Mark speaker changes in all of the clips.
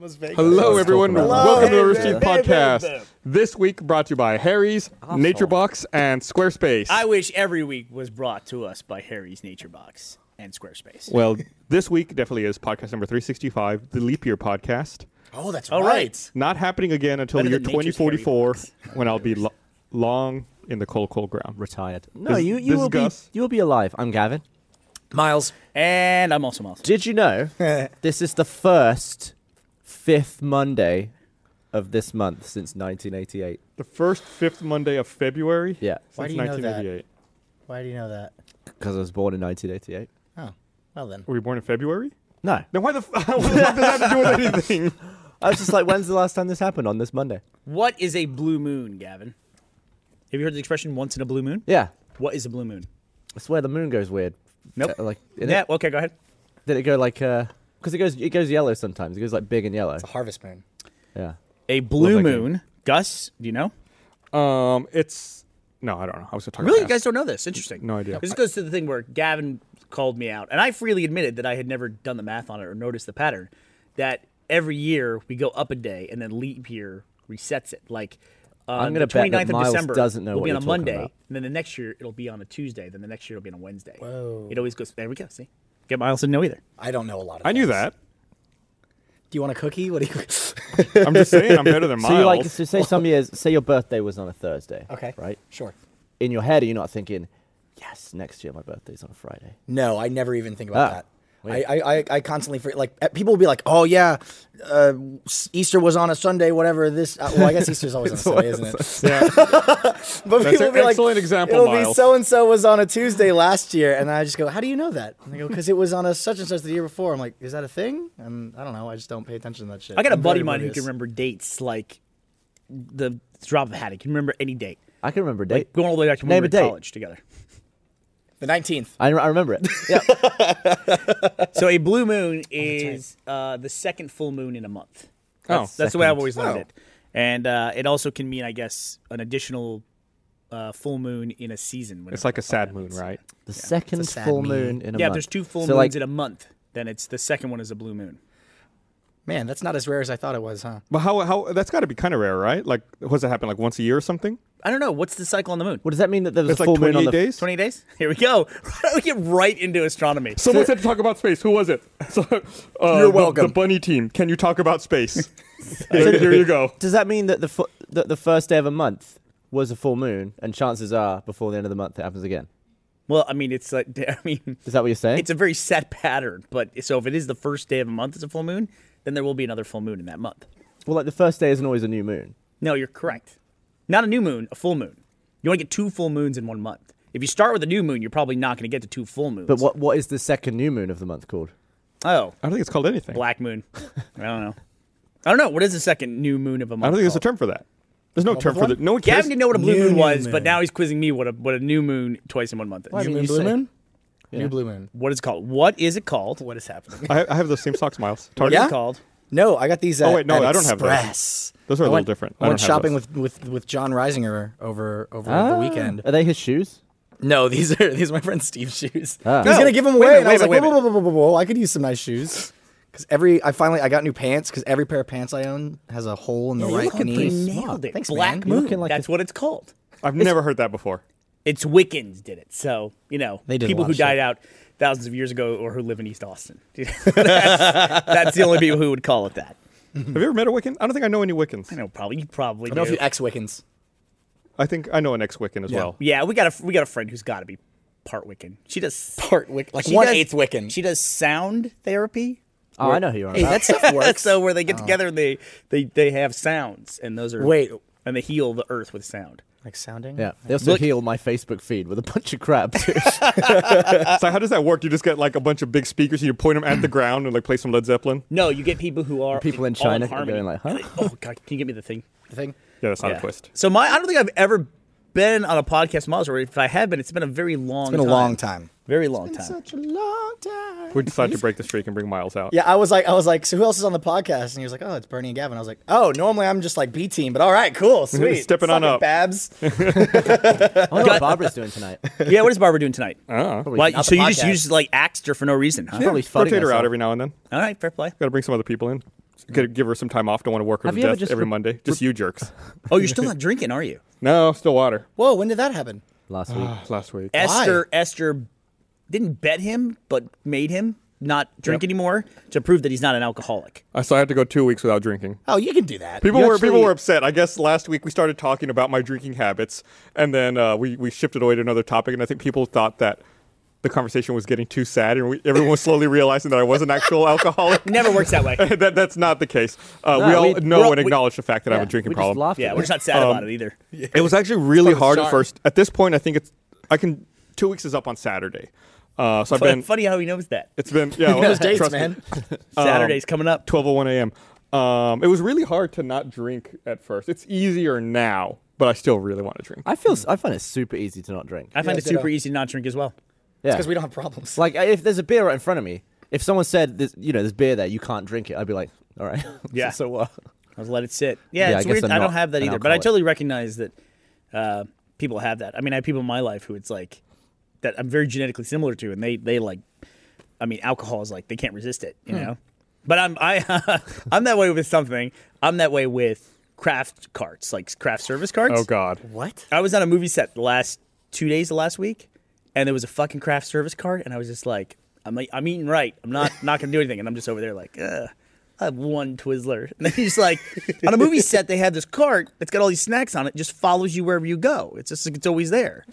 Speaker 1: Las Vegas.
Speaker 2: Hello,
Speaker 3: Let's
Speaker 2: everyone.
Speaker 3: talk about it.
Speaker 2: Welcome to the
Speaker 1: Hello,
Speaker 2: River Street
Speaker 1: everyone.
Speaker 2: Podcast. This week brought to you by Harry's, Nature Box, and Squarespace.
Speaker 4: I wish every week was brought to us by Harry's Nature Box and Squarespace.
Speaker 2: well, this week definitely is podcast number 365, the Leap Year Podcast.
Speaker 1: Oh, that's
Speaker 4: All right.
Speaker 2: Not happening again until the
Speaker 4: Better
Speaker 2: year
Speaker 4: than Nature's
Speaker 2: 2044
Speaker 4: Harry Box.
Speaker 2: when I'll be lo- long in the cold, cold ground.
Speaker 3: Retired. No,
Speaker 2: This-
Speaker 3: you,
Speaker 2: this
Speaker 3: you
Speaker 2: is
Speaker 3: will be
Speaker 2: Gus.
Speaker 3: you will be alive. I'm Gavin.
Speaker 1: Miles.
Speaker 4: And I'm also Miles.
Speaker 3: Did you know this is the first fifth Monday of this month since 1988?
Speaker 2: The first fifth Monday of February?
Speaker 3: Yeah,
Speaker 2: Since
Speaker 5: do you know that?
Speaker 2: 1988.
Speaker 5: Why do you know that?
Speaker 3: because I was born in 1988.
Speaker 5: Oh, well then.
Speaker 2: Were you born in February?
Speaker 3: No,
Speaker 2: Then why the f- what the fuck does that have to do with anything?
Speaker 3: I was just like, when's the last time this happened on this Monday?
Speaker 4: What is a blue moon, Gavin? Have you heard the expression once in a blue moon?
Speaker 3: Yeah,
Speaker 4: What is a blue moon?
Speaker 3: it's where the moon goes weird.
Speaker 4: Nope.
Speaker 3: Uh, like, did,
Speaker 4: Yeah,
Speaker 3: it,
Speaker 4: okay, go ahead.
Speaker 3: did it go like? Because it goes, it goes yellow sometimes. It goes like big and yellow.
Speaker 5: Harvest Moon.
Speaker 3: Yeah.
Speaker 4: A blue
Speaker 3: Love that game.
Speaker 4: moon. Gus, do you know?
Speaker 2: Um, It's. No, I don't know. I was going to talk
Speaker 4: Really? You
Speaker 2: about
Speaker 4: guys don't know this? Interesting.
Speaker 2: No idea.
Speaker 4: This goes to the thing where Gavin called me out, and I freely admitted that I had never done the math on it or noticed the pattern. That every year we go up a day, and then leap year resets it. Like uh,
Speaker 3: I'm
Speaker 4: the
Speaker 3: gonna bet
Speaker 4: 29th
Speaker 3: that
Speaker 4: of
Speaker 3: Miles
Speaker 4: December
Speaker 3: doesn't know
Speaker 4: will
Speaker 3: what
Speaker 4: be
Speaker 3: you're
Speaker 4: on a
Speaker 3: talking
Speaker 4: Monday,
Speaker 3: about.
Speaker 4: and then the next year it'll be on a Tuesday, then the next year it'll be on a Wednesday. Whoa! It always goes. There we go. See, get Miles didn't know either.
Speaker 5: I don't know a lot of
Speaker 2: I knew
Speaker 5: things.
Speaker 2: that.
Speaker 5: Do you want a cookie? What do you
Speaker 2: I'm just saying I'm better than Miles.
Speaker 3: So you like so say some years, say your birthday was on a Thursday.
Speaker 5: Okay.
Speaker 3: Right.
Speaker 5: Sure.
Speaker 3: In your head, are you not thinking, yes, next year my birthday's on a Friday?
Speaker 5: No, I never even think about
Speaker 3: Ah,
Speaker 5: that.
Speaker 3: weird.
Speaker 5: I, I, I, I constantly for, like uh, people will be like, oh yeah, uh, s- Easter was on a Sunday, whatever. This uh, well, I guess Easter's always on a Sunday, isn't it?
Speaker 2: Yeah.
Speaker 5: But
Speaker 2: That's
Speaker 5: people will
Speaker 2: an
Speaker 5: be like,
Speaker 2: excellent example,
Speaker 5: It'll be
Speaker 2: Miles.
Speaker 5: so and so was on a Tuesday last year, and I just go, how do you know that? And they go, because it was on a such and such the year before. I'm like, is that a thing? And I don't know. I just don't pay attention to that shit.
Speaker 4: I got a
Speaker 5: I'm
Speaker 4: buddy
Speaker 5: very
Speaker 4: of mine who
Speaker 5: oblivious.
Speaker 4: can remember dates like the drop of a hat. He can remember any date.
Speaker 3: I can remember a date.
Speaker 4: Like going all the way back to when
Speaker 3: Name
Speaker 4: we
Speaker 3: a
Speaker 4: were in
Speaker 3: date.
Speaker 4: college together.
Speaker 5: the 19th.
Speaker 3: I, I remember it. Yeah.
Speaker 4: So a blue
Speaker 3: Oh,
Speaker 4: moon is uh, the second full moon in a month.
Speaker 2: Oh.
Speaker 4: That's, that's the way I've always learned
Speaker 5: Oh.
Speaker 4: it. And uh, it also can mean, I guess, an additional uh, full moon in a season.
Speaker 2: It's like a sad moon, right?
Speaker 3: The second
Speaker 5: sad
Speaker 3: full
Speaker 5: meme.
Speaker 3: moon in a month.
Speaker 4: yeah, if there's two full
Speaker 3: so like,
Speaker 4: moons in a month, then it's the second one is a blue moon.
Speaker 5: Man, that's not as rare as I thought it was, huh?
Speaker 2: But how how that's got to be kind of rare, right? Like, what's that happen? Like once a year or something?
Speaker 4: I don't know. What's the cycle on the moon?
Speaker 3: What does that mean that there was
Speaker 2: It's
Speaker 3: a
Speaker 2: like
Speaker 3: full moon
Speaker 2: 28
Speaker 3: on the
Speaker 2: days.
Speaker 4: Twenty days? Here we go. we get right into astronomy.
Speaker 2: Someone said to talk about space. Who was it? So, uh, You're The,
Speaker 5: welcome.
Speaker 2: bunny team. Can you talk about space? Here- here you go.
Speaker 3: Does that mean that the fu- that the first day of a month was a full moon, and chances are before the end of the month it happens again?
Speaker 4: Well, I mean, it's like I mean,
Speaker 3: Is that what you're saying?
Speaker 4: it's a very set pattern. But so if it is the first day of a month, it's a full moon. Then there will be another full moon in that month.
Speaker 3: well, like the first day isn't always a new moon.
Speaker 4: No, you're correct. Not a new moon, a full moon. You want to get two full moons in one month. If you start with a new moon, you're probably not going to get to two full moons.
Speaker 3: But what what is the second new moon of the month called?
Speaker 4: Oh,
Speaker 2: I don't think it's called anything.
Speaker 4: black moon. I don't know. I don't know. What is the second new moon of a month?
Speaker 2: I don't think there's a
Speaker 4: called?
Speaker 2: term for that. There's no term for
Speaker 5: one?
Speaker 2: that. No one
Speaker 4: Gavin
Speaker 2: cares.
Speaker 4: didn't know what a blue
Speaker 5: New
Speaker 4: moon
Speaker 5: new
Speaker 4: was, but
Speaker 5: moon.
Speaker 4: now he's quizzing me what a what a new moon twice in one month is.
Speaker 3: Why- I
Speaker 5: New
Speaker 3: mean,
Speaker 5: moon,
Speaker 3: you
Speaker 5: blue
Speaker 3: say-
Speaker 5: moon?
Speaker 3: Yeah.
Speaker 5: New blue moon.
Speaker 4: What is it called? What is it called? What
Speaker 5: What is happening?
Speaker 2: I, I have those same socks, Miles.
Speaker 4: is
Speaker 2: Target.
Speaker 5: Yeah?
Speaker 4: it called?
Speaker 5: No, I got these. At,
Speaker 2: Oh, wait, no,
Speaker 5: at
Speaker 2: I don't have those.
Speaker 5: Express.
Speaker 2: Those are
Speaker 5: I
Speaker 2: a little
Speaker 5: went-
Speaker 2: different. I
Speaker 5: I went
Speaker 2: don't have
Speaker 5: shopping
Speaker 2: those.
Speaker 5: with, with with John Reisinger over over
Speaker 4: Ah.
Speaker 3: Ah.
Speaker 5: the weekend.
Speaker 3: Are they his shoes?
Speaker 5: No, these are these are my friend Steve's shoes.
Speaker 3: Ah.
Speaker 5: He's
Speaker 3: No,
Speaker 5: gonna give them
Speaker 4: wait a
Speaker 5: away. and
Speaker 4: minute,
Speaker 5: I was
Speaker 4: wait a
Speaker 5: like,
Speaker 4: minute,
Speaker 5: whoa, whoa, whoa, whoa, whoa, whoa, I could use some nice shoes. Because every I finally I got new pants because every pair of pants I own has a hole in the
Speaker 4: You
Speaker 5: right
Speaker 4: fucking
Speaker 5: knee.
Speaker 4: nailed it.
Speaker 5: Thanks,
Speaker 4: black
Speaker 5: man. You're
Speaker 4: moon.
Speaker 3: looking like
Speaker 4: That's
Speaker 3: a-
Speaker 4: what it's called.
Speaker 2: I've never heard that before.
Speaker 4: It's Wiccans did it. So you know,
Speaker 5: They did a
Speaker 4: people
Speaker 5: lot
Speaker 4: who
Speaker 5: of shit.
Speaker 4: died out thousands of years ago or who live in East Austin. that's, that's the only people who would call it that.
Speaker 2: Have you ever met a Wiccan? I don't think I know any Wiccans.
Speaker 4: I know, probably you
Speaker 5: I
Speaker 4: probably do.
Speaker 5: don't know if you ex Wiccans.
Speaker 2: I think I know an ex-Wiccan as
Speaker 5: Yeah.
Speaker 2: well.
Speaker 4: yeah, we got a we got a friend who's got to be part Wiccan. She does
Speaker 5: Part Wic like
Speaker 4: she
Speaker 5: one
Speaker 4: does-
Speaker 5: eighth Wiccan.
Speaker 4: She does sound therapy.
Speaker 3: Oh, I know who you are.
Speaker 5: hey, that stuff works.
Speaker 4: so where they get together and they, they they have sounds and those are
Speaker 5: Oh. Wait.
Speaker 4: and they heal the earth with sound.
Speaker 5: like sounding.
Speaker 3: yeah, they also heal my Facebook feed with a bunch of crap. too.
Speaker 2: So how does that work? You just get like a bunch of big speakers and you point them at the ground and like play some Led Zeppelin.
Speaker 4: No, you get people who are
Speaker 3: People in
Speaker 4: all
Speaker 3: China are
Speaker 4: harmony.
Speaker 3: going like, huh?
Speaker 4: Oh god, can you get me the thing?
Speaker 5: The thing.
Speaker 2: Yeah, that's not
Speaker 4: Yeah.
Speaker 2: a twist.
Speaker 4: So my I don't think I've ever been on a podcast miles or if I have been, it's been a very long
Speaker 5: It's been a long time.
Speaker 4: Very long time.
Speaker 5: a long time.
Speaker 2: We decided to break the streak and bring Miles out.
Speaker 5: Yeah, I was like, I was like, so who else is on the podcast? And he was like, oh, it's Bernie and Gavin. I was like, oh, normally I'm just like B team, but all right, cool, sweet.
Speaker 2: Stepping on
Speaker 5: Suck it,
Speaker 2: up.
Speaker 5: Babs.
Speaker 3: I wonder what Barbara's doing tonight.
Speaker 4: yeah, what is Barbara doing tonight?
Speaker 2: Uh-uh.
Speaker 3: Probably
Speaker 4: Why,
Speaker 3: not
Speaker 4: so
Speaker 3: the
Speaker 4: you just
Speaker 3: podcast.
Speaker 4: you just like axed her for no reason, huh?
Speaker 3: Probably
Speaker 2: Rotate
Speaker 3: farting
Speaker 2: her
Speaker 3: herself.
Speaker 2: out every now and then.
Speaker 4: All right, fair play.
Speaker 2: Got to bring some other people in. Gonna give her some time off. Don't want to work her
Speaker 3: Have
Speaker 2: to
Speaker 3: you ever
Speaker 2: death
Speaker 3: just
Speaker 2: every
Speaker 3: re-
Speaker 2: Monday. Just you jerks.
Speaker 4: Oh, you're still not drinking, are you?
Speaker 2: No, still water.
Speaker 5: Whoa, when did that happen?
Speaker 3: last week.
Speaker 2: Ah, Last week.
Speaker 3: Eh.
Speaker 4: Esther Esther didn't bet him, but made him not drink anymore to prove that he's not an alcoholic.
Speaker 2: I so I had to go two weeks without drinking.
Speaker 5: Oh, you can do that.
Speaker 2: People
Speaker 3: You
Speaker 2: were people
Speaker 3: actually-
Speaker 2: were upset. I guess last week we started talking about my drinking habits, and then uh, we we shifted away to another topic, and I think people thought that the conversation was getting too sad, and we, everyone was slowly realizing that I was an actual alcoholic.
Speaker 4: Never works that way.
Speaker 2: that that's not the case. Uh,
Speaker 3: No,
Speaker 2: we all
Speaker 3: we-
Speaker 2: know
Speaker 4: we're-
Speaker 2: and
Speaker 4: we-
Speaker 2: acknowledge the fact that I have a
Speaker 3: Yeah,
Speaker 2: drinking
Speaker 3: we just
Speaker 2: problem.
Speaker 3: laughed at
Speaker 4: Yeah,
Speaker 3: it.
Speaker 4: we're just not sad about it either.
Speaker 2: It was actually really
Speaker 5: Fucking
Speaker 2: hard at
Speaker 5: sorry.
Speaker 2: first. At this point, I think it's I can two weeks is up on Saturday, uh, so I've been.
Speaker 4: Funny how he knows that.
Speaker 2: It's been yeah.
Speaker 5: those dates,
Speaker 2: trust me.
Speaker 5: man.
Speaker 4: Saturday's coming up.
Speaker 2: 12:01 a.m. Um, it was really hard to not drink at first. It's easier now, but I still really want to drink.
Speaker 3: I feel s- I find it super easy to not drink.
Speaker 4: I find
Speaker 5: Yeah,
Speaker 4: it super
Speaker 5: ditto.
Speaker 4: easy to not drink as well.
Speaker 3: Yeah,
Speaker 5: Because we don't have problems.
Speaker 3: like if there's a beer right in front of me, if someone said this, you know, there's beer there, you can't drink it, I'd be like, all right,
Speaker 4: Yeah.
Speaker 3: so what?
Speaker 4: I was let it sit. Yeah,
Speaker 3: Yeah, I
Speaker 4: it's
Speaker 3: guess
Speaker 4: weird.
Speaker 3: I'm
Speaker 4: I don't
Speaker 3: not
Speaker 4: have that
Speaker 3: an
Speaker 4: either, but I
Speaker 3: alcoholic.
Speaker 4: totally recognize that uh, people have that. I mean, I have people in my life who it's like that I'm very genetically similar to, and they they like, I mean, alcohol is like they can't resist it,
Speaker 3: Hmm.
Speaker 4: you know. But I'm I I'm that way with something. I'm that way with craft carts, like craft service carts.
Speaker 2: Oh God,
Speaker 5: What?
Speaker 4: I was on a movie set the last two days of last week, and there was a fucking craft service cart, and I was just like, I'm like, I'm eating right. I'm not not gonna do anything, and I'm just over there like, Ugh, I have one Twizzler, and then he's like, on a movie set they had this cart that's got all these snacks on it, just follows you wherever you go. It's just it's always there,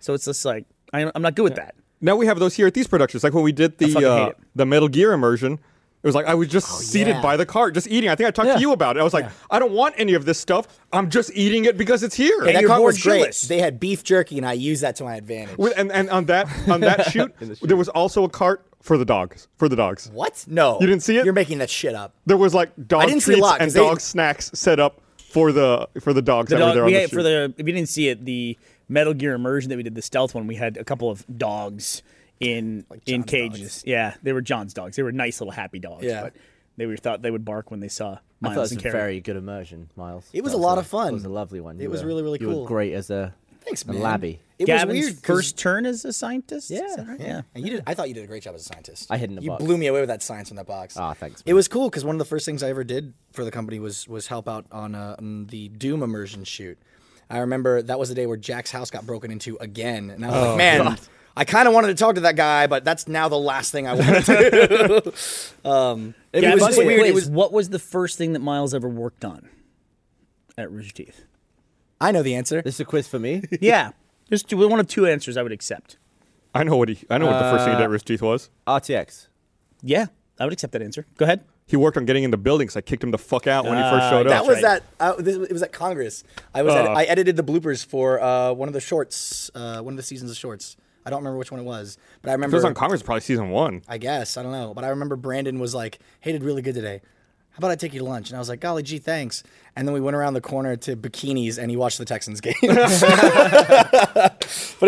Speaker 4: so it's just like I, I'm not good with that.
Speaker 2: now we have those here at these productions. Like when we did
Speaker 4: fucking
Speaker 2: the
Speaker 4: hate
Speaker 2: uh,
Speaker 4: it.
Speaker 2: the Metal Gear immersion, it was like I was just seated
Speaker 5: yeah.
Speaker 2: by the cart, just eating. I think I talked
Speaker 3: Yeah.
Speaker 2: to you about it. I was like, I don't want any of this stuff. I'm just eating it because it's here.
Speaker 5: That
Speaker 4: you're
Speaker 5: cart
Speaker 4: bored
Speaker 5: was great.
Speaker 4: shitless.
Speaker 5: They had beef jerky, and I used that to my advantage.
Speaker 2: With- and, and on that on that shoot, there was also a cart for the dogs. For the dogs,
Speaker 5: what? No.
Speaker 2: You didn't see it?
Speaker 5: You're making that shit up.
Speaker 2: there was like dog
Speaker 5: didn't see a
Speaker 2: treats
Speaker 5: lot,
Speaker 2: and
Speaker 5: 'cause they-
Speaker 2: dog snacks set up for the for the dogs that
Speaker 4: The
Speaker 2: were there
Speaker 4: dog,
Speaker 2: on
Speaker 4: we
Speaker 2: the
Speaker 4: had
Speaker 2: shoot.
Speaker 4: for the if you didn't see it, the Metal Gear immersion that we did, the stealth one, we had a couple of dogs in in
Speaker 5: John's
Speaker 4: cages. Yeah, they were John's dogs. They were nice little happy dogs.
Speaker 5: Yeah.
Speaker 4: but they were thought they would bark when they saw
Speaker 3: I thought it
Speaker 4: Miles
Speaker 3: was a
Speaker 4: and Carrie.
Speaker 3: very good immersion, Miles.
Speaker 5: It was
Speaker 3: That
Speaker 5: a lot of fun.
Speaker 3: It was a lovely one.
Speaker 5: It
Speaker 3: You
Speaker 5: was
Speaker 3: were-
Speaker 5: really, really
Speaker 3: You
Speaker 5: cool.
Speaker 3: were great as a
Speaker 5: Thanks,
Speaker 3: a
Speaker 5: man.
Speaker 3: labby.
Speaker 5: It
Speaker 4: Gavin's
Speaker 5: was weird. 'cause-
Speaker 4: first turn as a scientist. Is
Speaker 3: Yeah,
Speaker 4: that right?
Speaker 5: Yeah.
Speaker 4: yeah.
Speaker 5: And you did. I thought you did a great job as a scientist.
Speaker 3: I hid in a
Speaker 5: You
Speaker 3: box.
Speaker 5: blew me away with that science in that box.
Speaker 3: Ah, thanks,
Speaker 5: It
Speaker 3: man.
Speaker 5: was cool because one of the first things I ever did for the company was was help out on, uh, on the Doom immersion shoot. I remember that was the day where Jack's house got broken into again, and I was
Speaker 2: Oh,
Speaker 5: like, man. I kind of wanted to talk to that guy, but that's now the last thing I want to do.
Speaker 3: It
Speaker 4: Gavin,
Speaker 5: was just
Speaker 4: wait,
Speaker 5: weird. It
Speaker 4: wait,
Speaker 5: was-
Speaker 4: what was the first thing that Miles ever worked on at Rooster Teeth?
Speaker 5: I know the answer.
Speaker 3: This is a quiz for me.
Speaker 4: yeah, just two, one of two answers I would accept.
Speaker 2: I know what he. I know what the first thing he did
Speaker 4: Ah.
Speaker 2: at Rooster Teeth was.
Speaker 3: RTX.
Speaker 4: Yeah, I would accept that answer. Go ahead.
Speaker 2: He worked on getting in the building because I kicked him the fuck out when he first showed
Speaker 4: Ah, that
Speaker 5: that
Speaker 2: up.
Speaker 5: was
Speaker 4: right.
Speaker 5: that. Uh, this, it was at Congress. I was. at,
Speaker 2: Oh.
Speaker 5: I edited the bloopers for uh, one of the shorts, uh, one of the seasons of shorts. I don't remember which one it was, but I
Speaker 2: If it
Speaker 5: remember.
Speaker 2: was on Congress, probably season one.
Speaker 5: I guess I don't know, but I remember Brandon was like, "Hey, did really good today. How about I take you to lunch?" And I was like, "Golly gee, thanks." And then we went around the corner to bikinis, and he watched the Texans game. but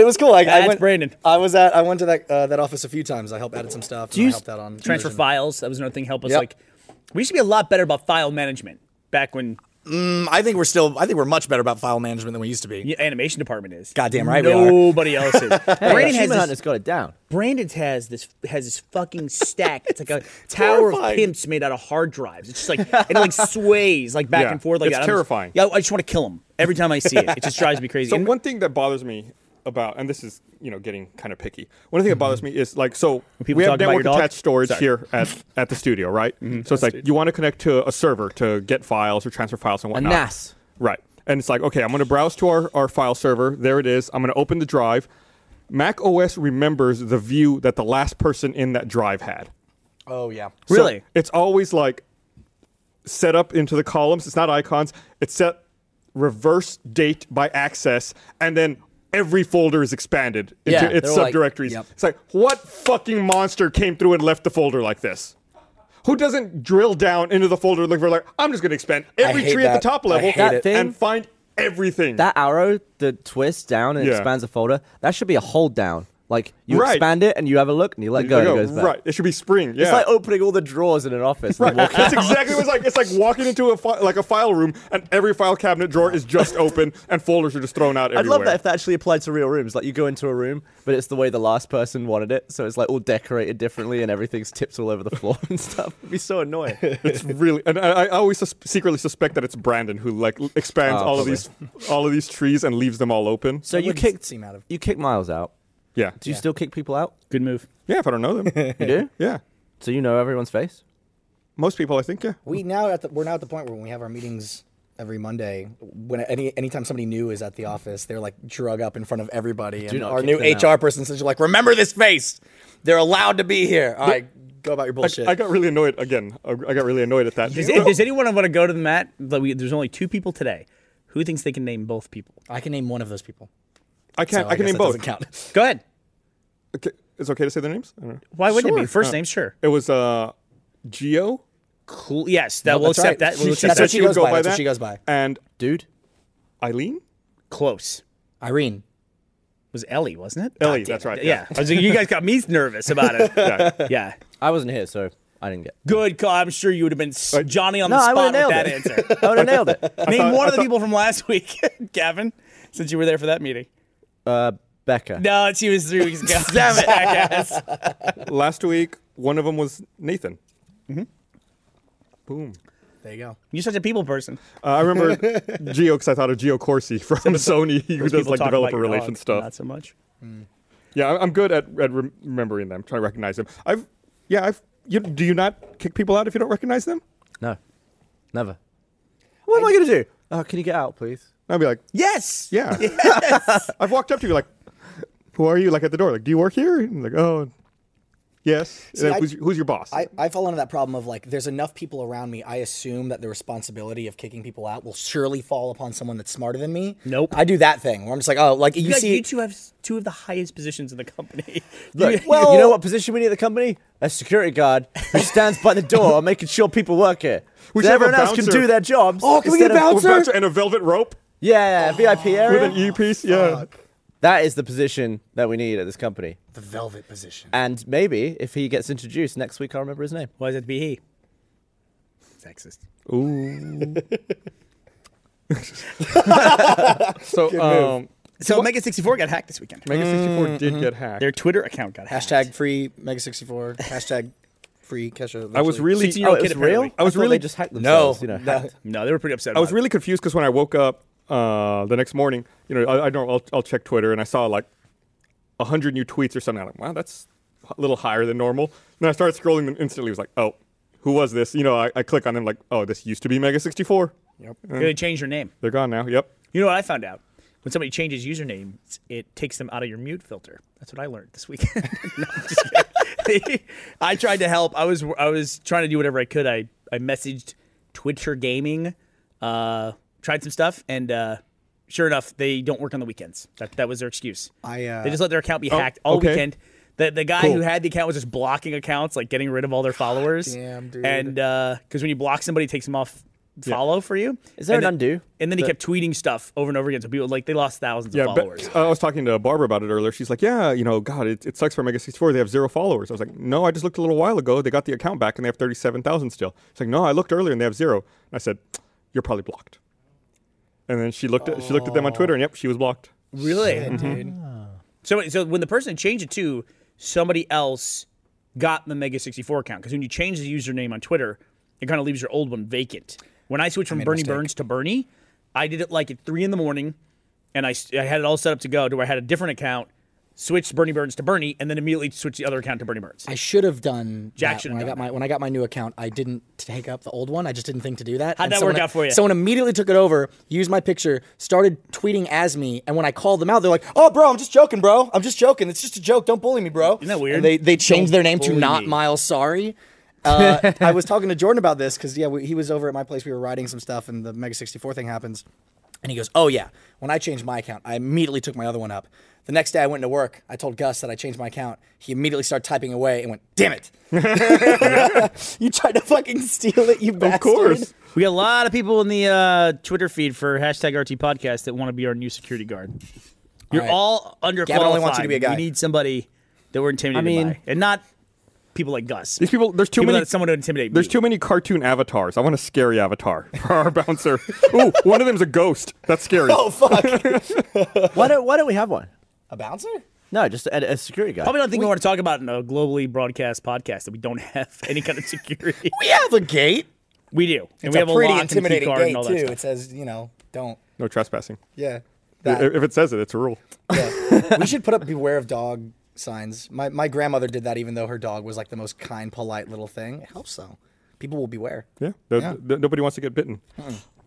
Speaker 5: it was cool. Like, I
Speaker 4: That's
Speaker 5: went,
Speaker 4: Brandon.
Speaker 5: I was at. I went to that uh, that office a few times. I helped edit some stuff. Do
Speaker 4: you
Speaker 5: I helped out on
Speaker 4: transfer
Speaker 5: version.
Speaker 4: files. That was another thing. Help us
Speaker 5: Yep.
Speaker 4: like we used to be a lot better about file management back when
Speaker 5: Mm, I think we're still. I think we're much better about file management than we used to be.
Speaker 4: the animation department is.
Speaker 5: Goddamn right we are.
Speaker 4: Nobody else is. Brandon has
Speaker 3: Human
Speaker 4: this,
Speaker 3: Hunter's got it down.
Speaker 4: Brandon has this has this fucking stack. It's like a tower of
Speaker 5: horrifying.
Speaker 4: pimps made out of hard drives. It's just like and it like sways like back
Speaker 2: Yeah,
Speaker 4: and forth like
Speaker 2: it's
Speaker 4: that. I'm
Speaker 2: terrifying.
Speaker 4: Just, yeah, I just want to kill him every time I see it. It just drives me crazy.
Speaker 2: So
Speaker 4: And-
Speaker 2: one thing that bothers me about, and this is you know getting kind of picky. One thing that bothers me is like so
Speaker 4: Mm-hmm. people
Speaker 2: we have
Speaker 4: talk about your
Speaker 2: network
Speaker 4: dog? Mm-hmm.
Speaker 2: attached storage here at at the studio, right? So it's like you want to connect to a server to get files or transfer files and whatnot.
Speaker 3: NAS.
Speaker 2: right? And it's like okay, I'm going to browse to our our file server. There it is. I'm going to open the drive. Mac OS remembers the view that the last person in that drive had.
Speaker 5: Oh yeah.
Speaker 2: So
Speaker 4: Really?
Speaker 2: it's always like set up into the columns. It's not icons. It's set reverse date by access, and then every folder is expanded into
Speaker 5: Yeah,
Speaker 2: its
Speaker 3: they're like-
Speaker 2: subdirectories.
Speaker 5: yep.
Speaker 2: It's like, what fucking monster came through and left the folder like this? Who doesn't drill down into the folder and look for like, I'm just gonna expand every
Speaker 5: hate
Speaker 2: tree at
Speaker 5: that.
Speaker 2: the top
Speaker 5: I
Speaker 2: level
Speaker 5: hate That
Speaker 3: it. thing-
Speaker 2: and find everything.
Speaker 3: That arrow, the twist down and
Speaker 2: Yeah.
Speaker 3: expands a folder, that should be a hold down Like you
Speaker 2: Right.
Speaker 3: expand it and you have a look and you let go.
Speaker 2: There
Speaker 3: and
Speaker 2: you
Speaker 3: it
Speaker 2: go.
Speaker 3: goes back.
Speaker 2: Right. It should be spring. Yeah.
Speaker 3: It's like oh, opening all the drawers in an office. and
Speaker 2: Right.
Speaker 3: walking
Speaker 2: That's exactly what it's like. It's like walking into a fi- like a file room, and every file cabinet drawer is just open, and folders are just thrown out
Speaker 3: I'd
Speaker 2: everywhere.
Speaker 3: love that if that actually applied to real rooms. Like you go into a room, but it's the way the last person wanted it, so it's like all decorated differently and everything's tipped all over the floor and stuff. It'd be so annoying.
Speaker 2: It's really, and I, I always sus- secretly suspect that it's Brandon who like l- expands
Speaker 3: Ah,
Speaker 2: all
Speaker 3: probably.
Speaker 2: of these, all of these trees and leaves them all open.
Speaker 3: so
Speaker 5: That
Speaker 3: you
Speaker 5: wouldn't
Speaker 3: kicked
Speaker 5: seem out of-
Speaker 3: you kick Miles out.
Speaker 2: Yeah,
Speaker 3: Do you still kick people out?
Speaker 4: Good move.
Speaker 2: yeah. If I don't know them,
Speaker 3: You do.
Speaker 2: yeah.
Speaker 3: So you know everyone's face.
Speaker 2: Most people, I think, yeah.
Speaker 5: We now at the, we're now at the point where when we have our meetings every Monday, when any anytime somebody new is at the office, they're like drug up in front of everybody, and
Speaker 3: not
Speaker 5: our
Speaker 3: kick
Speaker 5: new
Speaker 3: them out.
Speaker 5: HR person says, "Like, remember this face. They're allowed to be here." All right, go about your bullshit.
Speaker 2: I got really annoyed again. I I got really annoyed at that.
Speaker 4: Does, does anyone want to go to the mat? Like, we- There's only two people today. Who thinks they can name both people?
Speaker 5: I can name one of those people.
Speaker 2: I can't.
Speaker 5: So
Speaker 2: I can
Speaker 5: guess
Speaker 2: name
Speaker 5: that
Speaker 2: both.
Speaker 5: Doesn't count.
Speaker 4: Go ahead.
Speaker 2: Okay, It's okay to say their names. I don't know.
Speaker 4: Why wouldn't it
Speaker 2: Sure.
Speaker 4: be first
Speaker 2: Uh,
Speaker 4: name? Sure.
Speaker 2: It was uh, Geo.
Speaker 4: Cool. Yes, that will
Speaker 5: that's
Speaker 4: accept
Speaker 5: right.
Speaker 4: that. We'll
Speaker 5: She
Speaker 4: accept
Speaker 5: said-
Speaker 4: that.
Speaker 5: what she goes by, that's what she goes by.
Speaker 2: And
Speaker 3: Dude.
Speaker 2: Eileen.
Speaker 4: Close.
Speaker 5: Irene.
Speaker 4: was Ellie, wasn't it?
Speaker 2: Ellie.
Speaker 4: God damn
Speaker 2: That's
Speaker 4: it.
Speaker 2: right.
Speaker 4: Yeah. I was like, you guys got me nervous about it.
Speaker 2: yeah.
Speaker 4: yeah.
Speaker 3: I wasn't here, so I didn't get.
Speaker 4: Good call. I'm sure you would have been s- Johnny on
Speaker 3: No,
Speaker 4: the
Speaker 3: I
Speaker 4: spot with
Speaker 3: would've nailed
Speaker 4: that
Speaker 3: it.
Speaker 4: answer.
Speaker 3: I would have nailed it.
Speaker 4: Name
Speaker 2: thought-
Speaker 4: one
Speaker 2: I
Speaker 4: of the
Speaker 2: thought-
Speaker 4: people from last week, Gavin, since you were there for that meeting.
Speaker 3: Uh, Becca.
Speaker 4: No, she was three weeks ago. Damn it.
Speaker 2: Last week, one of them was Nathan. Boom.
Speaker 5: There you go.
Speaker 4: You're such a people person.
Speaker 2: Uh, I remember Geo because I thought of Geo Corsi from Sony, who
Speaker 4: Those
Speaker 2: does
Speaker 4: people
Speaker 2: like
Speaker 4: talk about
Speaker 2: developer
Speaker 4: your
Speaker 2: relations
Speaker 4: dogs,
Speaker 2: stuff.
Speaker 4: Not so much.
Speaker 2: Yeah, I- I'm good at, at rem- remembering them, trying to recognize them. I've, yeah, I've. You, do you not kick people out if you don't recognize them?
Speaker 3: No. Never. What am I gonna do? Oh, can you get out, please?
Speaker 2: I'd be like,
Speaker 4: Yes.
Speaker 2: yeah. I've walked up to you like, who are you? Like at the door, like, do you work here? And like, oh, yes. And then
Speaker 5: I-
Speaker 2: who's, who's your boss?
Speaker 5: I, I fall into that problem of like there's enough people around me. I assume that the responsibility of kicking people out will surely fall upon someone that's smarter than me.
Speaker 4: Nope.
Speaker 5: I do that thing where I'm just like, oh, like you,
Speaker 4: You, guys,
Speaker 5: see,
Speaker 4: you two have s- two of the highest positions in the company.
Speaker 3: Look,
Speaker 4: You-
Speaker 3: you know what position we need at the company? A security guard who stands by the door making sure people work here.
Speaker 2: We
Speaker 3: So
Speaker 2: should have a
Speaker 3: everyone else can
Speaker 2: bouncer.
Speaker 3: do their jobs.
Speaker 5: Oh, can we get
Speaker 3: instead
Speaker 5: a
Speaker 3: of-
Speaker 2: With
Speaker 5: bouncer?
Speaker 2: and a velvet rope
Speaker 3: Yeah, VIP
Speaker 2: with
Speaker 3: area.
Speaker 2: an E piece. Yeah.
Speaker 3: That is the position that we need at this company.
Speaker 5: the velvet position.
Speaker 3: And maybe if he gets introduced next week, I'll remember his name.
Speaker 4: Why does it have to be he? Sexist.
Speaker 2: So, um,
Speaker 4: So Mega 64 got hacked this weekend.
Speaker 2: Mega 64 did get hacked.
Speaker 4: Their Twitter account got hacked.
Speaker 5: Hashtag free Mega sixty four. Hashtag free Kesha.
Speaker 2: I was really.
Speaker 4: 16-year-old
Speaker 2: I
Speaker 4: kid
Speaker 2: was
Speaker 3: It's
Speaker 4: apparently.
Speaker 3: Oh, real?
Speaker 2: I was
Speaker 3: thought they
Speaker 2: really-
Speaker 3: just hacked
Speaker 5: no,
Speaker 3: themselves. You know,
Speaker 5: no.
Speaker 3: hacked.
Speaker 4: No, they were pretty upset.
Speaker 2: I
Speaker 4: about
Speaker 2: was
Speaker 4: it.
Speaker 2: really confused because when I woke up uh, the next morning, you know, I, I don't, I'll, I'll check Twitter and I saw like a hundred new tweets or something. I'm like, wow, that's a little higher than normal. Then I started scrolling and instantly was like, oh, who was this? You know, I, I click on them like, oh, this used to be Mega 64.
Speaker 5: Yep.
Speaker 4: They changed their name.
Speaker 2: They're gone now. Yep.
Speaker 4: You know what I found out? When somebody changes username, it takes them out of your mute filter. That's what I learned this weekend. No, I'm just kidding. I tried to help. I was I was trying to do whatever I could. I I messaged Twitcher Gaming, uh, tried some stuff, and uh, sure enough, they don't work on the weekends. That that was their excuse.
Speaker 5: I, uh,
Speaker 4: they just let their account be hacked all
Speaker 2: okay.
Speaker 4: weekend. The, the guy who
Speaker 2: Cool.
Speaker 4: had the account was just blocking accounts, like getting rid of all their followers.
Speaker 5: damn, dude.
Speaker 4: And because when you block somebody, it takes them off follow for you.
Speaker 3: Is there
Speaker 4: And
Speaker 3: an
Speaker 4: then-
Speaker 3: undo?
Speaker 4: And then he kept tweeting stuff over and over again. So people like they lost thousands
Speaker 2: Yeah,
Speaker 4: of followers.
Speaker 2: but, uh, I was talking to Barbara about it earlier. She's like, "Yeah, you know, God, it, it sucks for Mega 64. They have zero followers." I was like, "No, I just looked a little while ago. They got the account back and they have thirty-seven thousand still." She's like, "No, I looked earlier and they have zero. And I said, "You're probably blocked." And then she looked at she looked at them on Twitter and yep, she was blocked.
Speaker 4: really?
Speaker 5: dude.
Speaker 4: So so when the person changed it to somebody else got the Mega 64 account because when you change the username on Twitter, it kind of leaves your old one vacant. When I switched from
Speaker 5: made a
Speaker 4: Bernie
Speaker 5: mistake.
Speaker 4: Burns to Bernie, I did it like at three in the morning, and I, s- I had it all set up to go to where I had a different account, switched Bernie Burns to Bernie, and then immediately switched the other account to Bernie Burns.
Speaker 5: I should have done.
Speaker 4: Jack
Speaker 5: that
Speaker 4: should have
Speaker 5: when I
Speaker 4: done
Speaker 5: got my when I got my new account, I didn't take up the old one. I just didn't think to do that.
Speaker 4: How'd
Speaker 5: And
Speaker 4: that
Speaker 5: someone-
Speaker 4: work out for you?
Speaker 5: Someone immediately took it over, used my picture, started tweeting as me, and when I called them out, they're like, "Oh, bro, I'm just joking, bro. I'm just joking. It's just a joke. Don't bully me, bro." Isn't
Speaker 4: that weird?
Speaker 5: they they changed
Speaker 4: Don't
Speaker 5: their name to
Speaker 4: bully
Speaker 5: Not
Speaker 4: me.
Speaker 5: Miles Sorry. Uh, I was talking to Jordan about this because yeah, we, he was over at my place. We were writing some stuff, and the Mega 64 thing happens. And he goes, Oh, yeah. When I changed my account, I immediately took my other one up. The next day I went to work. I told Gus that I changed my account. He immediately started typing away and went, Damn it. you tried to fucking steal it, you bastard.
Speaker 2: Of course.
Speaker 4: We got a lot of people in the uh, Twitter feed for hashtag RT podcast that want to be our new security guard. You're
Speaker 5: right.
Speaker 4: all underqualified.
Speaker 5: Gavin only wants you to be a guy.
Speaker 4: We need somebody that we're intimidated
Speaker 3: I mean-
Speaker 4: by, and not people like Gus.
Speaker 2: These people, there's too
Speaker 4: people
Speaker 2: many.
Speaker 4: that someone to intimidate.
Speaker 2: There's
Speaker 4: me.
Speaker 2: too many cartoon avatars. I want a scary avatar for our bouncer. Ooh, one of them's a ghost. That's scary.
Speaker 5: Oh fuck!
Speaker 3: why don't Why don't we have one?
Speaker 5: a bouncer?
Speaker 3: No, just a, a security guy.
Speaker 4: Probably not thing we want to talk about in a globally broadcast podcast that we don't have any kind of security.
Speaker 5: We have a gate.
Speaker 4: we do,
Speaker 5: It's
Speaker 4: and we
Speaker 5: a
Speaker 4: have
Speaker 5: pretty
Speaker 4: a lock
Speaker 5: intimidating
Speaker 4: and key
Speaker 5: gate
Speaker 4: card and all
Speaker 5: too.
Speaker 4: that stuff.
Speaker 5: It says you know don't.
Speaker 2: No trespassing.
Speaker 5: Yeah.
Speaker 2: I-
Speaker 5: That,
Speaker 2: If it says it, it's a rule.
Speaker 5: yeah. we should put up beware of dog signs. My my grandmother did that even though her dog was like the most kind, polite little thing. It helps though. People will beware.
Speaker 2: Yeah. Th-
Speaker 5: Yeah.
Speaker 2: th- nobody wants to get bitten.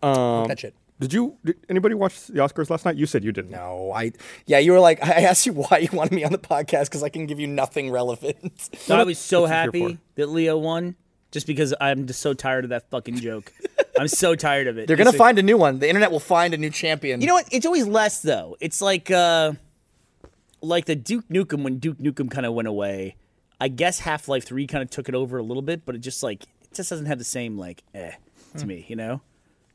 Speaker 2: Um,
Speaker 5: that shit.
Speaker 2: Did you? Did anybody watch the Oscars last night? You said you didn't.
Speaker 5: No, I. Yeah, you were like, I asked you why you wanted me on the podcast because I can give you nothing relevant.
Speaker 4: So I was so
Speaker 2: What's it here
Speaker 4: happy
Speaker 2: for?
Speaker 4: that Leo won, just because I'm just so tired of that fucking joke. I'm so tired of it.
Speaker 5: They're
Speaker 4: It's
Speaker 5: gonna
Speaker 4: like-
Speaker 5: find a new one. The internet will find a new champion.
Speaker 4: You know what? It's always less though. It's like uh like the Duke Nukem when Duke Nukem kind of went away. I guess Half Life Three kind of took it over a little bit, but it just like it just doesn't have the same like eh
Speaker 2: Hmm.
Speaker 4: to me, you know.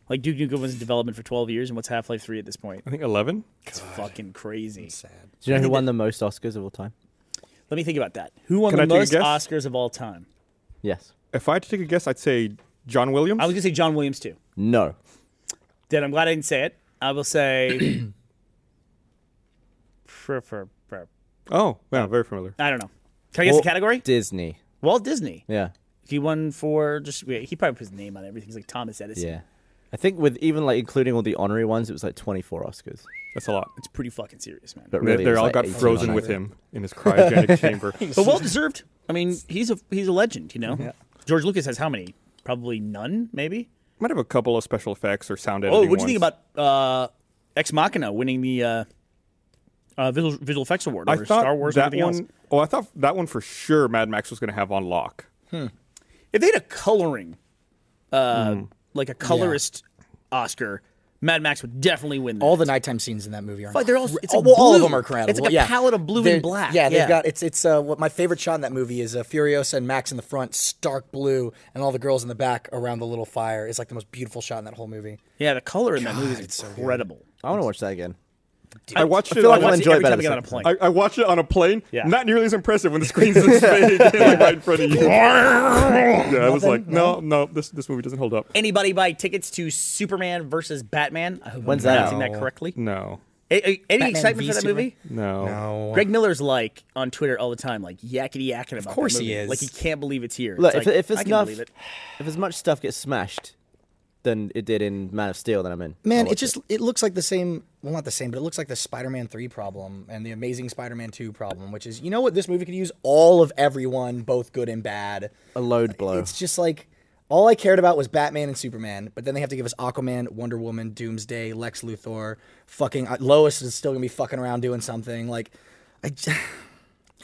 Speaker 4: Like Duke Nukem was in development for twelve years, and what's Half Life Three at this point?
Speaker 2: I think eleven.
Speaker 4: It's fucking crazy.
Speaker 3: Do you know who won the most Oscars of all time?
Speaker 4: Let me think about that. Who won
Speaker 2: Can
Speaker 4: the
Speaker 2: I take a
Speaker 4: most
Speaker 2: guess?
Speaker 4: Oscars of all time?
Speaker 3: Yes.
Speaker 2: If I had to take a guess, I'd say John Williams.
Speaker 4: I was gonna say John Williams too.
Speaker 3: No.
Speaker 4: Then I'm glad I didn't say it. I will say.
Speaker 2: oh, yeah, very familiar.
Speaker 4: I don't know. Can I guess
Speaker 3: Walt
Speaker 4: the category?
Speaker 3: Disney.
Speaker 4: Walt Disney.
Speaker 3: Yeah.
Speaker 4: He won for just yeah, he probably put his name on everything. He's like Thomas Edison.
Speaker 3: Yeah. I think with even like including all the honorary ones, it was like 24 Oscars.
Speaker 2: That's a lot.
Speaker 4: It's pretty fucking serious, man. But,
Speaker 3: But really,
Speaker 2: they
Speaker 3: it
Speaker 2: they
Speaker 3: was,
Speaker 2: all
Speaker 3: like,
Speaker 2: got
Speaker 3: 18 or
Speaker 2: frozen with
Speaker 3: 19.
Speaker 2: him in his cryogenic chamber.
Speaker 4: well deserved. I mean, he's a he's a legend, you know. George Lucas has how many? Probably none, maybe.
Speaker 2: Might have a couple of special effects or sound editing.
Speaker 4: Oh, what do you think
Speaker 2: ones.
Speaker 4: about uh, Ex Machina winning the uh, uh, visual, visual effects award
Speaker 2: I
Speaker 4: over
Speaker 2: thought
Speaker 4: Star Wars and
Speaker 2: that
Speaker 4: everything
Speaker 2: one.
Speaker 4: else?
Speaker 2: Oh, I thought that one for sure. Mad Max was going to have on lock.
Speaker 4: If they had a coloring, uh, like a colorist Oscar, Mad Max would definitely win. That.
Speaker 5: all the nighttime scenes in that movie are.
Speaker 4: But they're all-
Speaker 5: incre-
Speaker 4: it's a
Speaker 5: well, all of
Speaker 4: blue.
Speaker 5: them are incredible.
Speaker 4: It's like a
Speaker 5: yeah.
Speaker 4: palette of blue and
Speaker 5: They're-
Speaker 4: black.
Speaker 5: Yeah, they've
Speaker 4: Yeah.
Speaker 5: got it's it's uh, what my favorite shot in that movie is uh, Furiosa and Max in the front, stark blue, and all the girls in the back around the little fire. It's like the most beautiful shot in that whole movie.
Speaker 4: yeah, the color in that movie
Speaker 5: it's
Speaker 4: is
Speaker 5: so good.
Speaker 4: incredible.
Speaker 3: I want to watch that again.
Speaker 2: I watched it.
Speaker 3: feel
Speaker 2: on-
Speaker 3: like I'll
Speaker 4: watch
Speaker 3: enjoy it
Speaker 4: every
Speaker 3: better
Speaker 4: time I
Speaker 3: the
Speaker 4: get on a
Speaker 3: second
Speaker 4: plane.
Speaker 2: I, I watched it on a plane.
Speaker 4: Yeah.
Speaker 2: Not nearly as impressive when the screen's this big like, right in front of you. yeah, I was like, no, no, this this movie doesn't hold up.
Speaker 4: anybody buy tickets to Superman versus Batman? I hope
Speaker 3: When's
Speaker 4: I'm
Speaker 3: that
Speaker 4: pronouncing
Speaker 5: out?
Speaker 4: that correctly.
Speaker 2: No,
Speaker 4: A- a- any
Speaker 5: Batman
Speaker 4: excitement
Speaker 5: v
Speaker 4: for that
Speaker 5: Superman?
Speaker 4: movie?
Speaker 2: no,
Speaker 5: No.
Speaker 4: Greg Miller's like on Twitter all the time, like yakety yakking about. Of
Speaker 5: course
Speaker 4: that
Speaker 5: he
Speaker 4: movie.
Speaker 5: is.
Speaker 4: Like he can't believe it's here.
Speaker 3: Look, if,
Speaker 4: it's like,
Speaker 3: if it's
Speaker 4: I can
Speaker 3: enough,
Speaker 4: believe it.
Speaker 3: if as much stuff gets smashed than it did in Man of Steel, then I'm in.
Speaker 5: Man,
Speaker 3: I'll
Speaker 5: it
Speaker 3: watch
Speaker 5: just it looks like the same. Well, not the same, but it looks like the Spider-Man three problem and the Amazing Spider-Man two problem, which is you know what this movie could use all of everyone, both good and bad.
Speaker 3: a load blow.
Speaker 5: It's just like all I cared about was Batman and Superman, but then they have to give us Aquaman, Wonder Woman, Doomsday, Lex Luthor, fucking uh, Lois is still gonna be fucking around doing something. Like, I, j-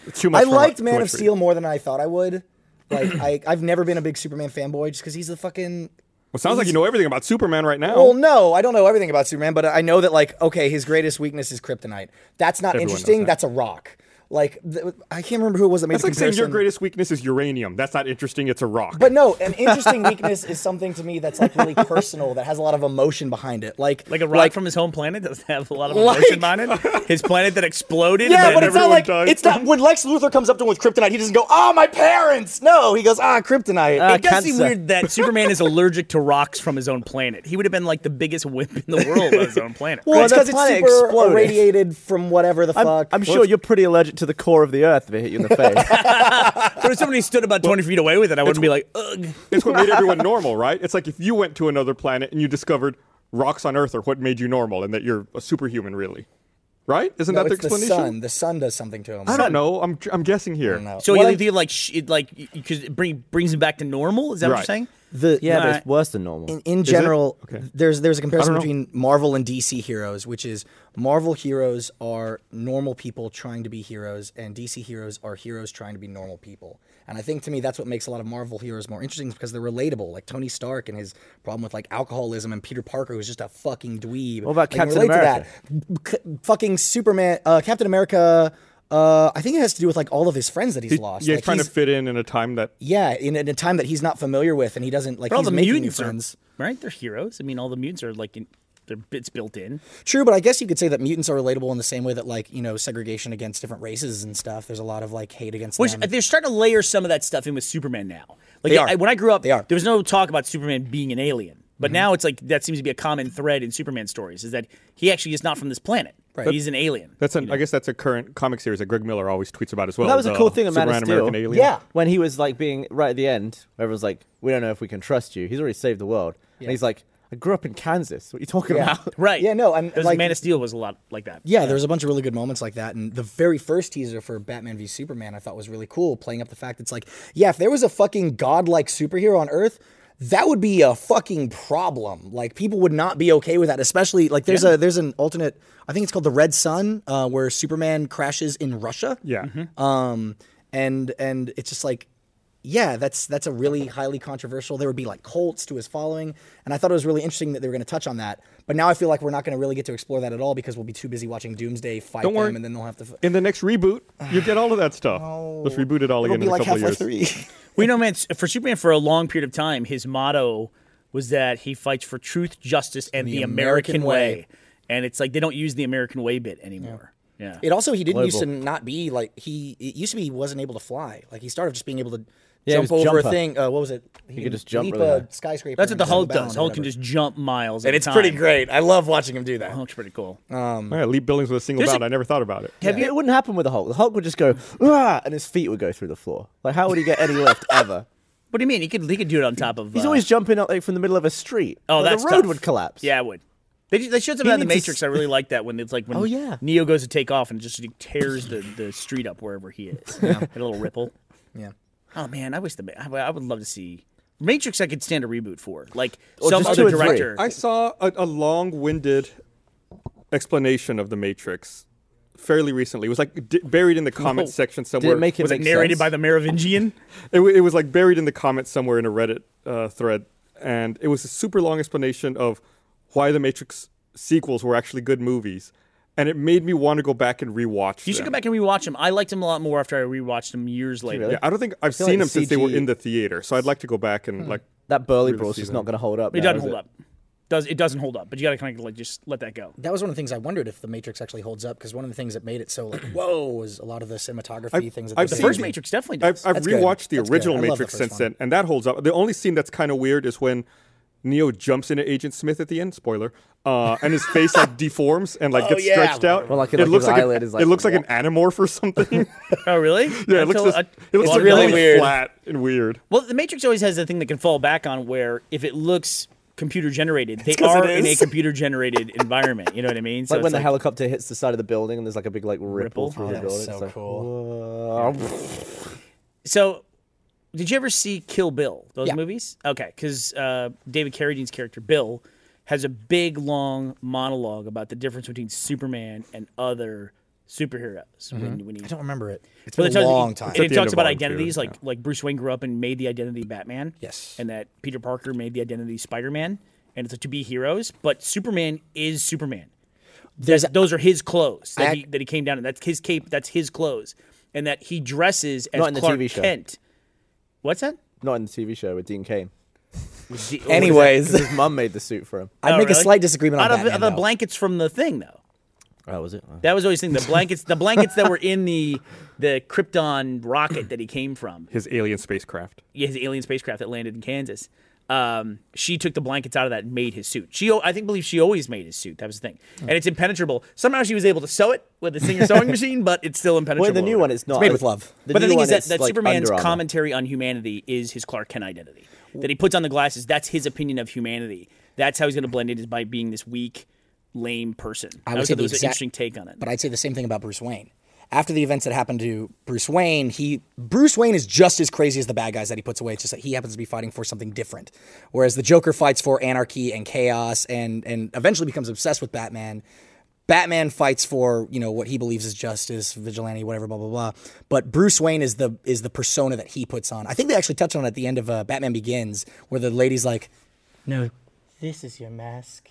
Speaker 2: It's too much.
Speaker 5: I
Speaker 2: for my-
Speaker 5: liked
Speaker 2: too
Speaker 5: Man
Speaker 2: much
Speaker 5: of
Speaker 2: for you.
Speaker 5: Steel more than I thought I would. Like, I I've never been a big Superman fanboy just because he's the fucking
Speaker 2: Well, sounds like you know everything about Superman right now.
Speaker 5: well, no, I don't know everything about Superman, but I know that like okay, his greatest weakness is kryptonite. That's not
Speaker 2: Everyone knows
Speaker 5: interesting.
Speaker 2: that.
Speaker 5: That's a rock. Like th- I can't remember who it was that made
Speaker 2: That's
Speaker 5: the
Speaker 2: like saying your
Speaker 5: comparison.
Speaker 2: greatest weakness is uranium. That's not interesting. It's a rock.
Speaker 5: But no, an interesting weakness is something to me that's like really personal, that has a lot of emotion behind it. Like
Speaker 4: Like a rock from his home planet doesn't have a lot of
Speaker 5: Like-
Speaker 4: emotion on it. His planet that exploded.
Speaker 5: Yeah,
Speaker 4: and
Speaker 5: but
Speaker 4: then
Speaker 5: it's not
Speaker 2: everyone
Speaker 5: like
Speaker 2: dies.
Speaker 5: it's not when Lex Luthor comes up to him with kryptonite, he doesn't go, "Ah, my parents." No, he goes, "Ah, kryptonite."
Speaker 3: Ah,
Speaker 4: It does seem
Speaker 3: cancer.
Speaker 4: weird that Superman is allergic to rocks from his own planet. He would have been like the biggest wimp in the world on his own planet.
Speaker 5: well, it's
Speaker 3: Well,
Speaker 5: because
Speaker 3: the
Speaker 5: it's
Speaker 3: planet
Speaker 5: super
Speaker 3: exploded.
Speaker 5: irradiated from whatever the
Speaker 3: I'm,
Speaker 5: fuck.
Speaker 3: I'm sure you're pretty allergic to the core of the earth if it hit you in the face.
Speaker 4: But if somebody stood about twenty feet away with it, I wouldn't be like, ugh.
Speaker 2: It's what made everyone normal, right? It's like if you went to another planet and you discovered rocks on Earth are what made you normal, and that you're a superhuman, really, right? Isn't
Speaker 5: No,
Speaker 2: that the
Speaker 5: it's the
Speaker 2: explanation?
Speaker 5: sun. The sun does something to him.
Speaker 2: I don't know. I'm I'm guessing here.
Speaker 4: So
Speaker 5: What
Speaker 4: you
Speaker 5: I'm-
Speaker 4: you like sh- it like because it bring, brings him back to normal. Is that what you're
Speaker 2: Right.
Speaker 4: saying?
Speaker 3: the, yeah, but
Speaker 4: Alright.
Speaker 3: it's worse than normal.
Speaker 5: in general,
Speaker 2: Okay.
Speaker 5: there's there's a comparison
Speaker 2: know.
Speaker 5: between Marvel and DC heroes, which is Marvel heroes are normal people trying to be heroes, and DC heroes are heroes trying to be normal people. And I think to me that's what makes a lot of Marvel heroes more interesting is because they're relatable, like Tony Stark and his problem with like alcoholism, and Peter Parker who's just a fucking dweeb. What
Speaker 3: about Captain
Speaker 5: To that. C- fucking Superman, uh, Captain America. Uh, I think it has to do with like all of his friends that he's lost.
Speaker 2: Yeah,
Speaker 5: Like,
Speaker 2: he's trying to
Speaker 5: he's-
Speaker 2: fit in in a time that
Speaker 5: yeah, in, in a time that he's not familiar with, and he doesn't like.
Speaker 4: But all
Speaker 5: he's
Speaker 4: the
Speaker 5: making new
Speaker 4: mutants are
Speaker 5: friends.
Speaker 4: right. They're heroes. I mean, all the mutants are like in, they're, it's built in.
Speaker 5: True, but I guess you could say that mutants are relatable in the same way that, like, you know, segregation against different races and stuff. There's a lot of like hate against
Speaker 4: Which
Speaker 5: them.
Speaker 4: they're starting to layer some of that stuff in with Superman now. Like
Speaker 5: They are.
Speaker 4: I, when I grew up,
Speaker 5: They are. Mm-hmm.
Speaker 4: there was no talk about Superman being an alien. But now it's like that seems to be a common thread in Superman stories is that he actually is not from this planet. Right. He's an alien.
Speaker 2: That's an, I guess that's a current comic series that Greg Miller always tweets about as well.
Speaker 3: That was a
Speaker 2: the
Speaker 3: cool thing at Man of
Speaker 2: Superman
Speaker 3: Steel.
Speaker 2: American Alien.
Speaker 3: Yeah, when he was like being right at the end, everyone's like, "We don't know if we can trust you." He's already saved the world, and he's like, "I grew up in Kansas. What are you talking
Speaker 5: Yeah.
Speaker 3: about?"
Speaker 4: Right.
Speaker 5: Yeah, no, and,
Speaker 4: It was-
Speaker 5: like-
Speaker 4: Man of Steel was a lot like that.
Speaker 5: Yeah, there's a bunch of really good moments like that. And the very first teaser for Batman v Superman I thought was really cool, playing up the fact it's like, yeah, if there was a fucking godlike superhero on Earth, that would be a fucking problem. Like people would not be okay with that, especially like there's a there's an alternate I think it's called the Red Sun, uh, where Superman crashes in Russia.
Speaker 2: Yeah.
Speaker 5: Um and and it's just like yeah, that's that's a really highly controversial. There would be like cults to his following, and I thought it was really interesting that they were going to touch on that. But now I feel like we're not going to really get to explore that at all because we'll be too busy watching Doomsday fight
Speaker 2: Don't
Speaker 5: them,
Speaker 2: worry.
Speaker 5: and then they'll have to. F-
Speaker 2: In the next reboot, you get all of that stuff. Let's reboot it all
Speaker 5: It'll
Speaker 2: again
Speaker 5: be
Speaker 2: in a
Speaker 5: like
Speaker 2: couple
Speaker 5: Half-Life
Speaker 2: of years.
Speaker 5: Three.
Speaker 4: We know, man, s- for Superman for a long period of time, his motto was that he fights for truth, justice, and the, American,
Speaker 5: American
Speaker 4: way.
Speaker 5: way.
Speaker 4: And it's like they don't use the American way bit anymore. Yeah.
Speaker 5: it also he didn't used to not be like he it used to be he wasn't able to fly. Like he started just being able to
Speaker 3: Yeah, he
Speaker 5: jump
Speaker 3: was
Speaker 5: over
Speaker 3: jumper.
Speaker 5: a thing. Uh, what was it? He,
Speaker 3: could just jump
Speaker 5: leap
Speaker 3: really high.
Speaker 5: a skyscraper.
Speaker 4: That's what
Speaker 5: and
Speaker 4: the
Speaker 5: jump
Speaker 4: Hulk
Speaker 5: about
Speaker 4: does.
Speaker 5: or
Speaker 4: Hulk can
Speaker 5: whatever.
Speaker 4: just jump miles.
Speaker 5: And
Speaker 4: at a
Speaker 5: it's pretty
Speaker 4: time. Oh,
Speaker 5: great. Uh, I love watching him do that.
Speaker 4: Hulk's pretty cool.
Speaker 2: I leap buildings with a single
Speaker 4: There's a-
Speaker 2: bound. I never thought about it.
Speaker 3: Have you- It wouldn't happen with the Hulk. The Hulk would just go, "Ah," and his feet would go through the floor. Like, how would he get any lift ever?
Speaker 4: what do you mean? He could he could do it on top of.
Speaker 3: He's
Speaker 4: uh,
Speaker 3: always jumping up like, from the middle of a street.
Speaker 4: Oh,
Speaker 3: Like,
Speaker 4: that's
Speaker 3: the road
Speaker 4: tough.
Speaker 3: would collapse.
Speaker 4: Yeah, it would. They, ju- they showed something
Speaker 3: He
Speaker 4: in the
Speaker 3: needs to
Speaker 4: Matrix. I really like that when it's like when
Speaker 3: Oh, yeah.
Speaker 4: Neo goes to take off and just tears the, the street up wherever he is. Had a little ripple.
Speaker 5: yeah.
Speaker 4: Oh man, I wish the Ma- I I would love to see Matrix. I could stand a reboot for like
Speaker 3: Or
Speaker 4: some
Speaker 3: just two
Speaker 4: other
Speaker 3: and three.
Speaker 4: director.
Speaker 2: I saw a, a long-winded explanation of the Matrix fairly recently. It was like d- buried in the comment section somewhere.
Speaker 3: Did it make it
Speaker 4: was it
Speaker 3: make
Speaker 4: narrated
Speaker 3: sense?
Speaker 4: by the Merovingian?
Speaker 2: It, wa- it was like buried in the comments somewhere in a Reddit uh, thread, and it was a super long explanation of why the Matrix sequels were actually good movies, and it made me want to go back and rewatch.
Speaker 4: You should
Speaker 2: them.
Speaker 4: go back and rewatch them. I liked them a lot more after I rewatched them years later.
Speaker 2: Yeah, I don't think I've
Speaker 3: like
Speaker 2: seen them
Speaker 3: the
Speaker 2: since they were
Speaker 3: CG
Speaker 2: in the theater, so I'd like to go back and like.
Speaker 3: That burly
Speaker 2: Really
Speaker 3: brawl's
Speaker 2: see
Speaker 3: just
Speaker 2: that.
Speaker 3: not going to hold up.
Speaker 4: It
Speaker 3: now,
Speaker 4: doesn't
Speaker 3: is
Speaker 4: hold
Speaker 3: it?
Speaker 4: up. Does it doesn't hold up? But you got to kind of like just let that go.
Speaker 5: That was one of the things I wondered if the Matrix actually holds up because one of the things that made it so like whoa was a lot of the cinematography things. That
Speaker 2: I've
Speaker 5: they did.
Speaker 4: The
Speaker 2: seen
Speaker 4: first Matrix definitely
Speaker 2: I've,
Speaker 4: does.
Speaker 2: I've
Speaker 5: That's good.
Speaker 2: rewatched the
Speaker 5: That's good.
Speaker 2: original
Speaker 5: I love the
Speaker 2: Matrix
Speaker 5: first
Speaker 2: since
Speaker 5: one.
Speaker 2: then, and that holds up. The only scene that's kind of weird is when Neo jumps into Agent Smith at the end. Spoiler, uh, and his face like deforms and like
Speaker 4: Oh,
Speaker 2: gets
Speaker 4: yeah.
Speaker 2: stretched out.
Speaker 3: Well, like,
Speaker 2: it
Speaker 3: like
Speaker 2: looks
Speaker 3: his
Speaker 2: like
Speaker 3: eyelid
Speaker 2: an,
Speaker 3: is like-
Speaker 2: it looks like an animorph or something.
Speaker 4: oh really?
Speaker 2: yeah, it looks
Speaker 4: Until
Speaker 2: just,
Speaker 4: I-
Speaker 2: it looks
Speaker 4: Well,
Speaker 2: really,
Speaker 5: really weird.
Speaker 2: flat and weird.
Speaker 4: Well, the Matrix always has a thing that can fall back on where if it looks computer generated, they
Speaker 5: 'cause
Speaker 4: are
Speaker 5: it
Speaker 4: in a
Speaker 5: is.
Speaker 4: computer generated environment. You know what I mean? So
Speaker 3: Like
Speaker 4: it's
Speaker 3: when the
Speaker 4: like-
Speaker 3: helicopter hits the side of the building and there's like a big like ripple,
Speaker 4: Ripple?
Speaker 3: through
Speaker 4: Oh,
Speaker 3: the
Speaker 5: that was
Speaker 3: building.
Speaker 5: so
Speaker 3: it's like,
Speaker 5: cool.
Speaker 3: "Whoa."
Speaker 4: so, did you ever see Kill Bill? Those
Speaker 5: Yeah.
Speaker 4: movies? Okay, because uh, David Carradine's character Bill has a big long monologue about the difference between Superman and other superheroes. When, when he
Speaker 5: Mm-hmm. I don't remember it. It's
Speaker 4: Well,
Speaker 5: been
Speaker 4: it
Speaker 5: a
Speaker 4: tells you-
Speaker 5: long
Speaker 4: it-
Speaker 5: time.
Speaker 4: And
Speaker 2: At
Speaker 4: it
Speaker 2: the end of
Speaker 4: talks about
Speaker 2: Volume two,
Speaker 4: identities, like
Speaker 2: yeah.
Speaker 4: like Bruce Wayne grew up and made the identity Batman.
Speaker 5: Yes.
Speaker 4: And that Peter Parker made the identity Spider Man, and it's like to be heroes. But Superman is Superman.
Speaker 5: There's
Speaker 4: Those are his clothes that,
Speaker 5: I-
Speaker 4: he, that he came down in. That's his cape. That's his clothes, and that he dresses as
Speaker 3: Not in the
Speaker 4: Clark
Speaker 3: TV show.
Speaker 4: Kent. What's that?
Speaker 3: Not in the TV show with Dean Kane.
Speaker 4: Was the-
Speaker 5: Anyways,
Speaker 3: 'Cause his mum made the suit for him.
Speaker 5: I'd
Speaker 4: Oh,
Speaker 5: make
Speaker 4: really?
Speaker 5: a slight disagreement on
Speaker 4: out of
Speaker 5: Batman,
Speaker 4: the
Speaker 5: though.
Speaker 4: blankets from the thing though.
Speaker 3: Oh, was it?
Speaker 4: That was always the thing. The blankets, the blankets that were in the the Krypton rocket that he came from.
Speaker 2: His alien spacecraft.
Speaker 4: yeah, his alien spacecraft that landed in Kansas. Um, she took the blankets out of that and made his suit. She, al- I think, believes she always made his suit. That was the thing, and it's impenetrable. Somehow she was able to sew it with a Singer sewing machine, but it's still impenetrable.
Speaker 3: Well, the new one, it's not.
Speaker 5: made with love.
Speaker 4: but the
Speaker 3: new
Speaker 4: thing
Speaker 3: one,
Speaker 4: is that,
Speaker 3: it's,
Speaker 4: that
Speaker 3: like,
Speaker 4: Superman's
Speaker 3: Under Armour.
Speaker 4: commentary on humanity is his Clark Kent identity. That he puts on the glasses. That's his opinion of humanity. That's how he's going to blend in is by being this weak, lame person. I,
Speaker 5: would
Speaker 4: always
Speaker 5: say the
Speaker 4: thought that was an
Speaker 5: exact-
Speaker 4: interesting take on it.
Speaker 5: But I'd say the same thing about Bruce Wayne. After the events that happened to Bruce Wayne, he Bruce Wayne is just as crazy as the bad guys that he puts away. It's just that he happens to be fighting for something different, whereas the Joker fights for anarchy and chaos, and and eventually becomes obsessed with Batman. Batman fights for you know what he believes is justice, vigilante, whatever, blah blah blah. But Bruce Wayne is the is the persona that he puts on. I think they actually touched on it at the end of uh, Batman Begins, where the lady's like, "No, this is your mask."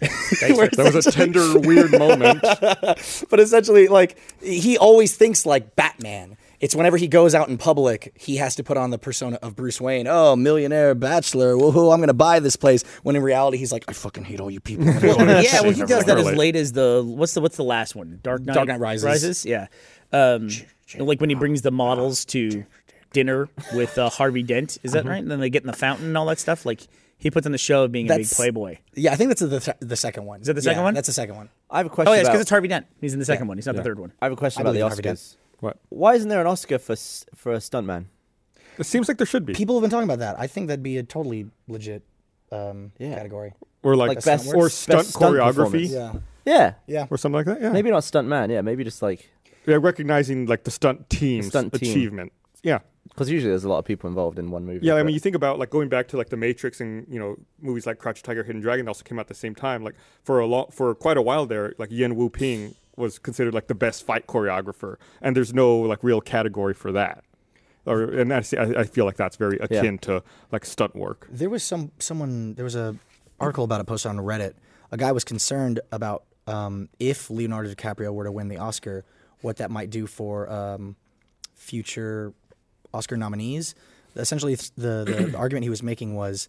Speaker 2: That was a tender, weird moment.
Speaker 5: but essentially like he always thinks like batman It's whenever he goes out in public, he has to put on the persona of Bruce Wayne. Oh, millionaire bachelor. Woohoo, I'm going to buy this place. When in reality, he's like, I fucking hate all you people. I'm gonna go to
Speaker 4: yeah,
Speaker 5: save
Speaker 4: well, he does that
Speaker 5: everyone."
Speaker 4: as late as the what's the what's the last one? Dark Knight,
Speaker 5: Dark Knight Rises.
Speaker 4: Yeah, um, like when he brings the models to dinner with uh, Harvey Dent. Is
Speaker 5: Mm-hmm.
Speaker 4: that right? And then they get in the fountain and all that stuff. Like he puts on the show of being a big
Speaker 5: That's-
Speaker 4: playboy.
Speaker 5: Yeah, I think that's the, th- the second one. Is
Speaker 4: that the second one?
Speaker 5: That's the second one.
Speaker 3: I have a question.
Speaker 4: Oh yeah, it's
Speaker 3: about,
Speaker 4: because it's Harvey Dent. He's in the second one. He's not the third one.
Speaker 3: I have a question
Speaker 5: I
Speaker 3: about the
Speaker 5: believe in Harvey Dent.
Speaker 3: Oscars.
Speaker 2: What?
Speaker 3: Why isn't there an Oscar for s- for a stuntman?
Speaker 2: It seems like there should be.
Speaker 5: People have been talking about that. I think that'd be a totally legit um, category.
Speaker 2: or like,
Speaker 3: Like best-
Speaker 2: or
Speaker 3: best
Speaker 2: stunt
Speaker 3: stunt
Speaker 2: choreography
Speaker 3: performance. Yeah.
Speaker 5: Yeah.
Speaker 2: or something like that. Yeah.
Speaker 3: Maybe not stuntman. Yeah. Maybe just like
Speaker 2: Yeah, recognizing like the stunt team's
Speaker 3: stunt team.
Speaker 2: achievement. Yeah.
Speaker 3: because usually there's a lot of people involved in one movie.
Speaker 2: Yeah, I
Speaker 3: but-
Speaker 2: mean, you think about like going back to like the Matrix and you know movies like Crouch Tiger, Hidden Dragon that also came out at the same time. Like for a long, for quite a while there, like Yen Wu Ping was considered like the best fight choreographer, and there's no like real category for that. Or and that's, I, I feel like that's very akin to like stunt work.
Speaker 5: There was some someone there was a article about it posted on Reddit. A guy was concerned about um, if Leonardo DiCaprio were to win the Oscar, what that might do for um, future Oscar nominees. Essentially, th- the, the, the argument he was making was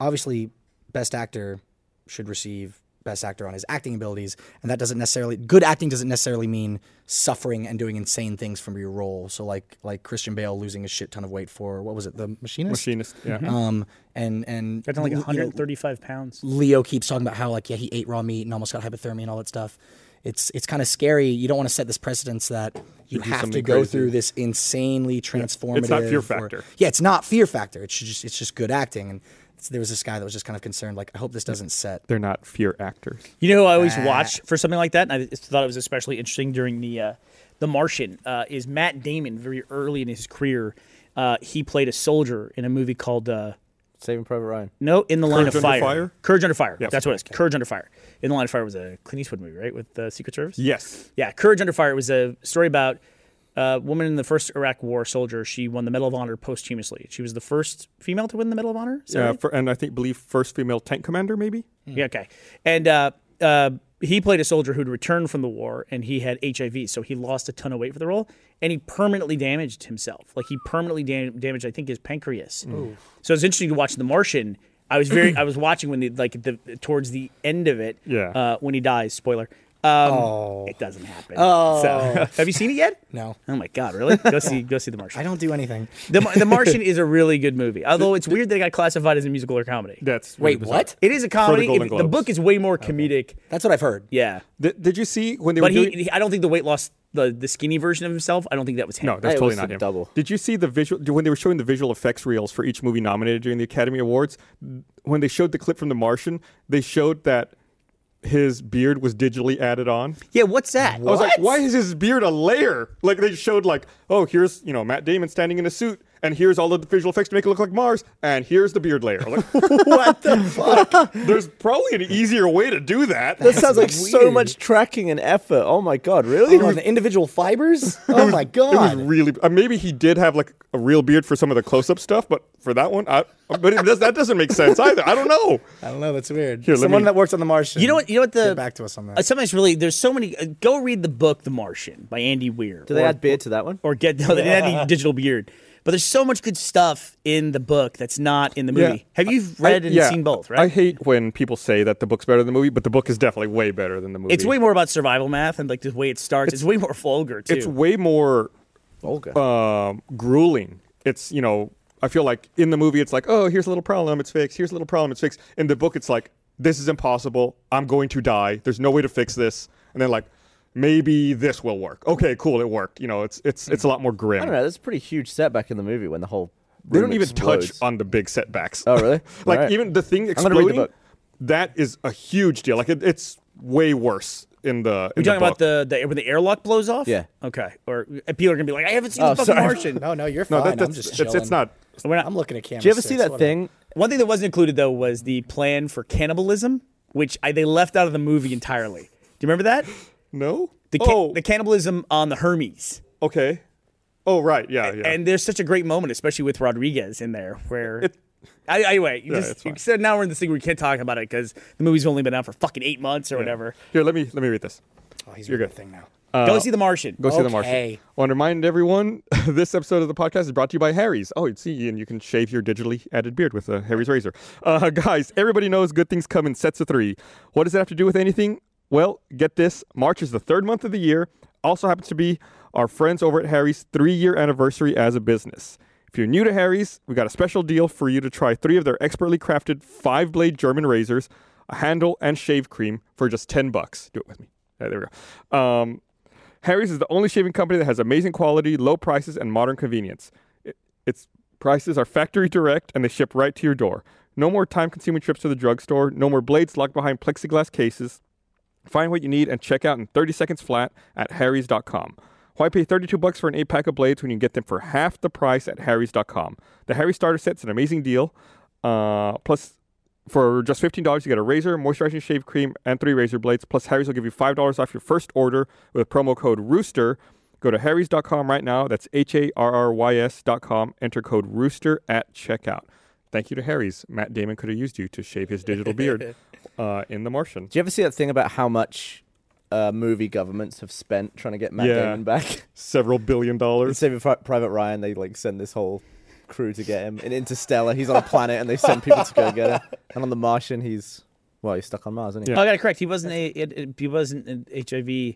Speaker 5: obviously best actor should receive best actor on his acting abilities and that doesn't necessarily good acting doesn't necessarily mean suffering and doing insane things from your role so like like christian bale losing a shit ton of weight for what was it the machinist
Speaker 2: Machinist, yeah.
Speaker 5: um, and and
Speaker 4: That's like
Speaker 5: you know,
Speaker 4: 135 pounds.
Speaker 5: Leo keeps talking about how like yeah he ate raw meat and almost got hypothermia and all that stuff. It's it's kind of scary. You don't want to set this precedence that you,
Speaker 2: do
Speaker 5: have to
Speaker 2: something
Speaker 5: go
Speaker 2: crazy.
Speaker 5: through this insanely transformative.
Speaker 2: It's not fear
Speaker 5: or-
Speaker 2: factor.
Speaker 5: yeah, it's not fear factor. It's just it's just good acting. And it's- there was this guy that was just kind of concerned. Like I hope this doesn't set.
Speaker 2: They're not fear actors.
Speaker 4: You know who I always watch for something like that, and I just thought it was especially interesting during the uh, The Martian. Uh, is Matt Damon very early in his career? Uh, he played a soldier in a movie called uh,
Speaker 3: Saving Private Ryan.
Speaker 4: No, In the Line
Speaker 2: Courage
Speaker 4: of
Speaker 2: Under
Speaker 4: Fire.
Speaker 2: Fire?
Speaker 4: Courage Under Fire.
Speaker 2: Yes.
Speaker 4: That's what it is. Courage Under Fire. In the Line of Fire was a Clint Eastwood movie, right, with the Secret Service.
Speaker 2: Yes.
Speaker 4: Yeah, Courage Under Fire was a story about uh, a woman in the first Iraq War soldier. She won the Medal of Honor posthumously. She was the first female to win the Medal of Honor. Is that
Speaker 2: Yeah,
Speaker 4: right?
Speaker 2: Uh, for, and I think believe first female tank commander maybe.
Speaker 4: Yeah, okay. And uh, uh, he played a soldier who'd returned from the war and he had HIV. So he lost a ton of weight for the role and he permanently damaged himself. Like he permanently dam- damaged, I think, his pancreas. So it's interesting to watch The Martian. I was very, I was watching when the, like, the, towards the end of it,
Speaker 2: Yeah.
Speaker 4: uh, when he dies, spoiler. Um, It doesn't happen. So, have you seen it yet?
Speaker 5: Oh. No,
Speaker 4: Oh my God, really? Go see, go see The Martian.
Speaker 5: I don't do anything.
Speaker 4: The, Mar- the Martian is a really good movie, although it's weird that it got classified as a musical or comedy.
Speaker 2: That's really
Speaker 5: Wait,
Speaker 2: bizarre.
Speaker 5: what?
Speaker 4: It is a comedy.
Speaker 2: Golden
Speaker 4: If- the
Speaker 2: Globes.
Speaker 4: book is way more comedic.
Speaker 5: That's what I've heard.
Speaker 4: Yeah,
Speaker 2: Th- did you see when they
Speaker 4: but
Speaker 2: were
Speaker 4: he,
Speaker 2: doing?
Speaker 4: he- I don't think the weight loss, the the skinny version of himself. I don't think that was him.
Speaker 2: No, that's
Speaker 3: It
Speaker 2: totally
Speaker 3: was
Speaker 2: not
Speaker 3: a
Speaker 2: him.
Speaker 3: double.
Speaker 2: Did you see the visual when they were showing the visual effects reels for each movie nominated during the Academy Awards? When they showed the clip from The Martian, they showed that his beard was digitally added on.
Speaker 4: Yeah, what's that?
Speaker 2: I was like, why is his beard a layer? Like they showed like, oh, here's you know Matt Damon standing in a suit, and here's all of the visual effects to make it look like Mars, and here's the beard layer. I'm Like, what the fuck? There's probably an easier way to do that.
Speaker 3: That sounds like so
Speaker 5: weird.
Speaker 3: much tracking and effort. Oh my god, really?
Speaker 5: Oh, the individual fibers. Oh my
Speaker 2: It was
Speaker 5: god.
Speaker 2: really. Uh, maybe he did have like a real beard for some of the close-up stuff, but for that one, I, but it does, that doesn't make sense either. I don't know.
Speaker 5: I don't know. That's weird.
Speaker 2: Here, let
Speaker 5: Someone
Speaker 2: me-
Speaker 5: that works on the Martian.
Speaker 4: You know what? You know what? The
Speaker 5: Get back to us on that.
Speaker 4: uh, sometimes really, there's so many. Uh, go read the book, The Martian, by Andy Weir.
Speaker 2: Oh,
Speaker 3: Do they
Speaker 4: or,
Speaker 3: add beard to that one?
Speaker 4: or get no, they didn't have any digital beard. But there's so much good stuff in the book that's not in the movie. Have you read
Speaker 2: I-
Speaker 4: and
Speaker 2: yeah,
Speaker 4: seen both?
Speaker 2: I
Speaker 4: Right.
Speaker 2: hate when people say that the book's better than the movie, but the book is definitely way better than the movie.
Speaker 4: it's way more about survival math and like the way it starts. It's, way more vulgar too.
Speaker 2: It's way more
Speaker 3: Olga.
Speaker 2: um, grueling. It's you know, I feel like in the movie, it's like, oh, here's a little problem, it's fixed. Here's a little problem, it's fixed. In the book, it's like, this is impossible. I'm going to die. There's no way to fix this. And then like, maybe this will work. Okay, cool, it worked. You know, it's it's it's a lot more grim.
Speaker 3: I don't know. That's a pretty huge setback in the movie when the whole
Speaker 2: They
Speaker 3: room
Speaker 2: don't even
Speaker 3: explodes.
Speaker 2: touch on the big setbacks.
Speaker 3: Oh, really?
Speaker 2: like
Speaker 3: Alright.
Speaker 2: even the thing
Speaker 3: gonna read the
Speaker 2: exploding.
Speaker 3: book.
Speaker 2: That is a huge deal. Like it, it's way worse in the.
Speaker 4: Are
Speaker 2: in
Speaker 4: you talking
Speaker 2: book.
Speaker 4: about the, the when the airlock blows off?
Speaker 3: Yeah.
Speaker 4: Okay. Or uh, people are gonna be like, I haven't seen
Speaker 3: Oh,
Speaker 4: the fucking
Speaker 3: sorry.
Speaker 4: Martian.
Speaker 5: No, no, you're
Speaker 2: No,
Speaker 5: fine.
Speaker 2: that, that's
Speaker 5: I'm just
Speaker 2: it's, it's
Speaker 5: chilling.
Speaker 2: not.
Speaker 4: We're not-
Speaker 5: I'm looking at camera.
Speaker 3: Do you ever see
Speaker 5: six,
Speaker 3: that
Speaker 5: whatever.
Speaker 3: thing?
Speaker 4: One thing that wasn't included though was the plan for cannibalism, which I, they left out of the movie entirely. Do you remember that?
Speaker 2: No.
Speaker 4: The, ca-
Speaker 2: oh.
Speaker 4: the cannibalism on the Hermes.
Speaker 2: okay. Oh right. Yeah. Yeah.
Speaker 4: And there's such a great moment, especially with Rodriguez in there, where. I, anyway, you
Speaker 2: it's
Speaker 4: just you
Speaker 2: fine.
Speaker 4: said now we're in this thing where we can't talk about it because the movie's only been out for fucking eight months or whatever.
Speaker 2: Here, let me let me read this.
Speaker 5: Oh, he's
Speaker 2: You're
Speaker 5: reading
Speaker 2: good. Uh,
Speaker 5: the thing now.
Speaker 4: Go see The Martian.
Speaker 2: Go see The Martian.
Speaker 5: Okay.
Speaker 2: I want to remind everyone this episode of the podcast is brought to you by Harry's. Oh, it's see, and you can shave your digitally added beard with a Harry's razor. Uh, guys, everybody knows good things come in sets of three. What does that have to do with anything? Well, get this March is the third month of the year, also happens to be our friends over at Harry's three year anniversary as a business. If you're new to Harry's, we got a special deal for you to try three of their expertly crafted five blade German razors, a handle, and shave cream for just 10 bucks. Do it with me. Yeah, there we go. Um, Harry's is the only shaving company that has amazing quality, low prices, and modern convenience. It, its prices are factory direct and they ship right to your door. No more time consuming trips to the drugstore, no more blades locked behind plexiglass cases. Find what you need and check out in 30 seconds flat at harrys.com. Why pay 32 bucks for an 8 pack of blades when you can get them for half the price at harrys.com? The Harry starter set's an amazing deal. Uh, plus for just $15 you get a razor, moisturizing shave cream and three razor blades. Plus Harry's will give you $5 off your first order with promo code rooster. Go to harrys.com right now. That's h a r r y s.com. Enter code rooster at checkout. Thank you to Harry's. Matt Damon could have used you to shave his digital beard uh, in The Martian.
Speaker 3: Do you ever see that thing about how much uh, movie governments have spent trying to get Matt
Speaker 2: Yeah.
Speaker 3: Damon back?
Speaker 2: Several billion
Speaker 3: In
Speaker 2: dollars.
Speaker 3: Saving Pri- Private Ryan, they like send this whole crew to get him. In Interstellar, he's on a planet and they send people to go get him. And on The Martian, he's well, he's stuck on Mars, isn't he?
Speaker 2: Yeah.
Speaker 4: Oh, I got it correct. He wasn't a it, it- he wasn't an HIV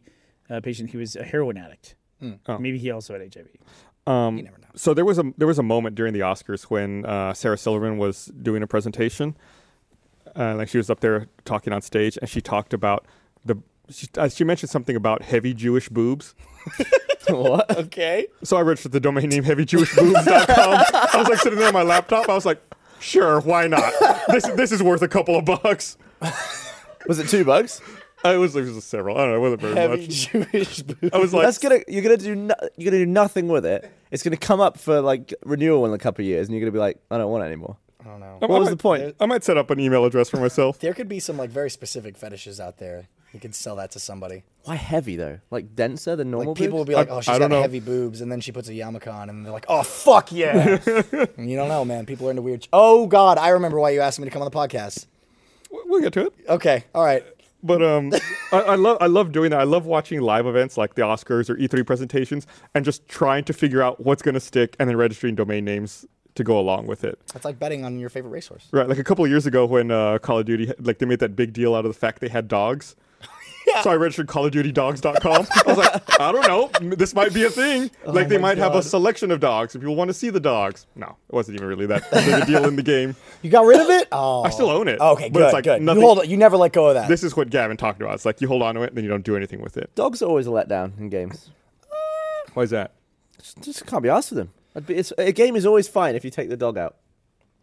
Speaker 4: uh, patient. He was a heroin addict.
Speaker 2: Hmm.
Speaker 4: Maybe he also had HIV.
Speaker 5: You never know.
Speaker 2: so there was a there was a moment during the Oscars when uh, Sarah Silverman was doing a presentation, uh, like she was up there talking on stage, and she talked about the she, uh, she mentioned something about heavy Jewish boobs.
Speaker 3: what?
Speaker 5: Okay.
Speaker 2: So I registered the domain name heavyjewishboobs.com. I was like sitting there on my laptop. I was like, sure, why not? This this is worth a couple of bucks.
Speaker 3: Was it two bucks?
Speaker 2: I was it was several. I don't know. It wasn't very
Speaker 5: Heavy
Speaker 2: much.
Speaker 5: Jewish boobs.
Speaker 2: I was like,
Speaker 3: That's gonna you're gonna do no, you're gonna do nothing with it. It's gonna come up for like renewal in a couple of years, and you're gonna be like, I don't want it anymore.
Speaker 5: I don't know.
Speaker 2: I
Speaker 3: What was
Speaker 2: might-
Speaker 3: the point?
Speaker 2: I might set up an email address for myself.
Speaker 5: There could be some like very specific fetishes out there. You could sell that to somebody.
Speaker 3: Why heavy though? Like denser than normal.
Speaker 5: Like people will
Speaker 3: boobs?
Speaker 5: be like,
Speaker 2: I-
Speaker 5: "Oh, she's
Speaker 2: I
Speaker 5: got
Speaker 2: don't know.
Speaker 5: heavy boobs," and then she puts a yarmulke on, and they're like, "Oh, fuck yeah!" And you don't know, man. People are into weird. Sh- oh God, I remember why you asked me to come on the podcast.
Speaker 2: We'll get to it.
Speaker 5: Okay, all right.
Speaker 2: But um, I, I love I love doing that. I love watching live events like the Oscars or E3 presentations and just trying to figure out what's going to stick and then registering domain names to go along with it.
Speaker 5: That's like betting on your favorite racehorse.
Speaker 2: Right, like a couple of years ago when uh, Call of Duty like they made that big deal out of the fact they had dogs. So I registered callofdutydogs.com. I was like, I don't know, m- this might be a thing. like they
Speaker 3: Oh my
Speaker 2: might have a
Speaker 3: God.
Speaker 2: selection of dogs if people want to see the dogs. No, it wasn't even really that big a deal in the game.
Speaker 5: You got rid of it? Oh, I
Speaker 2: still own it,
Speaker 5: Okay,
Speaker 2: but
Speaker 5: good.
Speaker 2: it's like
Speaker 5: good.
Speaker 2: nothing-
Speaker 5: You hold. You never let go of that.
Speaker 2: This is what Gavin talked about. It's like you hold on to it and then you don't do anything with it.
Speaker 3: Dogs are always a letdown in games.
Speaker 2: Why is that?
Speaker 3: Just, just can't be asked for them. I'd be, it's, a game is always fine if you take the dog out.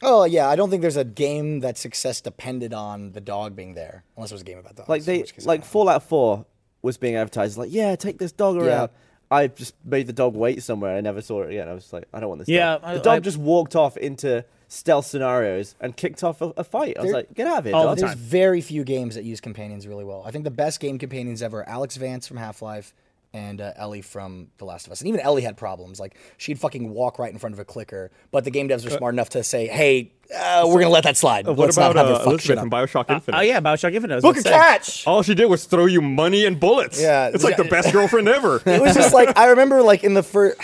Speaker 5: oh yeah, I don't think there's a game that success depended on the dog being there, unless it was a game about dogs.
Speaker 3: Like
Speaker 5: in
Speaker 3: they
Speaker 5: which case I
Speaker 3: like
Speaker 5: don't know.
Speaker 3: Fallout Four was being advertised like, yeah, take this dog around. I just made the dog wait somewhere. I never saw it again. I was just like, I don't want this.
Speaker 4: Yeah,
Speaker 3: dog.
Speaker 4: I-
Speaker 3: the dog
Speaker 4: I-
Speaker 3: just walked off into stealth scenarios and kicked off a, a fight. I was
Speaker 5: There-
Speaker 3: like, get out of here,
Speaker 4: all
Speaker 3: dog.
Speaker 4: the
Speaker 5: There's
Speaker 4: time.
Speaker 5: very few games that use companions really well. I think the best game companions ever are Alex Vance from Half Life and uh, Ellie from The Last of Us. And even Ellie had problems. Like, she'd fucking walk right in front of a clicker, but the game devs
Speaker 4: Uh,
Speaker 5: were smart enough to say, hey, uh, we're going to let that slide.
Speaker 2: What
Speaker 5: Let's
Speaker 2: about
Speaker 5: not have
Speaker 2: uh,
Speaker 5: her fuck shit
Speaker 2: Elizabeth
Speaker 5: up.
Speaker 2: from Bioshock Infinite?
Speaker 4: Oh yeah, Bioshock Infinite.
Speaker 5: Book a catch!
Speaker 2: All she did was throw you money and bullets.
Speaker 5: Yeah,
Speaker 2: it's like the
Speaker 5: yeah.
Speaker 2: best girlfriend ever.
Speaker 5: it was just like I remember like in the first.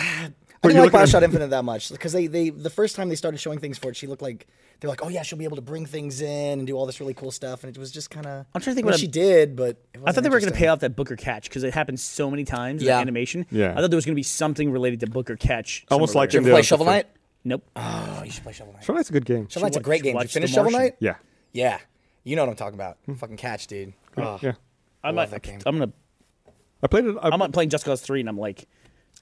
Speaker 5: I
Speaker 2: Were you
Speaker 5: didn't like
Speaker 2: looking at-
Speaker 5: Bioshock Infinite that much because they, they the first time they started showing things for it, she looked like they're like, oh yeah, she'll be able to bring things in and do all this really cool stuff, and it was just kind of.
Speaker 4: I'm trying to think what
Speaker 5: what
Speaker 4: a-
Speaker 5: she did, but it
Speaker 4: I thought
Speaker 5: wasn't
Speaker 4: they were going to
Speaker 5: interesting.
Speaker 4: pay off that Booker Catch because it happened so many times in
Speaker 5: Yeah.
Speaker 4: the animation.
Speaker 2: Yeah.
Speaker 4: I thought there was going to be something related to Booker Catch.
Speaker 2: Almost
Speaker 4: somewhere
Speaker 2: like
Speaker 4: there.
Speaker 2: in
Speaker 5: Play Shovel Knight.
Speaker 4: Nope.
Speaker 3: Ah,
Speaker 5: Oh, you should play Shovel Knight.
Speaker 2: Shovel Knight's a good game.
Speaker 5: Shovel Knight's a
Speaker 4: wa-
Speaker 5: great
Speaker 4: she
Speaker 5: game. Did you
Speaker 4: watched The
Speaker 5: finish Shovel
Speaker 4: Martian.
Speaker 5: Knight?
Speaker 2: Yeah,
Speaker 5: Yeah. You know what I'm talking about. Fucking catch, dude. Ugh.
Speaker 2: yeah.
Speaker 4: I
Speaker 5: love
Speaker 4: might,
Speaker 5: that game.
Speaker 4: I'm gonna.
Speaker 2: I played it. I,
Speaker 4: I'm not playing Just Cause Three, and I'm like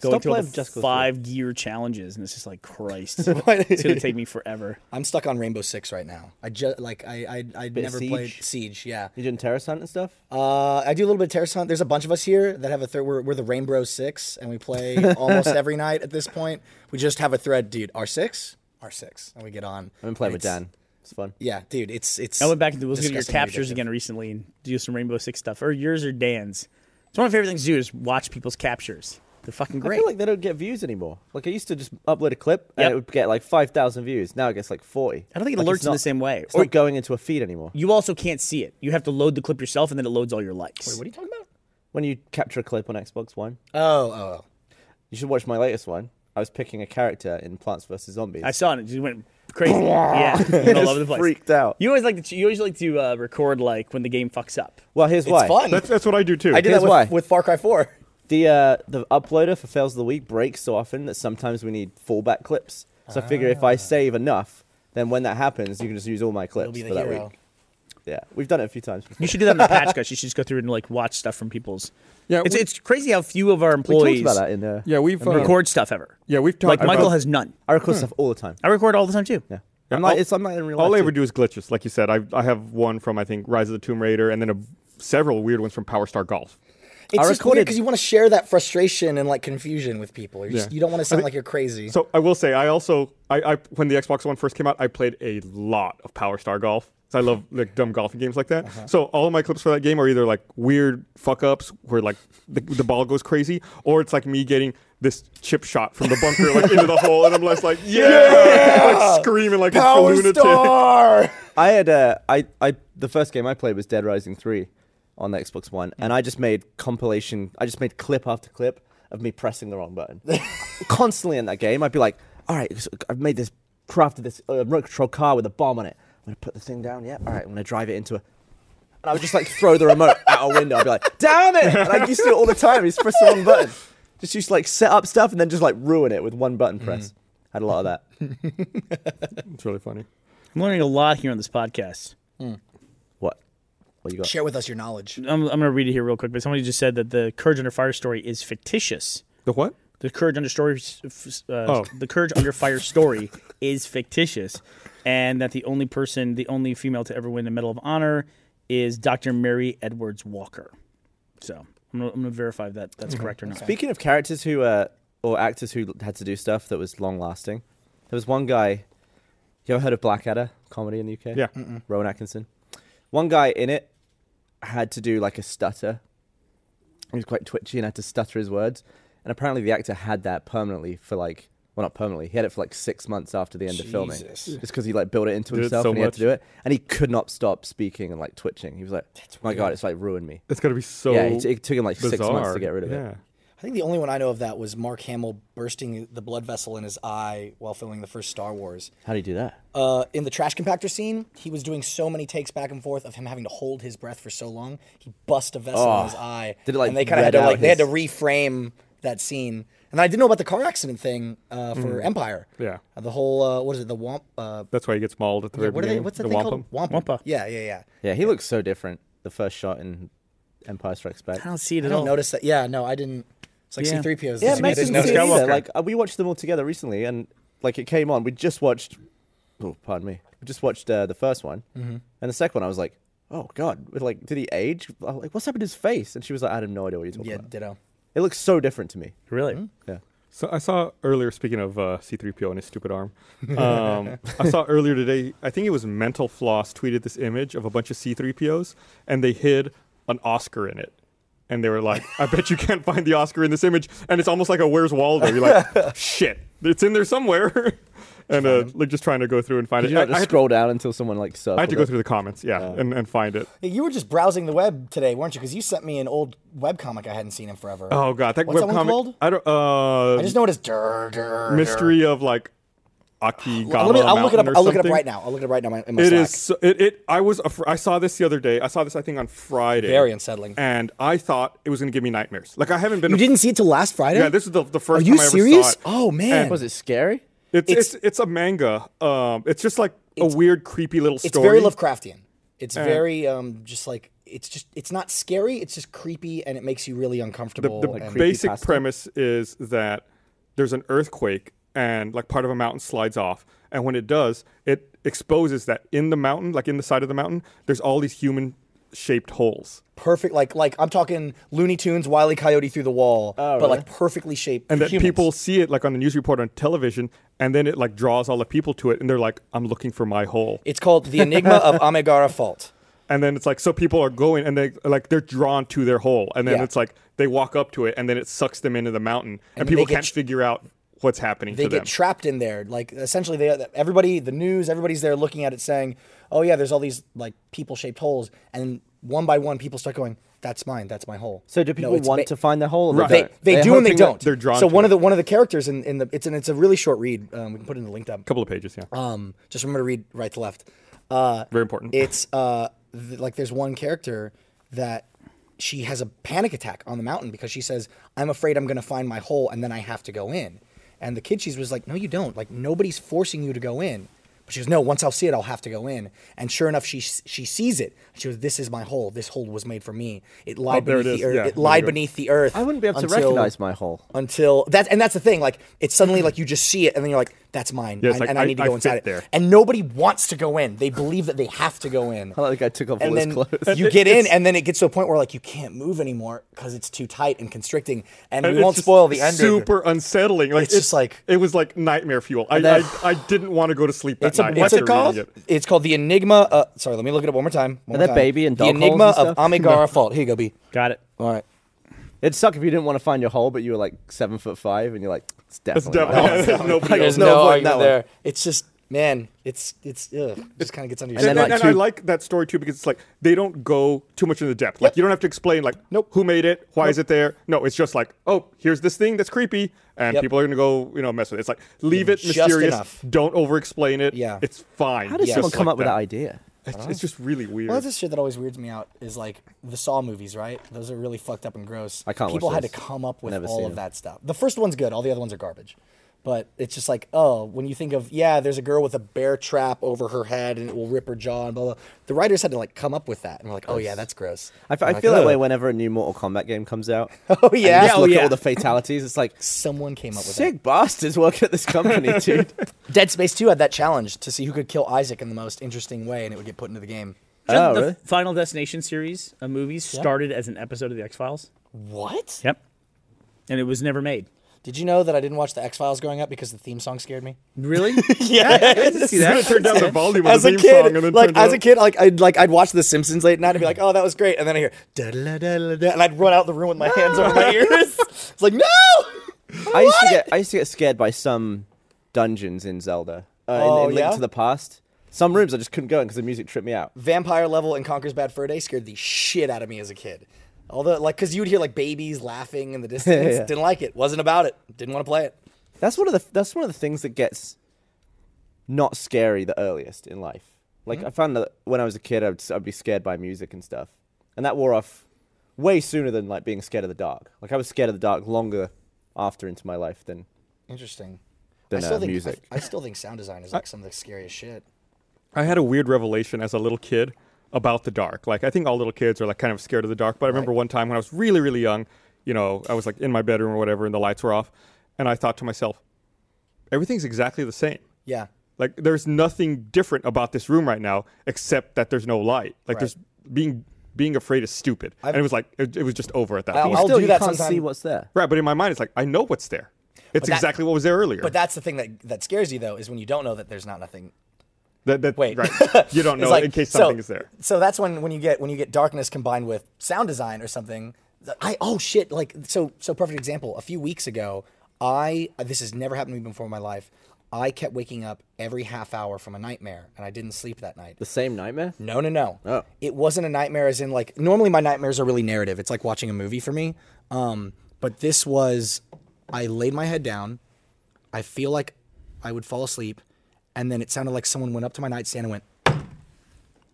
Speaker 4: going
Speaker 3: Stop
Speaker 4: through all
Speaker 3: playing
Speaker 4: the
Speaker 3: Just Cause
Speaker 4: five gear challenges, and it's just like Christ, it's going to take me forever.
Speaker 5: I'm stuck on Rainbow Six right now. I just like I I I
Speaker 3: of
Speaker 5: never played
Speaker 3: Siege?
Speaker 5: Siege. Yeah.
Speaker 3: You doing terrorist hunt and stuff?
Speaker 5: Uh, I do a little bit of Terrace Hunt. There's a bunch of us here that have a third. We're, we're the Rainbow Six, and we play almost every night at this point. We just have a thread, dude. R six, R six, and we get on.
Speaker 3: I've been playing with
Speaker 5: It's-
Speaker 3: Dan. It's fun.
Speaker 5: Yeah, dude. It's it's.
Speaker 4: I went back and was looking at your
Speaker 5: disgustingly
Speaker 4: captures
Speaker 5: addictive.
Speaker 4: again recently and do some Rainbow Six stuff, or yours or Dan's. It's one of my favorite things to do is watch people's captures. They're fucking
Speaker 3: I
Speaker 4: great.
Speaker 3: feel like they don't get views anymore. Like I used to just upload a clip and
Speaker 4: Yep.
Speaker 3: it would get like five thousand views. Now it gets like forty.
Speaker 4: I don't think it
Speaker 3: Like,
Speaker 4: alerts
Speaker 3: it's
Speaker 4: in the
Speaker 3: not-
Speaker 4: same way.
Speaker 3: It's
Speaker 4: Or-
Speaker 3: not going into a feed anymore.
Speaker 4: you also can't see it. You have to load the clip yourself, and then it loads all your likes.
Speaker 5: What are you talking about?
Speaker 3: when you capture a clip on Xbox One.
Speaker 5: Oh, oh, oh.
Speaker 3: You should watch my latest one. I was picking a character in Plants vs Zombies.
Speaker 4: I saw it. It just went crazy. yeah, went all
Speaker 3: Just
Speaker 4: over the place.
Speaker 3: freaked out.
Speaker 4: You always like to, you always like to uh, record like when the game fucks up.
Speaker 3: well, here's
Speaker 5: It's
Speaker 3: why.
Speaker 5: oh. fun.
Speaker 2: That's that's what I do too.
Speaker 5: I did that
Speaker 3: Here's
Speaker 5: with,
Speaker 3: why.
Speaker 5: with Far Cry 4.
Speaker 3: The uh, the uploader for fails of the week breaks so often that sometimes we need fallback clips. So I figure if
Speaker 4: Ah.
Speaker 3: I save enough, then when that happens, you can just use all my clips
Speaker 5: be the
Speaker 3: for that
Speaker 5: hero.
Speaker 3: week. Yeah, we've done it a few times. Before.
Speaker 4: You should do that in the patch guys. You should just go through and like watch stuff from people's.
Speaker 2: Yeah,
Speaker 4: it's
Speaker 2: we-
Speaker 4: it's crazy how few of our
Speaker 3: We
Speaker 4: employees
Speaker 3: talked about that in there.
Speaker 2: Yeah, we've uh,
Speaker 4: record stuff ever.
Speaker 2: Yeah, we've
Speaker 4: Like
Speaker 2: talked
Speaker 4: Michael
Speaker 2: about-
Speaker 4: has none.
Speaker 3: I record stuff all the time.
Speaker 4: I record all the time too.
Speaker 3: Yeah,
Speaker 2: Yeah,
Speaker 3: I'm not.
Speaker 2: I'll-
Speaker 3: It's I'm not in real life.
Speaker 2: All I ever
Speaker 3: too.
Speaker 2: do is glitches, like you said. I I have one from I think Rise of the Tomb Raider, and then a, several weird ones from Power Star Golf.
Speaker 5: It's
Speaker 3: I
Speaker 5: just
Speaker 3: recorded-
Speaker 5: because you want to share that frustration and like confusion with people. You're just,
Speaker 2: Yeah.
Speaker 5: you don't want to sound like you're crazy.
Speaker 2: So I will say, I also I, I when the Xbox One first came out, I played a lot of Power Star Golf. 'cause I love like dumb golfing games like that.
Speaker 5: Uh-huh.
Speaker 2: So all of my clips for that game are either like weird fuck ups where like the, the ball goes crazy, or it's like me getting this chip shot from the bunker like into the hole, and I'm just like yeah, like screaming like a
Speaker 5: Power
Speaker 2: lunatic.
Speaker 5: Star!
Speaker 3: I had uh, I I the first game I played was Dead Rising three on the Xbox One, and I just made compilation. I just made clip after clip of me pressing the wrong button constantly in that game. I'd be like, "All right, so I've made this crafted this uh, remote control car with a bomb on it. I'm gonna put the thing down. Yeah, all right, I'm gonna drive it into a." And I would just like throw the remote out a window. I'd be like, "Damn it!" And I used to do it all the time. He's press the wrong button. Just used to like set up stuff and then just like ruin it with one button press. Had a lot of that.
Speaker 2: It's really funny.
Speaker 4: I'm learning a lot here on this podcast.
Speaker 3: What? What you got?
Speaker 5: Share with us your knowledge.
Speaker 4: I'm, I'm going to read it here real quick, but somebody just said that the Courage Under Fire story is fictitious.
Speaker 2: The what?
Speaker 4: The Courage Under Story, uh,
Speaker 2: Oh.
Speaker 4: the Courage Under Fire story is fictitious, and that the only person, the only female to ever win the Medal of Honor, is Dr. Mary Edwards Walker. So I'm going to verify if that that's correct or not.
Speaker 3: Speaking of characters who uh, or actors who had to do stuff that was long lasting, there was one guy. You ever heard of Blackadder comedy in the UK?
Speaker 2: Yeah.
Speaker 3: Rowan Atkinson. One guy in it had to do like a stutter. He was quite twitchy and had to stutter his words. And apparently, the actor had that permanently for like, well, not permanently. He had it for like six months after the end of filming,
Speaker 5: Jesus.
Speaker 3: just because he like built it into
Speaker 2: Did it
Speaker 3: himself
Speaker 2: so
Speaker 3: and he had
Speaker 2: much.
Speaker 3: to do it. And he could not stop speaking and like twitching. He was like, "My God, it's like ruined me."
Speaker 2: That's gotta be so.
Speaker 3: yeah, it, it took him like six months
Speaker 2: bizarre.
Speaker 3: to get rid of it.
Speaker 2: yeah.
Speaker 5: I think the only one I know of that was Mark Hamill bursting the blood vessel in his eye while filming the first Star Wars.
Speaker 3: How do you do that?
Speaker 5: Uh, in the trash compactor scene, he was doing so many takes back and forth of him having to hold his breath for so long, he bust a vessel in his eye.
Speaker 3: Did it, like,
Speaker 5: and they kind of had
Speaker 3: red
Speaker 5: to
Speaker 3: out
Speaker 5: like they had to
Speaker 3: his-
Speaker 5: reframe that scene. And I didn't know about the car accident thing uh,
Speaker 3: Mm.
Speaker 5: for Empire.
Speaker 2: Yeah.
Speaker 5: Uh, the whole uh, what is it? The womp. Uh,
Speaker 2: That's why he gets mauled at the very
Speaker 5: what are
Speaker 2: beginning.
Speaker 5: they? What's that
Speaker 2: the
Speaker 5: thing
Speaker 2: wampum.
Speaker 5: called? Wampa.
Speaker 4: Wampa.
Speaker 5: Yeah, yeah, yeah.
Speaker 3: Yeah, he looks so different. The first shot in Empire Strikes Back.
Speaker 4: I don't see it
Speaker 5: I
Speaker 4: at
Speaker 5: don't
Speaker 4: all.
Speaker 5: notice that. Yeah, no, I didn't. It's like
Speaker 4: Yeah.
Speaker 5: C-3PO's.
Speaker 3: Yeah,
Speaker 5: I
Speaker 3: Max
Speaker 5: didn't
Speaker 3: didn't
Speaker 5: notice.
Speaker 3: see it
Speaker 4: Skywalker.
Speaker 3: either. Like uh, we watched them all together recently, and like it came on. We just watched. Oh, pardon me. We just watched uh, the first one, and the second one. I was like, oh god, with like did he age? I was like, what's happened to his face? And she was like, I have no idea what you're talking
Speaker 5: Yeah,
Speaker 3: about.
Speaker 5: ditto.
Speaker 3: It looks so different to me.
Speaker 4: Really?
Speaker 3: Yeah.
Speaker 2: So I saw earlier, speaking of uh, C3PO and his stupid arm, um, I saw earlier today, I think it was Mental Floss tweeted this image of a bunch of C3POs and they hid an Oscar in it. And they were like, I bet you can't find the Oscar in this image. And it's almost like a Where's Waldo? You're like, shit, it's in there somewhere. and uh, like just trying to go through and find
Speaker 3: Did
Speaker 2: it.
Speaker 3: you
Speaker 2: I,
Speaker 3: like
Speaker 2: I
Speaker 3: just
Speaker 2: had,
Speaker 3: scroll down until someone like circled?
Speaker 2: I had to go
Speaker 3: it?
Speaker 2: through the comments, yeah, and, and find it.
Speaker 5: Hey, You were just browsing the web today, weren't you? Because you sent me an old webcomic I hadn't seen in forever.
Speaker 2: Oh, God. That
Speaker 5: What's that one
Speaker 2: webcomic-
Speaker 5: called?
Speaker 2: I don't, uh,
Speaker 5: I just know it as Dur Dur.
Speaker 2: Mystery of like Akigama.
Speaker 5: Let me, I'll look it
Speaker 2: Mountain
Speaker 5: up.
Speaker 2: or
Speaker 5: I'll look it up
Speaker 2: something.
Speaker 5: right now. I'll look it up right now. In my
Speaker 2: It
Speaker 5: Slack.
Speaker 2: is. So, it, it. I was. Afr- I saw this the other day. I saw this. I think on Friday.
Speaker 5: Very unsettling.
Speaker 2: And I thought it was going to give me nightmares. Like I haven't been.
Speaker 5: You didn't see it till last Friday.
Speaker 2: Yeah, this is the, the first
Speaker 5: Are you
Speaker 2: time I ever
Speaker 5: serious?
Speaker 2: saw it.
Speaker 5: Oh man,
Speaker 3: Was it scary?
Speaker 2: It's,
Speaker 5: It's-
Speaker 2: it's it's a manga. Um, it's just like a weird, creepy little
Speaker 5: it's
Speaker 2: story.
Speaker 5: very Lovecraftian. It's very um, just like it's just it's not scary. It's just creepy, and it makes you really uncomfortable.
Speaker 2: the
Speaker 5: and-
Speaker 2: basic
Speaker 3: creepypasta.
Speaker 2: premise is that there's an earthquake and like part of a mountain slides off and when it does it exposes that in the mountain like in the side of the mountain there's all these human shaped holes
Speaker 5: perfect, like like I'm talking Looney Tunes, Wile E. Coyote through the wall,
Speaker 3: Oh,
Speaker 5: but like perfectly shaped.
Speaker 2: and
Speaker 5: for
Speaker 2: that
Speaker 5: humans.
Speaker 2: people see it like on the news report on television and then it like draws all the people to it and they're like i'm looking for my hole
Speaker 5: It's called the Enigma of Amegara Fault.
Speaker 2: and then it's like so people are going and they like they're drawn to their hole and then
Speaker 5: Yeah.
Speaker 2: it's like they walk up to it and then it sucks them into the mountain
Speaker 5: then
Speaker 2: and, people
Speaker 5: they get
Speaker 2: can't
Speaker 5: ch-
Speaker 2: figure out what's happening
Speaker 5: they
Speaker 2: to
Speaker 5: get
Speaker 2: them
Speaker 5: trapped in there. Like essentially, they everybody, the news, everybody's there looking at it, saying, "Oh yeah, there's all these like people shaped holes," and one by one, people start going, That's mine. That's my hole.
Speaker 3: So do people want to find their hole? Or
Speaker 5: Right.
Speaker 3: they,
Speaker 5: They,
Speaker 3: don't?
Speaker 5: they
Speaker 2: They're
Speaker 5: do and they
Speaker 2: hoping that
Speaker 5: don't.
Speaker 2: they're drawn
Speaker 5: So
Speaker 2: to
Speaker 5: one
Speaker 2: it.
Speaker 5: of the one of the characters in, in the it's an it's a really short read. Um, we can put it in the linked up.
Speaker 2: couple of pages, yeah.
Speaker 5: Um, just remember to read right to left. Uh,
Speaker 2: Very important.
Speaker 5: It's uh, th- like there's one character that she has a panic attack on the mountain because she says, "I'm afraid I'm going to find my hole and then I have to go in." And the kid she's was like, "No, you don't. Like nobody's forcing you to go in." But she goes, "No, once I'll see it, I'll have to go in." And sure enough, she s- she sees it. She goes, "This is my hole. This hole was made for me. It lied
Speaker 2: Oh, there it
Speaker 5: beneath the
Speaker 2: is.
Speaker 5: earth.
Speaker 2: Yeah,
Speaker 5: it
Speaker 2: there you
Speaker 5: lied
Speaker 2: go.
Speaker 5: beneath the earth."
Speaker 3: I wouldn't be able to
Speaker 5: until-
Speaker 3: recognize my hole.
Speaker 5: until that and that's the thing like it's suddenly like you just see it and then you're like that's mine
Speaker 2: Yeah, it's
Speaker 5: and,
Speaker 2: like,
Speaker 5: and I,
Speaker 2: I-
Speaker 5: need to
Speaker 2: I
Speaker 5: go inside
Speaker 2: fit
Speaker 5: it
Speaker 2: there.
Speaker 5: and nobody wants to go in they believe that they have to go in
Speaker 3: I like the guy took off all
Speaker 5: and
Speaker 3: his
Speaker 5: then
Speaker 3: clothes.
Speaker 5: you get in and then it gets to a point where like you can't move anymore because it's too tight and constricting and, we
Speaker 2: it's
Speaker 5: won't
Speaker 2: just
Speaker 5: spoil the end
Speaker 2: Super unsettling. Like
Speaker 5: It's just like-
Speaker 2: it was like nightmare fuel. I,
Speaker 3: then-
Speaker 2: I I didn't want to go to sleep that
Speaker 5: it's a,
Speaker 2: night.
Speaker 5: what's
Speaker 2: after
Speaker 5: it called?
Speaker 2: reading it.
Speaker 5: It's called the Enigma. Uh, sorry, let me look it up one more time. One more
Speaker 3: Are there
Speaker 5: time.
Speaker 3: baby and
Speaker 5: the
Speaker 3: dog holes
Speaker 5: Enigma
Speaker 3: and
Speaker 5: of
Speaker 3: stuff?
Speaker 5: Amigara Fault. Here you go, B.
Speaker 4: Got it.
Speaker 5: All right.
Speaker 3: It'd suck if you didn't want to find your hole, but you were like seven foot five, and you're like, it's definitely. my hole.
Speaker 2: Definitely- nobody
Speaker 3: There's
Speaker 2: else.
Speaker 5: Oh, There's
Speaker 3: no
Speaker 5: no,
Speaker 3: avoiding
Speaker 5: argument
Speaker 3: that one.
Speaker 5: there. It's just man, it's it's ugh, it just kind of gets under your
Speaker 3: And
Speaker 5: skin.
Speaker 3: then,
Speaker 2: And,
Speaker 3: like,
Speaker 2: and
Speaker 3: two-
Speaker 2: I like that story too because it's like they don't go too much into the depth. Like you don't have to explain like
Speaker 5: Nope.
Speaker 2: who made it, why is it there. No, it's just like oh here's this thing that's creepy and
Speaker 5: Yep.
Speaker 2: people are gonna go you know mess with it. It's like leave it
Speaker 5: Just
Speaker 2: mysterious.
Speaker 5: enough.
Speaker 2: Don't over explain it.
Speaker 5: Yeah.
Speaker 2: it's fine.
Speaker 3: How did
Speaker 2: It's
Speaker 3: someone
Speaker 2: just
Speaker 3: come
Speaker 2: like
Speaker 3: up with that idea?
Speaker 2: It's, it's just really weird.
Speaker 5: Well, that's the shit that always weirds me out is like the Saw movies, right? Those are really fucked up and gross.
Speaker 3: I can't watch
Speaker 5: People had to
Speaker 3: those.
Speaker 5: come up with
Speaker 3: Never
Speaker 5: all
Speaker 3: seen
Speaker 5: of
Speaker 3: them.
Speaker 5: that stuff. The first one's good, all the other ones are garbage. But it's just like, oh, when you think of yeah, there's a girl with a bear trap over her head and it will rip her jaw and blah blah. The writers had to like come up with that, and we're like, oh yeah, that's gross.
Speaker 3: I f-
Speaker 5: I'm
Speaker 3: I
Speaker 5: like,
Speaker 3: feel that way
Speaker 5: "Ugh."
Speaker 3: whenever a new Mortal Kombat game comes out.
Speaker 5: Oh
Speaker 3: And you
Speaker 5: yeah,
Speaker 3: just look at
Speaker 4: yeah.
Speaker 3: all the fatalities. It's like
Speaker 5: someone came up with that.
Speaker 3: sick bastards working at this company, dude.
Speaker 5: Dead Space Two had that challenge to see who could kill Isaac in the most interesting way, and it would get put into the game.
Speaker 3: Oh,
Speaker 4: Doesn't the
Speaker 3: really?
Speaker 4: Final Destination series of movies started as an episode of the X Files.
Speaker 5: What?
Speaker 4: Yep. And it was never made.
Speaker 5: Did you know that I didn't watch the X Files growing up because the theme song scared me?
Speaker 4: Really?
Speaker 5: Yes.
Speaker 2: I turned down the volume of
Speaker 5: as
Speaker 2: the
Speaker 5: a
Speaker 2: theme
Speaker 5: kid,
Speaker 2: song and then
Speaker 5: like
Speaker 2: turned it
Speaker 5: as a
Speaker 2: up.
Speaker 5: kid, like I'd like I'd watch The Simpsons late at night and be like, "Oh, that was great," and then I hear da da da da da, and I'd run out the room with my hands over my ears. It's like no.
Speaker 3: I used to get I used to get scared by some dungeons in Zelda. Uh, in-
Speaker 5: Oh,
Speaker 3: in, Link
Speaker 5: yeah?
Speaker 3: to the Past. Some rooms I just couldn't go in because the music tripped me out.
Speaker 5: Vampire level in Conker's Bad Fur Day scared the shit out of me as a kid. Although, like, because you would hear like babies laughing in the distance,
Speaker 3: Yeah.
Speaker 5: didn't like it. Wasn't about it. Didn't want to play it.
Speaker 3: That's one of the that's one of the things that gets not scary the earliest in life. Like I found that when I was a kid, I'd, s- I'd be scared by music and stuff, and that wore off way sooner than like being scared of the dark. Like I was scared of the dark longer after into my life than
Speaker 5: Interesting.
Speaker 3: Than,
Speaker 5: I still
Speaker 3: uh,
Speaker 5: think
Speaker 3: music.
Speaker 5: I, I still think sound design is like some of the scariest shit.
Speaker 2: I had a weird revelation as a little kid about the dark. Like I think all little kids are like kind of scared of the dark, but I remember one time when I was really really young, you know, I was like in my bedroom or whatever and the lights were off and I thought to myself, everything's exactly the same.
Speaker 5: Yeah.
Speaker 2: Like there's nothing different about this room right now except that there's no light. Like there's being being afraid is stupid. and it was like it, it was just over at that
Speaker 5: I'll-
Speaker 2: point.
Speaker 5: I'll-
Speaker 3: still
Speaker 5: do
Speaker 3: you
Speaker 5: that
Speaker 3: can't
Speaker 5: sometime.
Speaker 3: see what's there.
Speaker 2: right, but in my mind it's like I know what's there. It's
Speaker 5: that-
Speaker 2: exactly what was there earlier.
Speaker 5: But that's the thing that that scares you though is when you don't know that there's not nothing
Speaker 2: That- that-
Speaker 5: Wait.
Speaker 2: right. You don't
Speaker 5: It's
Speaker 2: know
Speaker 5: like-
Speaker 2: in case
Speaker 5: so-
Speaker 2: something is there.
Speaker 5: So that's when when you get when you get darkness combined with sound design or something. th- I oh shit like so so perfect example. A few weeks ago, I this has never happened to me before in my life. I kept waking up every half hour from a nightmare, and I didn't sleep that night.
Speaker 3: The same nightmare.
Speaker 5: No, no, no.
Speaker 3: Oh.
Speaker 5: It wasn't a nightmare as in like normally my nightmares are really narrative. It's like watching a movie for me. Um, but this was I laid my head down. I feel like I would fall asleep and then it sounded like someone went up to my nightstand and went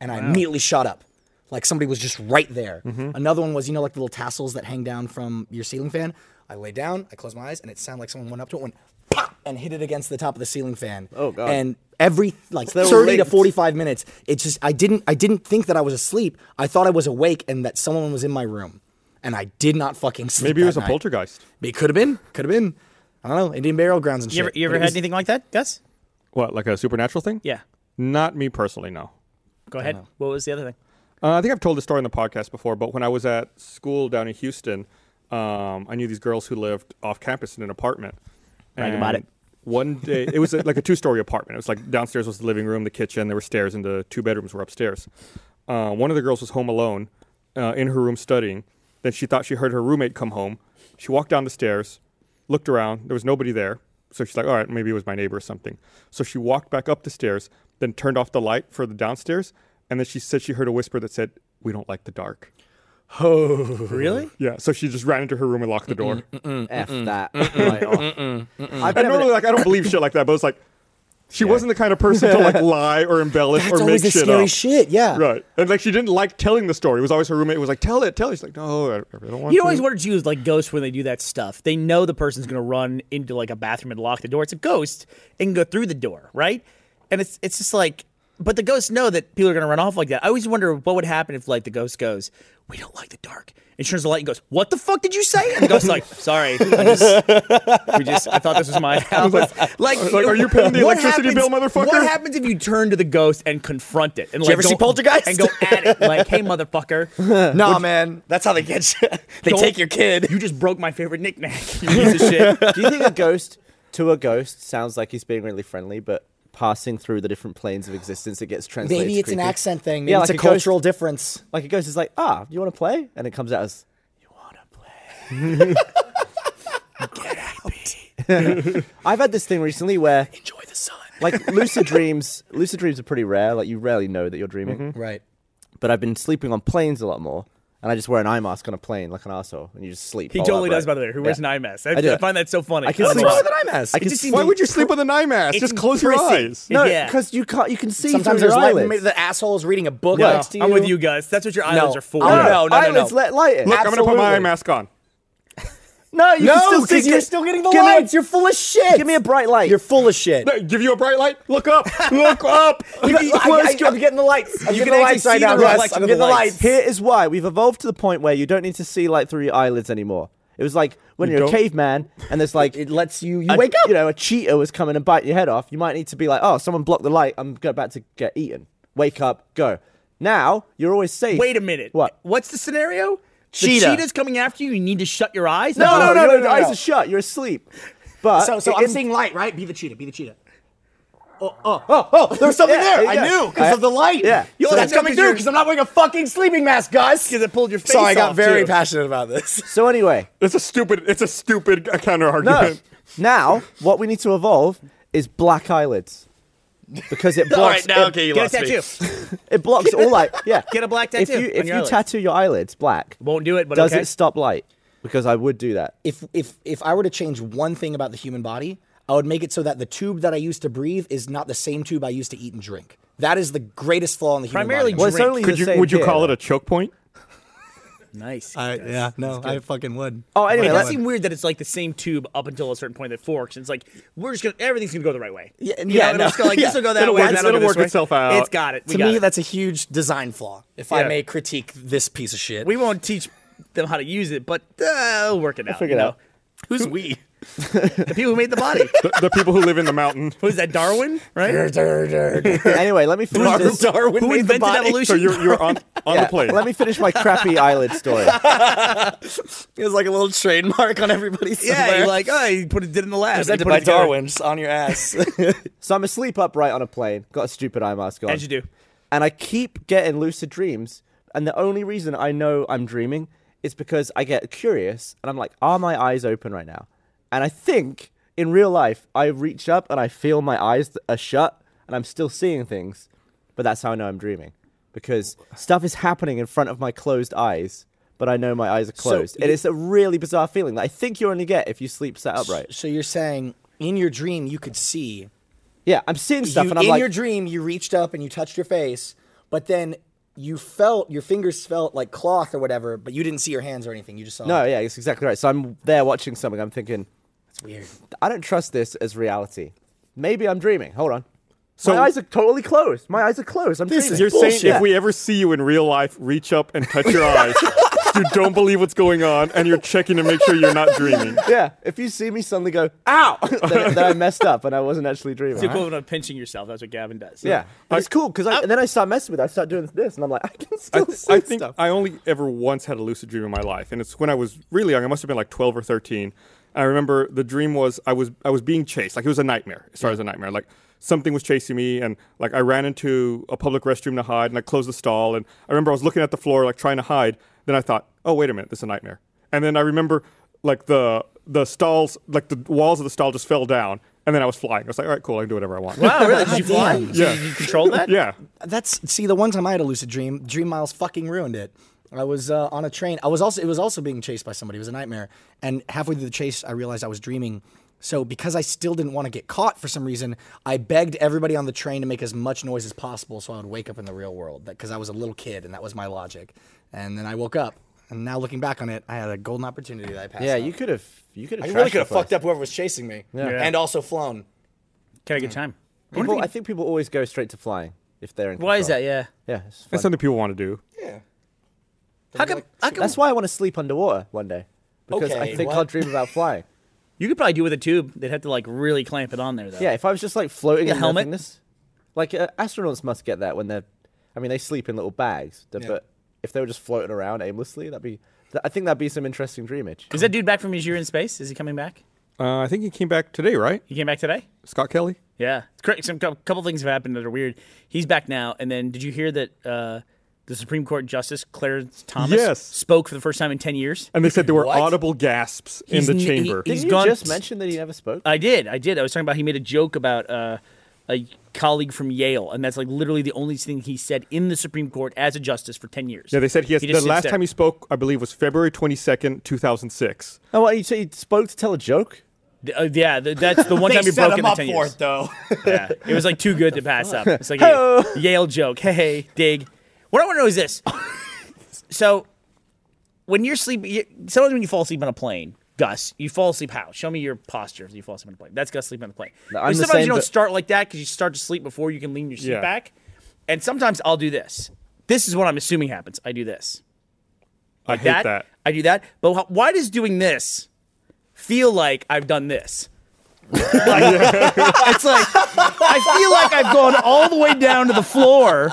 Speaker 5: and I immediately shot up. Like somebody was just right there.
Speaker 3: Mm-hmm.
Speaker 5: Another one was you know like the little tassels that hang down from your ceiling fan. I lay down, I close my eyes and it sounded like someone went up to it and went pop and hit it against the top of the ceiling fan.
Speaker 3: Oh, God.
Speaker 5: And every like
Speaker 3: they were
Speaker 5: 30 to
Speaker 3: linked.
Speaker 5: 45 minutes it's just i didn't i didn't think that i was asleep i thought i was awake and that someone was in my room and i did not fucking sleep
Speaker 2: Maybe it
Speaker 5: that
Speaker 2: was a
Speaker 5: night.
Speaker 2: poltergeist.
Speaker 5: it could have been could have been i don't know indian burial grounds and
Speaker 4: You ever,
Speaker 5: shit
Speaker 4: you ever
Speaker 5: But it
Speaker 4: had
Speaker 5: was-
Speaker 4: anything like that, Gus?
Speaker 2: What, like a supernatural thing?
Speaker 4: Yeah.
Speaker 2: Not me personally, no.
Speaker 4: Go ahead. Uh-huh. What was the other thing?
Speaker 2: Uh, I think I've told this story on the podcast before, but when I was at school down in Houston, um, I knew these girls who lived off campus in an apartment.
Speaker 4: Brag about
Speaker 2: And
Speaker 4: it.
Speaker 2: One day, it was a, like a two-story apartment. It was like downstairs was the living room, the kitchen. There were stairs, and the two bedrooms were upstairs. Uh, one of the girls was home alone uh, in her room studying. Then she thought she heard her roommate come home. She walked down the stairs, looked around. There was nobody there. So she's like, all right, maybe it was my neighbor or something. So she walked back up the stairs, then turned off the light for the downstairs. And then she said she heard a whisper that said, we don't like the dark.
Speaker 4: Really?
Speaker 2: Yeah, so she just ran into her room and locked the door.
Speaker 3: F that. Right off. I've
Speaker 2: And
Speaker 3: never-
Speaker 2: normally, like, I don't believe shit like that, but it's like, she wasn't the kind of person to like lie or embellish
Speaker 5: That's
Speaker 2: or make
Speaker 5: always the
Speaker 2: shit
Speaker 5: scary
Speaker 2: up.
Speaker 5: shit. Yeah.
Speaker 2: Right, and like she didn't like telling the story. It was always her roommate was like, "Tell it, tell it." She's like, "No, I, I don't want."
Speaker 4: You
Speaker 2: to.
Speaker 4: always wonder too, like ghosts when they do that stuff. They know the person's gonna run into like a bathroom and lock the door. It's a ghost and go through the door, right? And it's it's just like, but the ghosts know that people are gonna run off like that. I always wonder what would happen if like the ghost goes, "We don't like the dark," and turns the light and goes, "What the fuck did you say?" And the ghost's like, "Sorry, I just, we just I thought this was my house." Like,
Speaker 2: like, "Are you paying the
Speaker 4: what
Speaker 2: electricity bill,
Speaker 4: happens-
Speaker 2: motherfucker?"
Speaker 4: What happens if you turn to the ghost and confront it? And like,
Speaker 5: ever see
Speaker 4: go-
Speaker 5: Poltergeist?
Speaker 4: And go at it like, "Hey, motherfucker."
Speaker 5: Nah, man. That's how they get you. they
Speaker 4: Don't-
Speaker 5: take your kid.
Speaker 4: You just broke my favorite knickknack, you piece of shit.
Speaker 3: Do you think a ghost to a ghost sounds like he's being really friendly, but passing through the different planes of existence, it gets translated.
Speaker 5: Maybe
Speaker 3: to
Speaker 5: it's an
Speaker 3: creepy?
Speaker 5: accent thing. Maybe
Speaker 3: Yeah,
Speaker 5: it's
Speaker 3: like
Speaker 5: a
Speaker 3: a ghost-
Speaker 5: cultural difference.
Speaker 3: Like a ghost is like, ah, you want to play? And it comes out as, you want to play? Get out. I've had this thing recently where,
Speaker 5: Enjoy the sun.
Speaker 3: like, lucid dreams. Lucid dreams are pretty rare. Like, you rarely know that you're dreaming.
Speaker 5: Right.
Speaker 3: But I've been sleeping on planes a lot more, and I just wear an eye mask on a plane like an asshole, and you just sleep.
Speaker 4: He
Speaker 3: all
Speaker 4: totally
Speaker 3: upright.
Speaker 4: does, by the way. Who wears
Speaker 3: Yeah.
Speaker 4: an eye mask? I,
Speaker 3: I do.
Speaker 4: I find that so funny.
Speaker 3: I can
Speaker 4: don't
Speaker 3: sleep
Speaker 4: know why.
Speaker 5: with an eye mask.
Speaker 3: I can
Speaker 5: It just
Speaker 3: sleep-
Speaker 2: Why would you sleep with an eye mask? Just close your
Speaker 4: impressive.
Speaker 2: eyes.
Speaker 3: No,
Speaker 4: Yeah.
Speaker 3: because you can't. You can see
Speaker 5: Sometimes
Speaker 3: through
Speaker 5: there's
Speaker 3: your
Speaker 5: light.
Speaker 3: eyelids.
Speaker 5: Maybe the asshole is reading a book
Speaker 3: No.
Speaker 5: next to you.
Speaker 4: I'm with you guys. That's what your eyelids
Speaker 5: No.
Speaker 4: are for.
Speaker 5: Oh, no, no, no,
Speaker 3: eyelids
Speaker 5: no.
Speaker 3: let light in.
Speaker 2: Look, I'm gonna put my eye
Speaker 5: Absolutely.
Speaker 2: mask on.
Speaker 3: No, you can
Speaker 5: No,
Speaker 3: still see.
Speaker 5: because you're still getting the
Speaker 3: give me a-
Speaker 5: lights. you're full of shit.
Speaker 3: Give me a bright light.
Speaker 5: You're full of shit.
Speaker 2: Hey, Give you a bright light. Look up. Look up.
Speaker 5: You can- I- I- I'm getting the lights. I'm
Speaker 3: You
Speaker 5: getting the
Speaker 3: can actually
Speaker 5: lights right
Speaker 3: see
Speaker 5: now.
Speaker 3: the
Speaker 5: Russ.
Speaker 3: reflection
Speaker 5: I'm
Speaker 3: of
Speaker 5: getting the
Speaker 3: light.
Speaker 5: lights.
Speaker 3: Here is why we've evolved to the point where you don't need to see light through your eyelids anymore. It was like when you are
Speaker 2: don't-
Speaker 3: a caveman and there's like
Speaker 5: It lets you. You
Speaker 3: a-
Speaker 5: wake up.
Speaker 3: You know, a cheetah was coming and biting your head off. You might need to be like, oh, someone blocked the light. I'm go back to get eaten. Wake up, go. Now you're always safe.
Speaker 4: Wait a minute.
Speaker 3: What?
Speaker 4: What's the scenario?
Speaker 5: Cheetah.
Speaker 4: The cheetah's coming after you. You need to shut your eyes.
Speaker 3: No, no, no, no,
Speaker 5: no,
Speaker 3: Your
Speaker 5: no,
Speaker 3: eyes
Speaker 5: no.
Speaker 3: are shut. You're asleep. But
Speaker 5: So, so
Speaker 3: it-
Speaker 5: I'm
Speaker 3: it-
Speaker 5: seeing light, right? Be the cheetah. Be the cheetah. Oh, oh, oh, oh! There was something
Speaker 3: Yeah,
Speaker 5: there.
Speaker 3: yeah.
Speaker 5: I knew because
Speaker 3: I-
Speaker 5: of the light.
Speaker 3: yeah.
Speaker 5: Yo,
Speaker 3: So
Speaker 5: that's
Speaker 4: that's not
Speaker 5: coming
Speaker 4: 'cause
Speaker 5: through
Speaker 4: you're-
Speaker 5: because I'm not wearing a fucking sleeping mask, guys.
Speaker 4: Because it pulled your face
Speaker 5: Sorry, I got
Speaker 4: off,
Speaker 5: very
Speaker 4: too.
Speaker 5: passionate about this.
Speaker 3: So anyway,
Speaker 2: It's a stupid. It's a stupid counter
Speaker 3: No.
Speaker 2: argument.
Speaker 3: now, what we need to evolve is black eyelids. Because it blocks it,
Speaker 4: Get a tattoo.
Speaker 3: it blocks all light. Yeah.
Speaker 4: Get a black
Speaker 3: If
Speaker 4: tattoo
Speaker 3: you
Speaker 4: on
Speaker 3: if
Speaker 4: your
Speaker 3: you
Speaker 4: eyelids.
Speaker 3: tattoo your eyelids black,
Speaker 4: Won't do it, but
Speaker 3: does
Speaker 4: okay.
Speaker 3: it stop light? Because I would do that.
Speaker 5: If if if I were to change one thing about the human body, I would make it so that the tube that I use to breathe is not the same tube I use to eat and drink. That is the greatest flaw in the human
Speaker 4: Primarily
Speaker 5: body.
Speaker 3: Well, it's
Speaker 4: Drink.
Speaker 3: only
Speaker 2: Could
Speaker 3: the
Speaker 2: you?
Speaker 3: same
Speaker 2: Would you
Speaker 3: here,
Speaker 2: call it
Speaker 3: though.
Speaker 2: a choke point?
Speaker 4: nice.
Speaker 5: I, yeah, no, I fucking would.
Speaker 3: Oh, anyway,
Speaker 4: it
Speaker 3: let-
Speaker 4: does seem weird that it's like the same tube up until a certain point that forks. And it's like we're just gonna everything's gonna go the right way.
Speaker 5: Yeah,
Speaker 4: You
Speaker 5: yeah,
Speaker 4: know, and
Speaker 5: no.
Speaker 4: it's gonna, like
Speaker 5: Yeah.
Speaker 4: this will go that
Speaker 2: It'll
Speaker 4: way.
Speaker 2: work-
Speaker 4: that'll
Speaker 2: it'll
Speaker 4: go this
Speaker 2: work
Speaker 4: way.
Speaker 2: itself out.
Speaker 4: It's got it. We
Speaker 5: to
Speaker 4: got
Speaker 5: me,
Speaker 4: it.
Speaker 5: that's a huge design flaw. If I
Speaker 2: Yeah.
Speaker 5: may critique this piece of shit,
Speaker 4: We won't teach them how to use it, but uh, we'll work it out.
Speaker 3: figure
Speaker 4: you
Speaker 3: it
Speaker 4: know?
Speaker 3: out.
Speaker 5: who's we?
Speaker 4: The people who made the body.
Speaker 2: The, the people who live in the mountain.
Speaker 4: Who's that? Darwin, right?
Speaker 3: Anyway, let me finish this.
Speaker 5: Darwin
Speaker 4: Who
Speaker 5: made the
Speaker 4: invented
Speaker 5: body.
Speaker 4: evolution?
Speaker 2: So you're you're on on
Speaker 3: Yeah,
Speaker 2: the plane.
Speaker 3: Let me finish my crappy eyelid story.
Speaker 5: It was like a little trademark on everybody's.
Speaker 4: yeah, you're like, oh, you put it did in the lab. You
Speaker 5: presented
Speaker 4: put
Speaker 5: by
Speaker 4: it together.
Speaker 5: Darwin, just on your ass.
Speaker 3: So I'm asleep upright on a plane, got a stupid eye mask on.
Speaker 4: As you do.
Speaker 3: And I keep getting lucid dreams. And the only reason I know I'm dreaming is because I get curious and I'm like, are my eyes open right now? And I think in real life, I reach up and I feel my eyes th- are shut and I'm still seeing things. But that's how I know I'm dreaming because stuff is happening in front of my closed eyes. But I know my eyes are closed. and it's a really bizarre feeling that I think you only get if you sleep sat upright.
Speaker 5: so you're saying in your dream you could see
Speaker 3: Yeah, I'm seeing stuff
Speaker 5: you,
Speaker 3: and I'm
Speaker 5: in
Speaker 3: like,
Speaker 5: your dream you reached up and you touched your face, but then you felt your fingers felt like cloth or whatever, but you didn't see your hands or anything. You just saw.
Speaker 3: No,
Speaker 5: it.
Speaker 3: yeah, it's exactly right. So I'm there watching something. I'm thinking,
Speaker 5: it's weird.
Speaker 3: I don't trust this as reality. Maybe I'm dreaming. Hold on.
Speaker 2: So-
Speaker 3: my eyes are totally closed. My eyes are closed. I'm
Speaker 5: This
Speaker 3: dreaming.
Speaker 5: is
Speaker 2: You're saying
Speaker 5: Bullshit.
Speaker 2: if we ever see you in real life, reach up and touch your eyes. You don't believe what's going on, and you're checking to make sure you're not dreaming.
Speaker 3: yeah. If you see me suddenly go, ow, then, then I messed up and I wasn't actually dreaming.
Speaker 4: It's the equivalent of pinching yourself. That's what Gavin does.
Speaker 3: Yeah, but it's cool because I, and then I start messing with. it. I start doing this, and I'm like, I can
Speaker 2: I,
Speaker 3: still
Speaker 2: th-
Speaker 3: see
Speaker 2: I think
Speaker 3: stuff.
Speaker 2: I only ever once had a lucid dream in my life, and it's when I was really young. I must have been like twelve or thirteen. I remember the dream was I was I was being chased, like it was a nightmare. It started as a nightmare. Like something was chasing me, and like I ran into a public restroom to hide, and I closed the stall. And I remember I was looking at the floor, like trying to hide. Then I thought, oh wait a minute, this is a nightmare. And then I remember like the the stalls, like the walls of the stall just fell down, and then I was flying. I was like, all right, cool, I can do whatever I want.
Speaker 4: Wow, really? Did you fly?
Speaker 5: Goddamn.
Speaker 4: Did you- Did you control that?
Speaker 2: Yeah.
Speaker 5: That's see the one time I had a lucid dream, Dream Miles fucking ruined it. I was uh, on a train. I was also it was also being chased by somebody. It was a nightmare. And halfway through the chase, I realized I was dreaming. So because I still didn't want to get caught for some reason, I begged everybody on the train to make as much noise as possible so I would wake up in the real world. Because I was a little kid, and that was my logic. And then I woke up. And now looking back on it, I had a golden opportunity that I passed.
Speaker 3: Yeah,
Speaker 5: up.
Speaker 3: you could have. You could
Speaker 5: I
Speaker 3: have.
Speaker 5: really could have fucked up whoever was chasing me,
Speaker 4: Yeah.
Speaker 5: and also flown.
Speaker 4: Can I get time?
Speaker 3: People, I think people always go straight to flying if they're in.
Speaker 4: Why is that?
Speaker 3: control.
Speaker 4: Yeah.
Speaker 3: Yeah, it's fun.
Speaker 2: That's something people want to do.
Speaker 5: Yeah.
Speaker 4: How come? How come
Speaker 3: That's why I want to sleep underwater one day because I
Speaker 5: Okay,
Speaker 3: think
Speaker 5: what?
Speaker 3: I'll dream about flying.
Speaker 4: you could probably do with a tube. They'd have to like really clamp it on there though.
Speaker 3: Yeah, if I was just like floating
Speaker 4: Yeah,
Speaker 3: in
Speaker 4: helmet.
Speaker 3: nothingness, like uh, astronauts must get that when they're, I mean, they sleep in little bags. d-
Speaker 5: Yeah.
Speaker 3: But if they were just floating around aimlessly, that'd be, th- I think that'd be some interesting dreamage.
Speaker 4: Is that dude back from his year in space? Is he coming back?
Speaker 2: Uh, I think he came back today, right?
Speaker 4: He came back today.
Speaker 2: Scott Kelly.
Speaker 4: Yeah, it's cra- Some cou- couple things have happened that are weird. He's back now, and then did you hear that uh, the Supreme Court Justice Clarence Thomas
Speaker 2: Yes.
Speaker 4: spoke for the first time in ten years?
Speaker 2: And they said there were
Speaker 5: What?
Speaker 2: audible gasps
Speaker 4: He's
Speaker 2: in
Speaker 4: n-
Speaker 2: the
Speaker 4: he-
Speaker 2: chamber.
Speaker 4: he-
Speaker 3: Did
Speaker 4: He's
Speaker 3: you
Speaker 4: gone-
Speaker 3: just mention that he never spoke?
Speaker 4: I did, I did. I was talking about he made a joke about uh, a colleague from Yale, and that's like literally the only thing he said in the Supreme Court as a justice for ten years.
Speaker 2: yeah, they said he has.
Speaker 4: He
Speaker 2: the
Speaker 4: just sits
Speaker 2: last
Speaker 4: there.
Speaker 2: time he spoke, I believe, was February twenty second, two thousand six.
Speaker 3: oh, what, you say he spoke to tell a joke?
Speaker 4: Th- uh, yeah, th- that's the one time he broke in the ten years.
Speaker 5: though.
Speaker 4: Yeah, it was like too good to pass up. It's like a Yale joke. Hey, hey, dig. What I want to know is this. So, when you're sleeping, you, sometimes when you fall asleep on a plane, Gus, you fall asleep how? Show me your posture if you fall asleep on a plane. That's Gus sleeping on the plane.
Speaker 3: No,
Speaker 4: But
Speaker 3: I'm the
Speaker 4: sometimes you
Speaker 3: same,
Speaker 4: don't
Speaker 3: but-
Speaker 4: start like that because you start to sleep before you can lean your seat
Speaker 2: Yeah.
Speaker 4: back. And sometimes I'll do this. This is what I'm assuming happens. I do this.
Speaker 2: I hate that.
Speaker 4: I do that. But wh- why does doing this feel like I've done this? Like, it's like I feel like I've gone all the way down to the floor.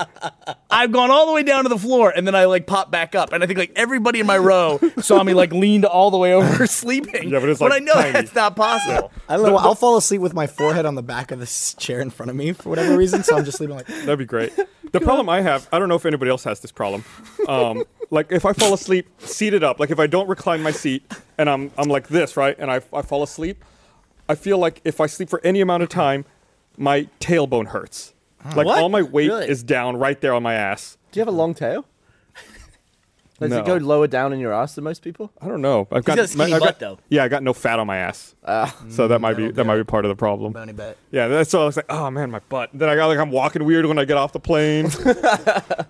Speaker 4: I've gone all the way down to the floor, and then I like pop back up, and I think like everybody in my row saw me like leaned all the way over sleeping.
Speaker 2: Yeah, but it's, like,
Speaker 4: I know
Speaker 2: tiny.
Speaker 4: that's not possible.
Speaker 5: I don't know. I'll fall asleep with my forehead on the back of this chair in front of me for whatever reason. So I'm just sleeping like.
Speaker 2: That'd be great. The problem I have, I don't know if anybody else has this problem. Um, like if I fall asleep seated up, like if I don't recline my seat and I'm I'm like this, right? And I, I fall asleep, I feel like if I sleep for any amount of time, my tailbone hurts. Like
Speaker 4: What?
Speaker 2: all my weight
Speaker 4: Really?
Speaker 2: is down right there on my ass.
Speaker 3: Do you have a long tail? Does
Speaker 2: No.
Speaker 3: it go lower down in your ass than most people?
Speaker 2: I don't know. I've got,
Speaker 4: got a skinny
Speaker 2: my- I've got-
Speaker 4: butt, though.
Speaker 2: Yeah, I got no fat on my ass. so that might be
Speaker 5: that'll
Speaker 2: that
Speaker 5: do
Speaker 2: might
Speaker 5: it.
Speaker 2: be part of the problem.
Speaker 5: Bony bet.
Speaker 2: Yeah, that's so I was like, oh man, my butt. Then I got like I'm walking weird when I get off the plane.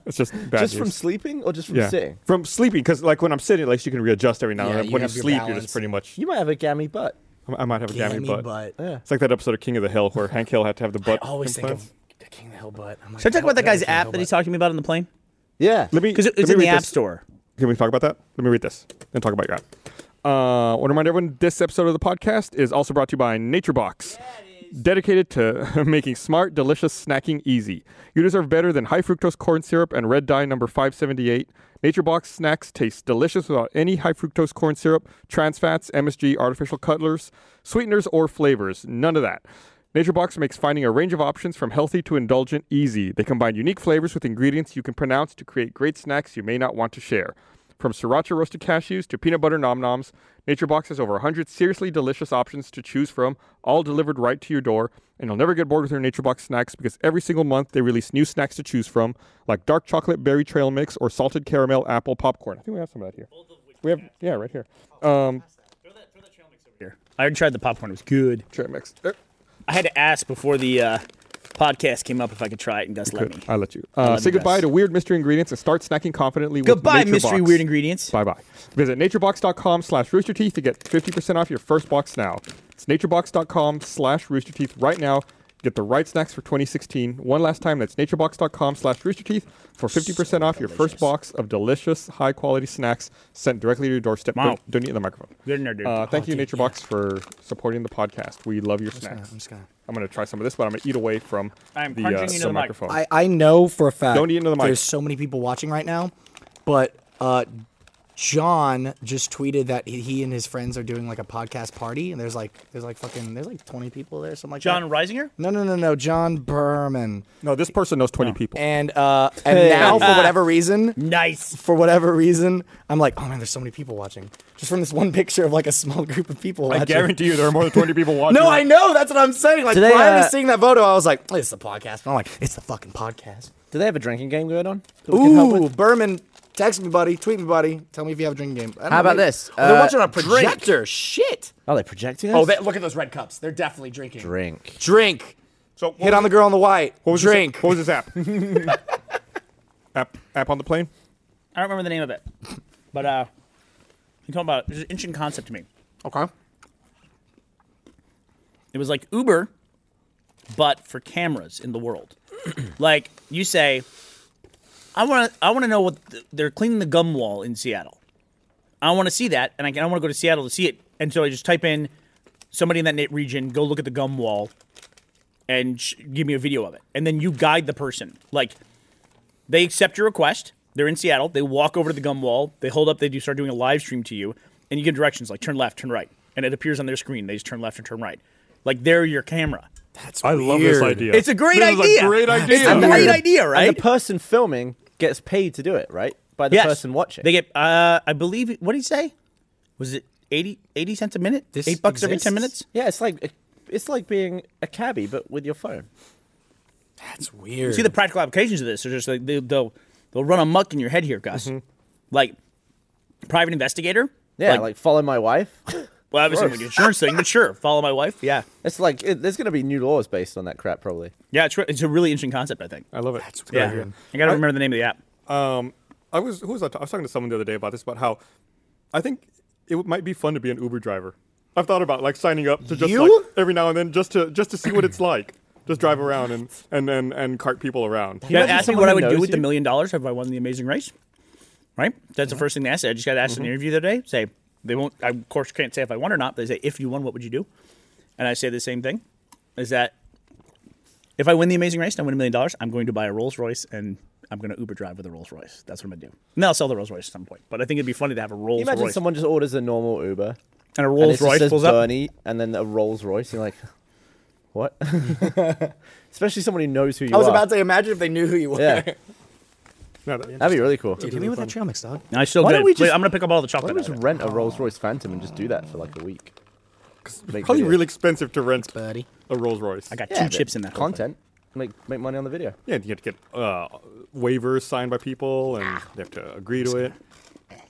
Speaker 2: it's just bad
Speaker 3: Just from
Speaker 2: news.
Speaker 3: sleeping or just from
Speaker 2: yeah.
Speaker 3: sitting?
Speaker 2: From sleeping, because like when I'm sitting, at least you can readjust every now
Speaker 5: Yeah,
Speaker 2: and then.
Speaker 5: you
Speaker 2: when you
Speaker 5: have your
Speaker 2: sleep, you're
Speaker 5: balance.
Speaker 2: just pretty much.
Speaker 3: You might have a gammy butt.
Speaker 2: I I might have a gammy,
Speaker 5: Gammy
Speaker 2: butt.
Speaker 5: butt.
Speaker 3: Yeah.
Speaker 2: It's like that episode of King of the Hill where Hank Hill had to have the butt.
Speaker 5: I always think
Speaker 2: implants.
Speaker 5: of the King of the Hill butt. I'm like,
Speaker 4: Should I talk about that
Speaker 5: yeah,
Speaker 4: guy's
Speaker 5: King of the
Speaker 4: app
Speaker 5: Hill
Speaker 4: that he's
Speaker 5: butt.
Speaker 4: talking about on the plane?
Speaker 3: Yeah.
Speaker 2: Let me
Speaker 4: Because
Speaker 2: let
Speaker 4: it's
Speaker 2: me
Speaker 4: in the
Speaker 2: read
Speaker 4: App
Speaker 2: this.
Speaker 4: Store.
Speaker 2: Can we talk about that? Let me read this and talk about your app. Uh, want to remind everyone this episode of the podcast is also brought to you by NatureBox, dedicated to making smart, delicious snacking easy. You deserve better than high fructose corn syrup and red dye number 578. NatureBox snacks taste delicious without any high fructose corn syrup, trans fats, MSG, artificial colors, sweeteners, or flavors. None of that. NatureBox makes finding a range of options from healthy to indulgent easy. They combine unique flavors with ingredients you can pronounce to create great snacks you may not want to share. From sriracha roasted cashews to peanut butter nom noms, NatureBox has over 100 seriously delicious options to choose from, all delivered right to your door. And you'll never get bored with their NatureBox snacks because every single month they release new snacks to choose from, like dark chocolate berry trail mix or salted caramel apple popcorn. I think we have some of that here. We have, yeah, right here. Um,
Speaker 4: Here, I already tried the popcorn. It was good.
Speaker 2: trail mix. Er,
Speaker 4: I had to ask before the uh, podcast came up if I could try it, and Gus let me.
Speaker 2: I let you. Uh,
Speaker 4: let
Speaker 2: say
Speaker 4: me
Speaker 2: goodbye
Speaker 4: guess.
Speaker 2: to weird mystery ingredients and start snacking confidently
Speaker 4: Goodbye,
Speaker 2: with NatureBox.
Speaker 4: mystery weird ingredients.
Speaker 2: Bye bye. Visit naturebox.com slash roosterteeth to get 50% off your first box now. It's naturebox.com slash roosterteeth right now. Get the right snacks for 2016. One last time, that's naturebox.com slash roosterteeth for 50% off your first box of delicious, high quality snacks sent directly to your doorstep.
Speaker 4: Wow.
Speaker 2: Don't, don't eat the microphone.
Speaker 4: Good in there, dude.
Speaker 2: Uh, thank
Speaker 5: Oh,
Speaker 2: you,
Speaker 5: dude,
Speaker 2: NatureBox, for supporting the podcast. We love your
Speaker 5: gonna-
Speaker 2: snacks.
Speaker 5: I'm just gonna-
Speaker 2: I'm going to try some of this, but I'm going to eat away from
Speaker 4: I'm
Speaker 2: the,
Speaker 4: crunching
Speaker 2: uh,
Speaker 4: into
Speaker 2: the
Speaker 4: the mic.
Speaker 2: microphone.
Speaker 5: I, I know for a fact.
Speaker 2: Don't eat into the mic.
Speaker 5: There's so many people watching right now, but uh, John just tweeted that he- he and his friends are doing like a podcast party, and there's like there's like fucking there's like 20 people there, something like
Speaker 4: John
Speaker 5: that.
Speaker 4: Reisinger?
Speaker 5: No, no, no, no, John Berman.
Speaker 2: no, this person knows 20 people.
Speaker 5: And uh, and now for whatever reason,
Speaker 4: Nice.
Speaker 5: for whatever reason, I'm like, oh man, there's so many people watching. Just from this one picture of like a small group of people watching.
Speaker 2: I guarantee you there are more than 20 people watching.
Speaker 5: No, I know. That's what I'm saying. Like
Speaker 3: Do they,
Speaker 5: prior
Speaker 3: uh,
Speaker 5: to seeing that photo, I was like, it's the podcast. But I'm like, it's the fucking podcast.
Speaker 3: Do they have a drinking game going on? that we can help with?
Speaker 5: Ooh, Berman, text me, buddy. Tweet me, buddy. Tell me if you have a drinking game. I don't
Speaker 1: How
Speaker 5: know,
Speaker 1: about
Speaker 5: maybe-
Speaker 1: this?
Speaker 5: Oh, they're
Speaker 1: Uh,
Speaker 5: watching on a
Speaker 1: drink.
Speaker 5: projector. Shit.
Speaker 3: Are they projecting us?
Speaker 5: Oh, that, look at those red cups. They're definitely drinking.
Speaker 3: drink.
Speaker 5: Drink.
Speaker 2: So what
Speaker 5: Hit on the girl in the white.
Speaker 2: what was this-
Speaker 5: drink.
Speaker 2: what was this app? app app on the plane.
Speaker 4: I don't remember the name of it, but uh, you talking about it's an interesting concept to me.
Speaker 5: okay.
Speaker 4: It was like Uber, but for cameras in the world. like you say, I want to. I want to know what the, they're cleaning the gum wall in Seattle. I want to see that, and I, can- I want to go to Seattle to see it. And so I just type in somebody in that na- region, go look at the gum wall, and sh- give me a video of it. And then you guide the person. Like they accept your request. They're in Seattle. They walk over to the gum wall. They hold up. They do start doing a live stream to you, and you give directions like turn left, turn right, and it appears on their screen. They just turn left and turn right. Like they're your camera.
Speaker 5: That's
Speaker 2: I love this
Speaker 5: weird.
Speaker 2: idea.
Speaker 4: It's a great
Speaker 2: This is
Speaker 4: idea.
Speaker 2: great idea.
Speaker 4: It's a
Speaker 3: And
Speaker 4: great
Speaker 3: the-
Speaker 4: idea,
Speaker 3: And
Speaker 4: right?
Speaker 3: the person filming gets paid to do it, right? By the
Speaker 4: Yes.
Speaker 3: person watching.
Speaker 4: They get, uh, I believe, what did he say? Was it 80, 80 cents a minute?
Speaker 5: This
Speaker 4: Eight bucks every
Speaker 5: exists?
Speaker 4: 10 minutes?
Speaker 3: yeah, it's like it's like being a cabbie but with your phone.
Speaker 5: That's weird.
Speaker 4: See, the practical applications of this are just like they, they'll, they'll run amuck in your head here, Gus. Like, private investigator?
Speaker 3: Mm-hmm. Yeah, like,
Speaker 4: Like,
Speaker 3: follow my wife.
Speaker 4: well, obviously, like an insurance thing, but sure, follow my wife. Yeah.
Speaker 3: It's like it, there's going to be new laws based on that crap, probably.
Speaker 4: Yeah, it's, re- it's a really interesting concept, I
Speaker 5: Oh,
Speaker 4: think.
Speaker 2: I love it.
Speaker 4: yeah. I got to remember the name of the app.
Speaker 2: Um, I was who was I, ta- I was talking to someone the other day about this about how I think it would- might be fun to be an Uber driver. I've thought about like signing up to just
Speaker 5: You?
Speaker 2: like every now and then just to just to see what it's like. Just drive around and and and, and cart people around.
Speaker 4: You know,
Speaker 3: Imagine
Speaker 4: ask me
Speaker 3: someone who
Speaker 4: what I would do
Speaker 3: knows
Speaker 4: with the
Speaker 3: you.
Speaker 4: million dollars if I won the Amazing Race. Right? That's the first thing they asked. I just got asked
Speaker 3: Mm-hmm.
Speaker 4: in an interview the other day. Say they won't. I of course can't say if I won or not. But they say if you won, what would you do? And I say the same thing. Is that if I win the Amazing Race and I win a million dollars, I'm going to buy a Rolls Royce and I'm going to Uber drive with a Rolls Royce. That's what I'm going to do. And I'll sell the Rolls Royce at some point. But I think it'd be funny to have a
Speaker 3: Can
Speaker 4: Rolls
Speaker 3: you imagine
Speaker 4: Royce
Speaker 3: someone just orders a normal Uber
Speaker 4: and
Speaker 3: and
Speaker 4: a Rolls
Speaker 3: it just
Speaker 4: Royce
Speaker 3: says
Speaker 4: pulls up.
Speaker 3: Bernie and then a Rolls Royce. You're like, what? Especially someone who knows who you
Speaker 5: I was
Speaker 3: are.
Speaker 5: about to imagine if they knew who you were.
Speaker 3: Yeah,
Speaker 2: No, that-
Speaker 3: that'd be really cool.
Speaker 5: Dude, hit me with that Trail Mix, dog.
Speaker 4: And I still
Speaker 3: Why
Speaker 4: did.
Speaker 3: don't we
Speaker 4: Wait,
Speaker 3: just-
Speaker 4: I'm going to pick up all the
Speaker 3: Why
Speaker 4: chocolate.
Speaker 3: don't we just
Speaker 4: out of it.
Speaker 3: rent a Rolls Royce Phantom and just do that for like a week? Make
Speaker 2: probably
Speaker 3: videos.
Speaker 2: really expensive to rent
Speaker 5: Buddy.
Speaker 2: a Rolls Royce.
Speaker 4: I got
Speaker 3: Yeah,
Speaker 4: two
Speaker 3: but
Speaker 4: chips in that whole thing.
Speaker 3: content. Make make money on the video.
Speaker 2: yeah, you have to get uh, waivers signed by people, and
Speaker 4: Ah,
Speaker 2: they have to agree to it.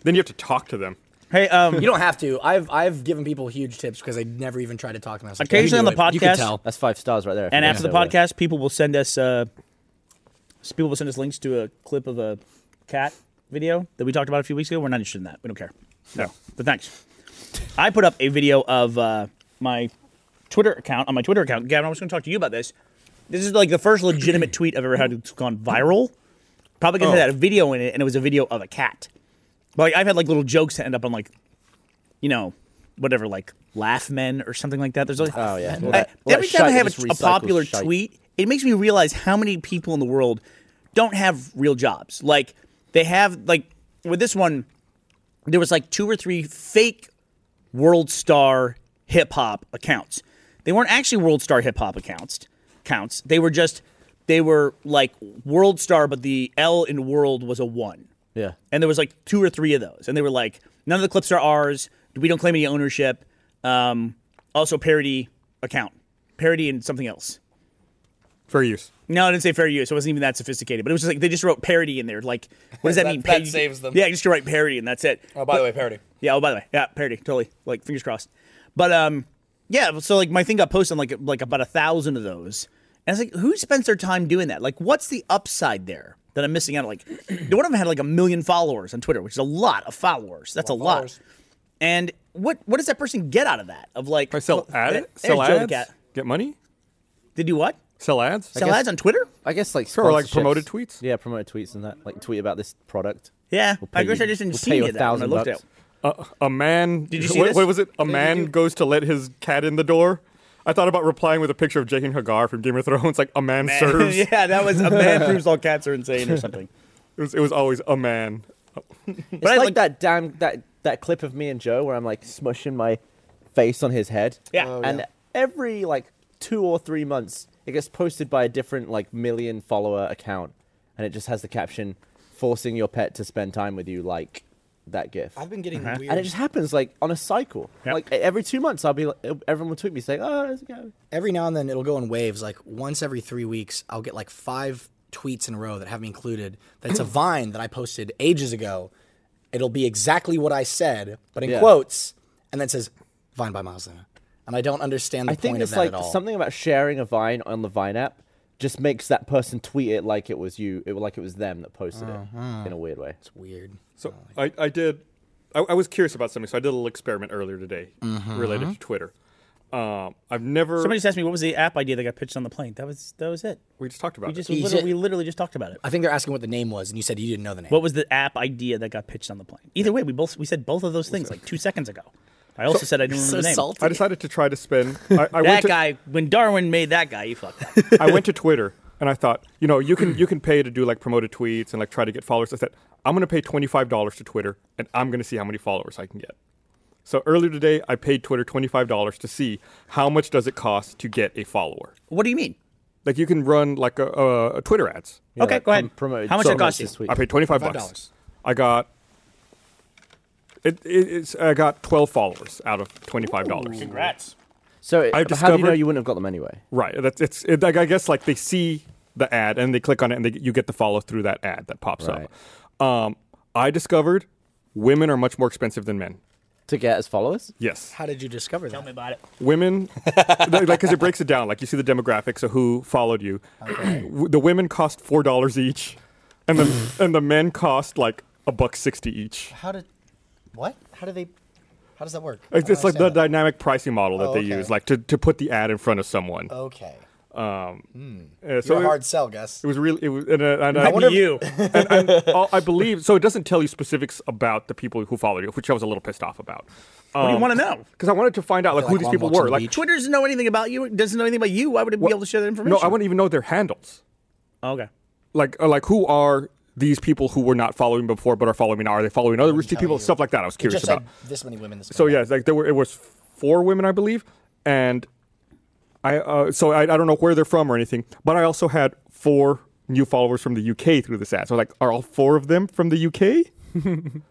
Speaker 2: Then you have to talk to them.
Speaker 4: Hey, um,
Speaker 5: You don't have to. I've I've given people huge tips because they never even tried to talk to me. I was like,
Speaker 4: Occasionally
Speaker 5: "Yeah, you
Speaker 4: on
Speaker 5: do
Speaker 4: the
Speaker 5: it." You can
Speaker 4: podcast-
Speaker 5: tell.
Speaker 3: That's five stars right there. if
Speaker 4: And
Speaker 3: you
Speaker 4: after the
Speaker 3: know where-
Speaker 4: podcast, people will send us uh, s- people will send us links to a clip of a cat video that we talked about a few weeks ago. We're not interested in that. We don't care. No, but thanks. I put up a video of uh, my Twitter account on my Twitter account. Gavin, I was going to talk to you about this. This is like the first legitimate tweet I've ever had that's gone viral. Probably because
Speaker 2: Oh.
Speaker 4: it had a video in it, and it was a video of a cat. But like, I've had like little jokes that end up on like, you know, whatever, like Laugh Men or something like that. There's like,
Speaker 3: Oh yeah. Well,
Speaker 4: I-
Speaker 3: that- well,
Speaker 4: every
Speaker 3: that
Speaker 4: time I
Speaker 3: shite
Speaker 4: have
Speaker 3: just
Speaker 4: a, a
Speaker 3: recycles
Speaker 4: popular
Speaker 3: shite.
Speaker 4: tweet, it makes me realize how many people in the world don't have real jobs. Like they have like with this one, there was like two or three fake world star hip hop accounts. They weren't actually world star hip hop accounts. Counts. They were just they were like world star, but the L in world was a one.
Speaker 3: Yeah.
Speaker 4: And there was like two or three of those. And they were like, none of the clips are ours. We don't claim any ownership. Um, also, parody account. Parody and something else.
Speaker 2: Fair use.
Speaker 4: No, I didn't say fair use. It wasn't even that sophisticated. But it was just like, they just wrote parody in there. Like, what does that,
Speaker 5: That-
Speaker 4: mean?
Speaker 5: that
Speaker 4: Pay-
Speaker 5: saves them.
Speaker 4: Yeah, just to write parody and that's it.
Speaker 5: Oh, by the way, parody.
Speaker 4: Yeah. Oh, by the way, yeah, parody, totally. Like fingers crossed. But um, yeah. So like my thing got posted on like like about a thousand of those, and it's like, who spends their time doing that? Like, what's the upside there that I'm missing out? on? Like, the one of them had like a million followers on Twitter, which is a lot of followers. That's a lot.
Speaker 5: followers.
Speaker 4: And what what does that person get out of that? Of like,
Speaker 2: I sell
Speaker 4: well,
Speaker 2: ad,
Speaker 4: there-
Speaker 2: sell
Speaker 4: there's Joe the
Speaker 2: ads,
Speaker 4: Cat.
Speaker 2: get money,
Speaker 4: They do what?
Speaker 2: sell ads.
Speaker 4: Sell ads on Twitter?
Speaker 3: I guess like
Speaker 2: Sure, like
Speaker 3: sponsorships.
Speaker 2: promoted tweets?
Speaker 3: Yeah, promoted tweets and that. Like tweet about this product.
Speaker 4: Yeah.
Speaker 3: We'll pay
Speaker 4: I guess
Speaker 3: you-
Speaker 4: I just didn't
Speaker 3: we'll
Speaker 4: see
Speaker 3: pay you
Speaker 4: any
Speaker 3: a
Speaker 4: of that when I
Speaker 3: thousand
Speaker 4: looked at.
Speaker 3: bucks.
Speaker 4: it.
Speaker 2: A, a man. Did
Speaker 4: you see
Speaker 2: what,
Speaker 4: this?
Speaker 2: what was it? A man goes to let his cat in the door. I thought about replying with a picture of Jake and Hagar from Game of Thrones, like a man, serves.
Speaker 4: yeah, that was a man proves all cats are insane or something.
Speaker 2: It was, it was always a man.
Speaker 3: It's
Speaker 4: I
Speaker 3: like,
Speaker 4: like-
Speaker 3: that damn that that clip of me and Joe where I'm like smushing my face on his head.
Speaker 4: Yeah. Oh,
Speaker 3: and every like two or three months, it gets posted by a different like million follower account, and it just has the caption "forcing your pet to spend time with you" like that gif.
Speaker 5: I've been getting weird.
Speaker 3: and it just happens like on a cycle.
Speaker 4: Yep.
Speaker 3: Like e-, every two months, I'll be like, everyone will tweet me saying, "Oh, how's it going?"
Speaker 5: every now and then it'll go in waves. Like once every three weeks, I'll get like five tweets in a row that have me included. That's a Vine that I posted ages ago. It'll be exactly what I said, but in
Speaker 3: Yeah.
Speaker 5: quotes, and then it says Vine by Miles Luna. And I don't understand the
Speaker 3: I think
Speaker 5: point of
Speaker 3: it's
Speaker 5: that
Speaker 3: like
Speaker 5: at all.
Speaker 3: something about sharing a Vine on the Vine app just makes that person tweet it like it was you, it like it was them that posted it in a weird way.
Speaker 5: It's weird.
Speaker 4: Oh,
Speaker 2: So I, I did. I, I was curious about something, so I did a little experiment earlier today related to Twitter. Um, I've never.
Speaker 4: Mm-hmm. Somebody just asked me what was the app idea that got pitched on the plane. That was that was it.
Speaker 2: we just talked about
Speaker 4: We
Speaker 2: it.
Speaker 4: just
Speaker 5: Is
Speaker 4: literally,
Speaker 5: it-
Speaker 4: we literally just talked about it.
Speaker 5: I think they're asking what the name was, and you said you didn't know the name.
Speaker 4: What was the app idea that got pitched on the plane? Either way, we both we said both of those things like two seconds ago. I also said I didn't remember
Speaker 5: so
Speaker 4: the name.
Speaker 5: salty.
Speaker 2: I decided to try to spin. I, I went
Speaker 4: That
Speaker 2: to,
Speaker 4: guy, when Darwin made that guy, he fucked up.
Speaker 2: I went to Twitter and I thought, you know, you can you can pay to do like promoted tweets and like try to get followers. I said, I'm gonna pay twenty five dollars to Twitter and I'm gonna see how many followers I can get. So earlier today, I paid Twitter twenty five dollars to see how much does it cost to get a follower.
Speaker 4: what do you mean?
Speaker 2: Like you can run like a, a, a Twitter ads.
Speaker 4: okay,
Speaker 3: like
Speaker 4: go ahead.
Speaker 3: prom- promoted
Speaker 4: How much
Speaker 3: so
Speaker 4: it cost you?
Speaker 3: much this week.
Speaker 2: I paid twenty five
Speaker 5: $25.
Speaker 2: bucks. I got it, it, it's I got twelve followers out of twenty five dollars.
Speaker 4: Congrats.
Speaker 3: So it,
Speaker 2: I've
Speaker 3: but how do you know
Speaker 2: discovered-
Speaker 3: you wouldn't have got them anyway?
Speaker 2: Right. That's it's it, like I guess like they see the ad and they click on it and they, you get the follow through that ad that pops up. Um, I discovered women are much more expensive than men.
Speaker 3: To get as followers?
Speaker 2: Yes,
Speaker 5: How did you discover
Speaker 4: Tell me
Speaker 5: that?
Speaker 4: about it.
Speaker 2: women like because it breaks it down. Like you see the demographics of who followed you. W- the women cost four dollars each, and the and the men cost like a buck sixty each.
Speaker 1: How did? What? How do they? How does that work? Oh, I
Speaker 2: It's,
Speaker 1: don't
Speaker 2: it's like the
Speaker 1: understand
Speaker 2: dynamic pricing model that
Speaker 1: Oh,
Speaker 2: they
Speaker 1: okay.
Speaker 2: use, like to, to put the ad in front of someone.
Speaker 1: that. Okay.
Speaker 2: Uh,
Speaker 1: You're
Speaker 2: so
Speaker 1: a
Speaker 2: it,
Speaker 1: hard sell, Gus.
Speaker 2: it was really it was, and, uh, and I,
Speaker 4: Might be you.
Speaker 2: and, and all, I believe so. It doesn't tell you specifics about the people who followed you, which I was a little pissed off about.
Speaker 4: what do you want to know?
Speaker 2: Because I wanted to find out like, who
Speaker 5: like
Speaker 2: these
Speaker 5: long
Speaker 2: people
Speaker 5: walks on
Speaker 2: were.
Speaker 5: the
Speaker 2: Like,
Speaker 5: beach.
Speaker 4: Twitter doesn't know anything about you. It doesn't know anything about you. Why would it be able to share that
Speaker 2: no,
Speaker 4: information?
Speaker 2: I wouldn't even know their handles.
Speaker 4: Oh, okay.
Speaker 2: Like, uh, like who are these people who were not following before but are following me now? Are they following other rich people?
Speaker 1: you.
Speaker 2: Stuff like that. I was curious
Speaker 1: Just
Speaker 2: about.
Speaker 1: said this many women. This
Speaker 2: so
Speaker 1: morning.
Speaker 2: yes, like there were it was four women, I believe, and I uh, so I, I don't know where they're from or anything, but I also had four new followers from the UK through this ad. So like, are all four of them from the UK?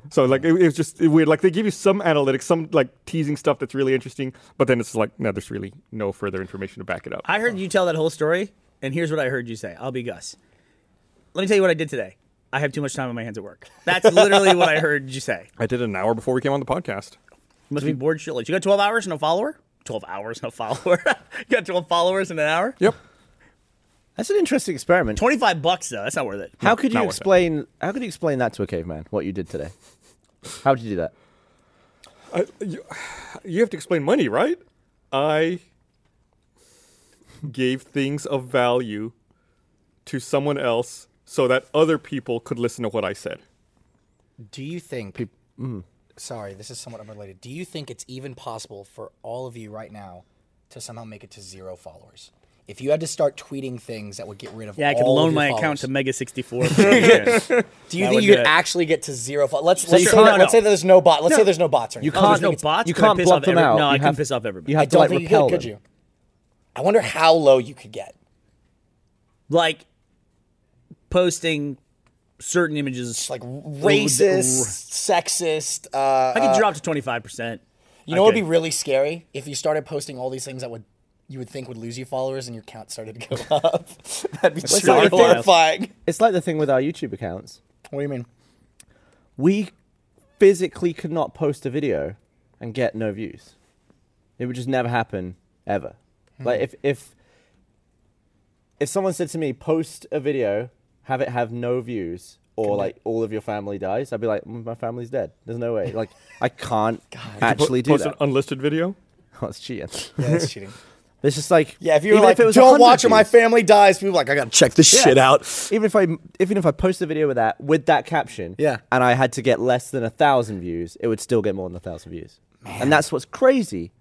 Speaker 2: so like it, it's just weird. Like they give you some analytics, some like teasing stuff that's really interesting, but then it's like no, there's really no further information to back it up.
Speaker 4: I heard you tell that whole story, and here's what I heard you say. I'll be Gus. Let me tell you what I did today. I have too much time on my hands at work. That's literally what I heard you say.
Speaker 2: I did an hour before we came on the podcast.
Speaker 4: You must be bored shitless. You got 12 hours and a follower? 12 hours and a follower? you got 12 followers in an hour?
Speaker 2: Yep.
Speaker 3: That's an interesting experiment.
Speaker 4: 25 bucks, though. That's not worth it.
Speaker 3: How could
Speaker 2: not
Speaker 3: you
Speaker 2: worth it.
Speaker 3: explain? How could you explain that to a caveman? What you did today? How did you do that?
Speaker 2: you have to explain money, right? I gave things of value to someone else so that other people could listen to what I said.
Speaker 5: Do you think?
Speaker 1: Sorry, this is somewhat unrelated.
Speaker 5: Do you think it's even possible for all of you right now to somehow make it to zero followers? If you had to start tweeting things that would get rid of
Speaker 4: Yeah, I could
Speaker 5: all of
Speaker 4: loan
Speaker 5: your
Speaker 4: my account
Speaker 5: followers,
Speaker 4: to Mega64.
Speaker 5: Do you
Speaker 4: That
Speaker 5: think
Speaker 4: would
Speaker 5: you
Speaker 4: do
Speaker 5: could
Speaker 4: it.
Speaker 5: actually get to zero? Fo- let's let's,
Speaker 4: you
Speaker 5: say,
Speaker 4: can't-
Speaker 5: that,
Speaker 4: no,
Speaker 5: let's
Speaker 4: no.
Speaker 5: say there's no bot. Let's say there's no bots. Or anything.
Speaker 3: can't-
Speaker 4: there's
Speaker 3: you
Speaker 4: no bots.
Speaker 3: You
Speaker 4: Could I
Speaker 3: can't
Speaker 4: piss
Speaker 3: bluff
Speaker 4: off
Speaker 3: them
Speaker 4: every-
Speaker 3: out.
Speaker 4: No,
Speaker 3: You
Speaker 4: I can
Speaker 3: have-
Speaker 4: piss off everybody.
Speaker 3: You
Speaker 4: I
Speaker 3: have
Speaker 5: I
Speaker 3: to
Speaker 5: don't
Speaker 3: like
Speaker 5: think you
Speaker 3: repel
Speaker 5: could. Could
Speaker 3: them.
Speaker 5: you? I wonder how low you could get.
Speaker 4: like, posting certain images.
Speaker 5: Like racist, sexist. Uh,
Speaker 4: I could drop to 25%.
Speaker 5: you know what would
Speaker 4: okay.
Speaker 5: be really scary if you started posting all these things that would you would think would lose you followers and your count started to go up. That'd be
Speaker 3: not
Speaker 5: so
Speaker 3: your fault.
Speaker 5: terrifying.
Speaker 3: It's like the thing with our YouTube accounts.
Speaker 5: What do you mean?
Speaker 3: We physically could not post a video and get no views. It would just never happen ever.
Speaker 5: Hmm.
Speaker 3: Like if if if someone said to me, post a video, have it have no views, or like all of your family dies, I'd be like, "Mm, my family's dead. There's no way. Like I can't actually
Speaker 2: Po-
Speaker 3: do
Speaker 2: post
Speaker 3: that.
Speaker 2: an unlisted video.
Speaker 3: Oh, it's cheating.
Speaker 5: Yeah, that's cheating.
Speaker 3: It's just like
Speaker 5: Yeah, if you were
Speaker 3: even
Speaker 5: like,
Speaker 3: it was
Speaker 5: don't
Speaker 3: 100
Speaker 5: watch or my
Speaker 3: views."
Speaker 5: family dies, people are like, I gotta check this
Speaker 3: Yeah.
Speaker 5: shit out.
Speaker 3: even if I even if I post a video with that with that caption,
Speaker 5: Yeah.
Speaker 3: and I had to get less than a thousand views, it would still get more than a thousand views. And that's what's crazy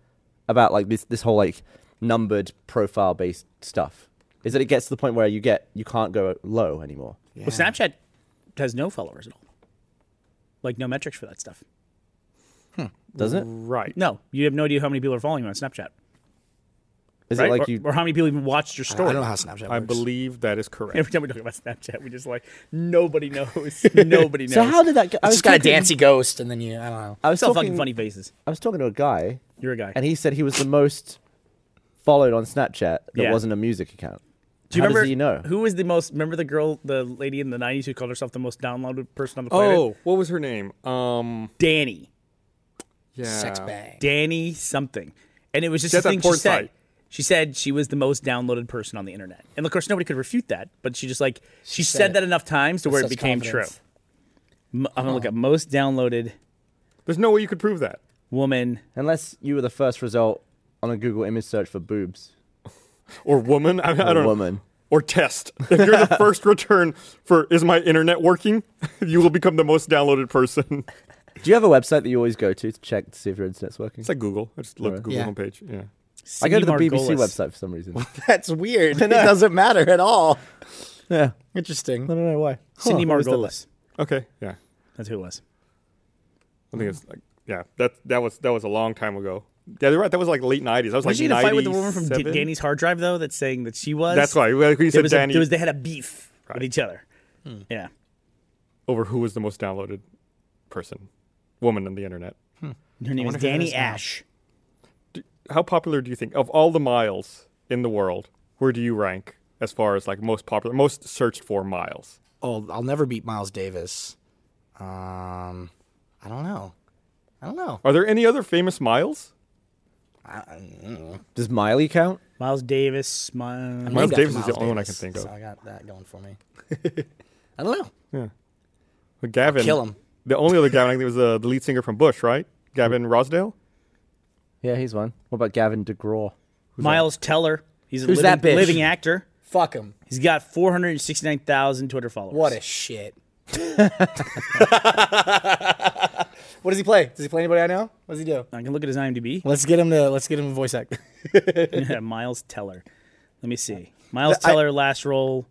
Speaker 3: about like this this whole like numbered profile based stuff is that it gets to the point where you get you can't go low anymore.
Speaker 4: Well, Snapchat has no followers at all. Like, no metrics for that stuff.
Speaker 3: Does it?
Speaker 2: Right.
Speaker 4: No, you have no idea how many people are following you on Snapchat.
Speaker 3: Is
Speaker 4: Right?
Speaker 3: it like
Speaker 4: or,
Speaker 3: you?
Speaker 4: or how many people even watched your story.
Speaker 5: I don't know how Snapchat works.
Speaker 2: I believe that is correct.
Speaker 4: Every time we talk about Snapchat, we just like nobody knows. nobody knows.
Speaker 3: so how did that? Go? I
Speaker 5: It's
Speaker 3: was
Speaker 5: just got a
Speaker 3: talking-
Speaker 5: dancey ghost, and then you, I don't know.
Speaker 3: I was
Speaker 4: Still
Speaker 3: talking,
Speaker 4: fucking funny faces.
Speaker 3: I was talking to a guy,
Speaker 4: You're a guy.
Speaker 3: and he said he was the most followed on Snapchat that
Speaker 4: Yeah.
Speaker 3: wasn't a music account.
Speaker 4: Do you
Speaker 3: How does
Speaker 4: remember
Speaker 3: he know?
Speaker 4: who was the most? Remember the girl, the lady in the '90s who called herself the most downloaded person on the planet?
Speaker 2: Oh, what was her name? Um,
Speaker 4: Danny,
Speaker 2: yeah.
Speaker 5: Sex bang.
Speaker 4: Danny something, and it was just
Speaker 2: She
Speaker 4: a
Speaker 2: had that
Speaker 4: thing she
Speaker 2: porn
Speaker 4: said.
Speaker 2: site.
Speaker 4: She said she was the most downloaded person on the internet, and of course nobody could refute that. But she just like she
Speaker 5: said
Speaker 4: said
Speaker 5: it
Speaker 4: that enough times to where it
Speaker 5: such
Speaker 4: became
Speaker 5: confidence.
Speaker 4: true. M- I'm gonna look at most downloaded
Speaker 2: There's no way you could prove that.
Speaker 4: woman.
Speaker 3: Unless you were the first result on a Google image search for boobs.
Speaker 2: Or woman. I, I
Speaker 3: Or
Speaker 2: don't know.
Speaker 3: woman.
Speaker 2: Or test. If you're the first return for is my internet working, you will become the most downloaded person.
Speaker 3: Do you have a website that you always go to to check to see if your internet's working?
Speaker 2: It's like Google. I just look at Google
Speaker 5: Yeah.
Speaker 2: homepage. Yeah.
Speaker 3: I go to the
Speaker 4: Cindy
Speaker 3: BBC
Speaker 4: Margolis.
Speaker 3: website for some reason.
Speaker 5: That's weird. It doesn't matter at all.
Speaker 3: yeah.
Speaker 5: Interesting.
Speaker 3: don't know why.
Speaker 4: Cindy
Speaker 3: Huh, what was that
Speaker 4: Margolis.
Speaker 2: Okay. Yeah.
Speaker 4: That's who it was.
Speaker 2: I think it's like yeah. That that was that was a long time ago. Yeah, you're right. That was like late '90s. I was
Speaker 4: Was
Speaker 2: like
Speaker 4: she in a fight with the woman from D-
Speaker 2: 97?
Speaker 4: Danny's hard drive though? That's saying that she was.
Speaker 2: That's why like, you
Speaker 4: There
Speaker 2: said
Speaker 4: was, a,
Speaker 2: Danny
Speaker 4: there was they had a beef with each other. Yeah.
Speaker 2: over who was the most downloaded person, woman on the internet.
Speaker 4: Her name
Speaker 2: wonder
Speaker 4: is
Speaker 2: who that
Speaker 4: Danny
Speaker 2: is now.
Speaker 4: Ash.
Speaker 2: How popular do you think of all the miles in the world? Where do you rank as far as like most popular, most searched for miles?
Speaker 5: Oh, I'll never beat Miles Davis. Um, I don't know. I don't know.
Speaker 2: Are there any other famous miles?
Speaker 3: Does Miley count?
Speaker 4: Miles Davis. My,
Speaker 2: Miles
Speaker 5: Named after
Speaker 2: Davis is the only one I
Speaker 5: Davis,
Speaker 2: can think of.
Speaker 5: So I got that going for me. I don't know.
Speaker 2: Well, Gavin,
Speaker 5: kill him.
Speaker 2: The only other Gavin I think was uh, the lead singer from Bush, right? Gavin Rosdale.
Speaker 3: Yeah, he's one. What about Gavin DeGraw?
Speaker 4: Miles Teller. He's a
Speaker 3: Who's
Speaker 4: living,
Speaker 3: that bitch?
Speaker 4: living actor.
Speaker 5: Fuck him.
Speaker 4: He's got 469,000 Twitter followers.
Speaker 5: What a shit. what does he play? Does he play anybody I know? What does he do?
Speaker 4: I can look at his IMDb.
Speaker 5: Let's get him to let's get him a voice act.
Speaker 4: Miles Teller. Let me see. Miles Teller, last role.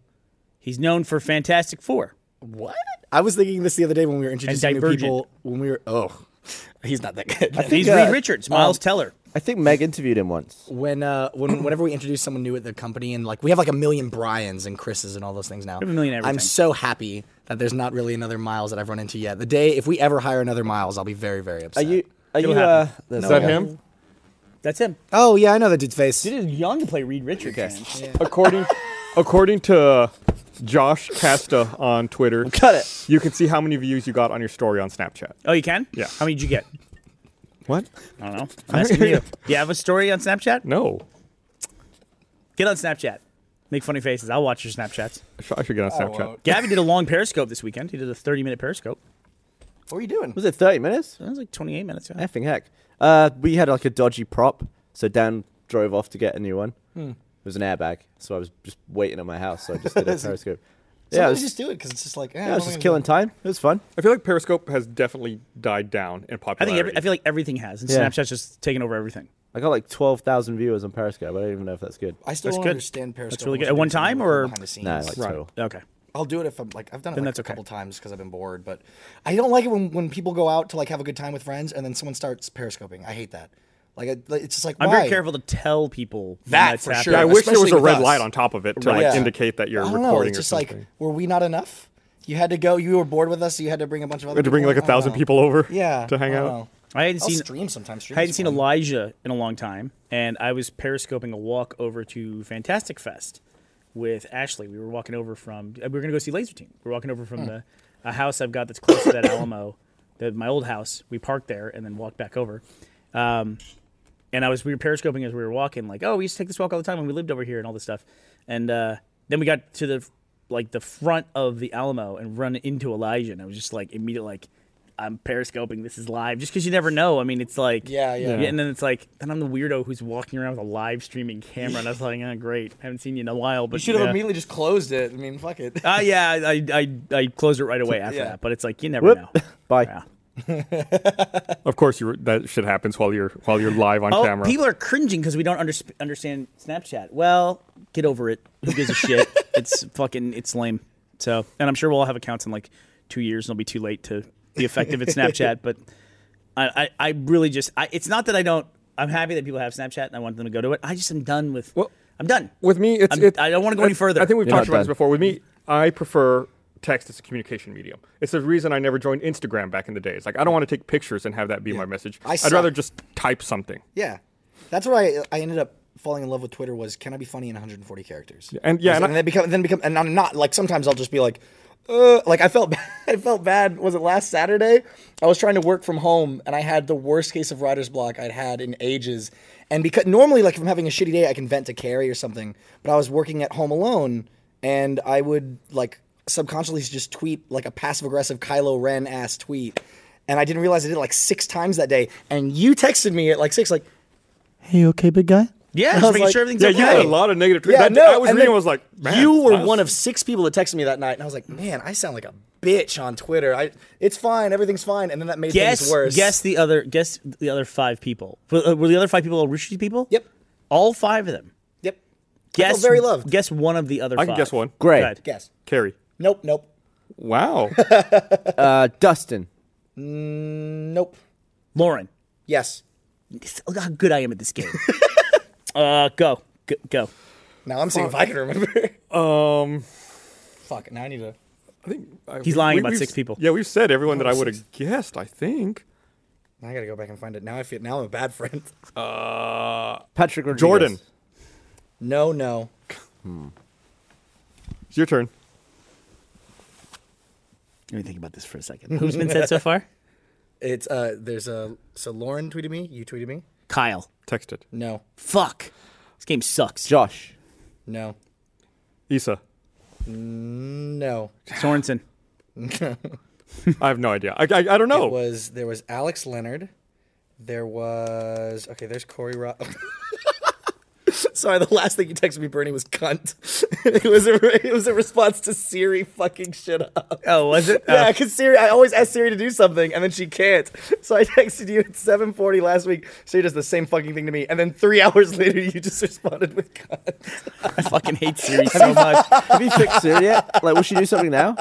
Speaker 4: He's known for Fantastic Four.
Speaker 5: what? I was thinking this the other day when we were introducing new
Speaker 4: Divergent.
Speaker 5: people. When we were oh, he's not that good.
Speaker 4: He's
Speaker 3: uh,
Speaker 4: Reed Richards.
Speaker 5: um,
Speaker 4: Miles Teller.
Speaker 3: I think Meg interviewed him once.
Speaker 5: when uh when whenever we introduce someone new at the company and like we have like a million Brian's and Chris's and all those things now.
Speaker 4: have a million everything.
Speaker 5: I'm so happy that there's not really another Miles that I've run into yet. The day if we ever hire another Miles, I'll be very very
Speaker 3: Are
Speaker 5: upset.
Speaker 3: you? Are you? Uh,
Speaker 4: happen.
Speaker 3: there's
Speaker 2: Is that
Speaker 3: one.
Speaker 2: him?
Speaker 4: That's him.
Speaker 5: Oh yeah, I know that dude's face.
Speaker 4: He is young to play Reed Richards. man.
Speaker 2: according according to uh, Josh Casta on Twitter,
Speaker 3: Cut it.
Speaker 2: you can see how many views you got on your story on Snapchat.
Speaker 4: Oh, you can?
Speaker 2: Yeah.
Speaker 4: How many did you get?
Speaker 2: What?
Speaker 4: I don't know. I'm asking you. Do you have a story on Snapchat?
Speaker 2: No,
Speaker 4: Get on Snapchat. Make funny faces. I'll watch your Snapchats.
Speaker 2: I should, I should get on Snapchat.
Speaker 4: Gavin did a long Periscope this weekend. He did a 30 minute Periscope.
Speaker 5: What are you doing?
Speaker 3: Was it 30 minutes?
Speaker 4: That was like 28 minutes. Yeah.
Speaker 3: Effing heck. Uh, we had like a dodgy prop, so Dan drove off to get a new one. It was an airbag, so I was just waiting at my house, so I just did a periscope. Yeah, I was,
Speaker 5: just do it because it's just like eh,
Speaker 3: yeah, I was just killing time. It was fun.
Speaker 2: I feel like Periscope has definitely died down in
Speaker 4: I
Speaker 2: popularity.
Speaker 4: think every, I feel like everything has, and
Speaker 3: Yeah.
Speaker 4: Snapchat's just taken over everything.
Speaker 3: I got like 12,000 viewers on Periscope. I don't even know if that's good.
Speaker 5: I still
Speaker 4: That's
Speaker 5: don't
Speaker 4: good.
Speaker 5: understand Periscope.
Speaker 4: really good.
Speaker 5: unless
Speaker 4: At
Speaker 5: we
Speaker 4: one
Speaker 5: do something
Speaker 4: time,
Speaker 5: like
Speaker 4: or-
Speaker 5: behind the scenes.
Speaker 3: Nah, like
Speaker 2: Right.
Speaker 3: total.
Speaker 4: Okay.
Speaker 5: I'll do it if I'm like I've done it like,
Speaker 4: that's
Speaker 5: a
Speaker 4: okay.
Speaker 5: couple times because I've been bored. But I don't like it when, when people go out to like have a good time with friends and then someone starts periscoping. I hate that. Like I, like, it's just like
Speaker 4: I'm
Speaker 5: why?
Speaker 4: very careful to tell people when
Speaker 5: That
Speaker 4: that's
Speaker 5: for
Speaker 4: happening.
Speaker 5: sure.
Speaker 2: yeah, I wish there was
Speaker 5: Especially
Speaker 2: a
Speaker 5: with
Speaker 2: red
Speaker 5: us.
Speaker 2: light on top of it to
Speaker 5: Right.
Speaker 2: like
Speaker 5: Yeah.
Speaker 2: indicate that you're
Speaker 5: I don't
Speaker 2: recording
Speaker 5: know. It's
Speaker 2: or
Speaker 5: just
Speaker 2: something.
Speaker 5: like were we not enough? You had to go. You were bored with us, so you had to bring a bunch of other.
Speaker 2: had to bring
Speaker 5: people?
Speaker 2: like a
Speaker 5: I don't
Speaker 2: thousand
Speaker 5: know.
Speaker 2: people over
Speaker 5: Yeah.
Speaker 2: to hang
Speaker 5: I
Speaker 2: out.
Speaker 5: don't know.
Speaker 4: I hadn't
Speaker 5: I'll
Speaker 4: seen
Speaker 5: stream sometimes. Stream
Speaker 4: I hadn't
Speaker 5: is
Speaker 4: seen
Speaker 5: fun.
Speaker 4: Elijah in a long time, and I was periscoping a walk over to Fantastic Fest with Ashley. We were walking over from uh, we were gonna go see Laser Team. We were walking over
Speaker 5: Hmm.
Speaker 4: from the a house I've got that's close to that Alamo, that my old house. We parked there and then walked back over. Um, and I was we were periscoping as we were walking, like, oh, we used to take this walk all the time when we lived over here and all this stuff. And uh, then we got to the like the front of the Alamo and run into Elijah, and I was just like immediately like, I'm periscoping. This is live, just because you never know. I mean, it's like
Speaker 5: Yeah, yeah.
Speaker 4: And then it's like then I'm the weirdo who's walking around with a live streaming camera, and I was like, oh, great, haven't seen you in a while, but
Speaker 5: You should have
Speaker 4: yeah.
Speaker 5: immediately just closed it. I mean, fuck it.
Speaker 4: Uh, yeah, I, I I closed it right away after
Speaker 5: Yeah.
Speaker 4: that, but it's like you never
Speaker 3: Whoop.
Speaker 4: know.
Speaker 3: Bye.
Speaker 4: Yeah.
Speaker 2: Of course, you were, that shit happens while you're while you're live on
Speaker 4: Oh,
Speaker 2: camera.
Speaker 4: people are cringing because we don't unders- understand Snapchat. Well, get over it. Who gives a shit? It's fucking, it's lame. So, and I'm sure we'll all have accounts in like two years, and it'll be too late to be effective at Snapchat. But I, I, I really just, I, it's not that I don't. I'm happy that people have Snapchat, and I want them to go to it. I just am done with.
Speaker 2: Well,
Speaker 4: I'm done
Speaker 2: With me, it's,
Speaker 4: I'm-
Speaker 2: it-
Speaker 4: I don't wanna go any
Speaker 2: I-
Speaker 4: further.
Speaker 2: I think we've
Speaker 3: You're
Speaker 2: talked
Speaker 3: not
Speaker 2: about this
Speaker 3: done.
Speaker 2: before. With me, I prefer text as a communication medium. It's the reason I never joined Instagram back in the day. It's like I don't want to take pictures and have that be my message.
Speaker 5: I
Speaker 2: I'd rather
Speaker 5: suck.
Speaker 2: just type something.
Speaker 5: Yeah, that's what I I ended up falling in love with Twitter was can I be funny in 140 characters?
Speaker 2: and- yeah,
Speaker 5: and,
Speaker 2: and I-
Speaker 5: then become then become and I'm not like sometimes I'll just be like. Uh, like I felt, bad- I felt bad. Was it last Saturday? I was trying to work from home, and I had the worst case of writer's block I'd had in ages. And because normally, like if I'm having a shitty day, I can vent to Carrie or something. But I was working at home alone, and I would like subconsciously just tweet like a passive aggressive Kylo Ren ass tweet, and I didn't realize I did it like six times that day. And you texted me at like six, like,
Speaker 1: Hey, okay, big guy.
Speaker 4: Yeah,
Speaker 5: was
Speaker 4: just making
Speaker 5: like-
Speaker 4: sure everything's
Speaker 2: Yeah,
Speaker 4: okay.
Speaker 2: you had a lot of negative.
Speaker 5: Yeah,
Speaker 2: that,
Speaker 5: no,
Speaker 2: I was
Speaker 5: and
Speaker 2: reading.
Speaker 5: then
Speaker 2: I was like, man,
Speaker 5: you were
Speaker 2: that's-
Speaker 5: one of six people that texted me that night, and I was like, man, I sound like a bitch on Twitter. I, it's fine, everything's fine, and then that made
Speaker 4: guess
Speaker 5: things worse.
Speaker 4: guess the other guess the other five people. Were, uh, were the other five people all Rooster Teeth people?
Speaker 5: Yep.
Speaker 4: all five of them.
Speaker 5: Yep.
Speaker 4: Guess
Speaker 5: felt very loved.
Speaker 4: Guess one of the other.
Speaker 2: I can
Speaker 4: five.
Speaker 2: guess one.
Speaker 3: Gray.
Speaker 4: Go ahead.
Speaker 5: Guess.
Speaker 2: Carrie.
Speaker 5: Nope. Nope.
Speaker 2: Wow.
Speaker 3: Uh, Dustin.
Speaker 5: Nope.
Speaker 4: Lauren.
Speaker 5: Yes.
Speaker 4: Look how good I am at this game. uh, go G- go.
Speaker 5: Now I'm seeing if I can remember.
Speaker 2: um,
Speaker 5: Fuck. Now I need to.
Speaker 2: I think I-
Speaker 4: He's lying about
Speaker 2: we've-
Speaker 4: six people.
Speaker 2: Yeah, we've said everyone that I would
Speaker 5: six.
Speaker 2: have guessed. I think
Speaker 5: Now I gotta go back and find it. Now I feel. Now I'm a bad friend.
Speaker 2: Uh,
Speaker 3: Patrick Rodriguez.
Speaker 2: Jordan.
Speaker 5: No. No.
Speaker 2: It's your turn.
Speaker 4: Let me think about this for a second. Who's been said so far?
Speaker 5: It's uh. There's a. So Lauren tweeted me. You tweeted me.
Speaker 4: Kyle.
Speaker 2: Texted.
Speaker 5: No.
Speaker 4: Fuck. This game sucks.
Speaker 3: Josh.
Speaker 5: No.
Speaker 2: Issa.
Speaker 5: No.
Speaker 4: Sorensen.
Speaker 2: I have no idea. I, I, I don't know.
Speaker 5: It was there was Alex Leonard. There was okay. There's Corey Rock. Sorry, the last thing you texted me, Bernie, was cunt. it was a it was a response to Siri fucking shit up.
Speaker 4: Oh, was it?
Speaker 5: Yeah, because Siri, I always ask Siri to do something, and then she can't. So I texted you at 7:40 last week. Siri does the same fucking thing to me, and then three hours later, you just responded with "cunt."
Speaker 4: I fucking hate Siri so much.
Speaker 3: Have you fixed Siri yet? Like, will she do something now?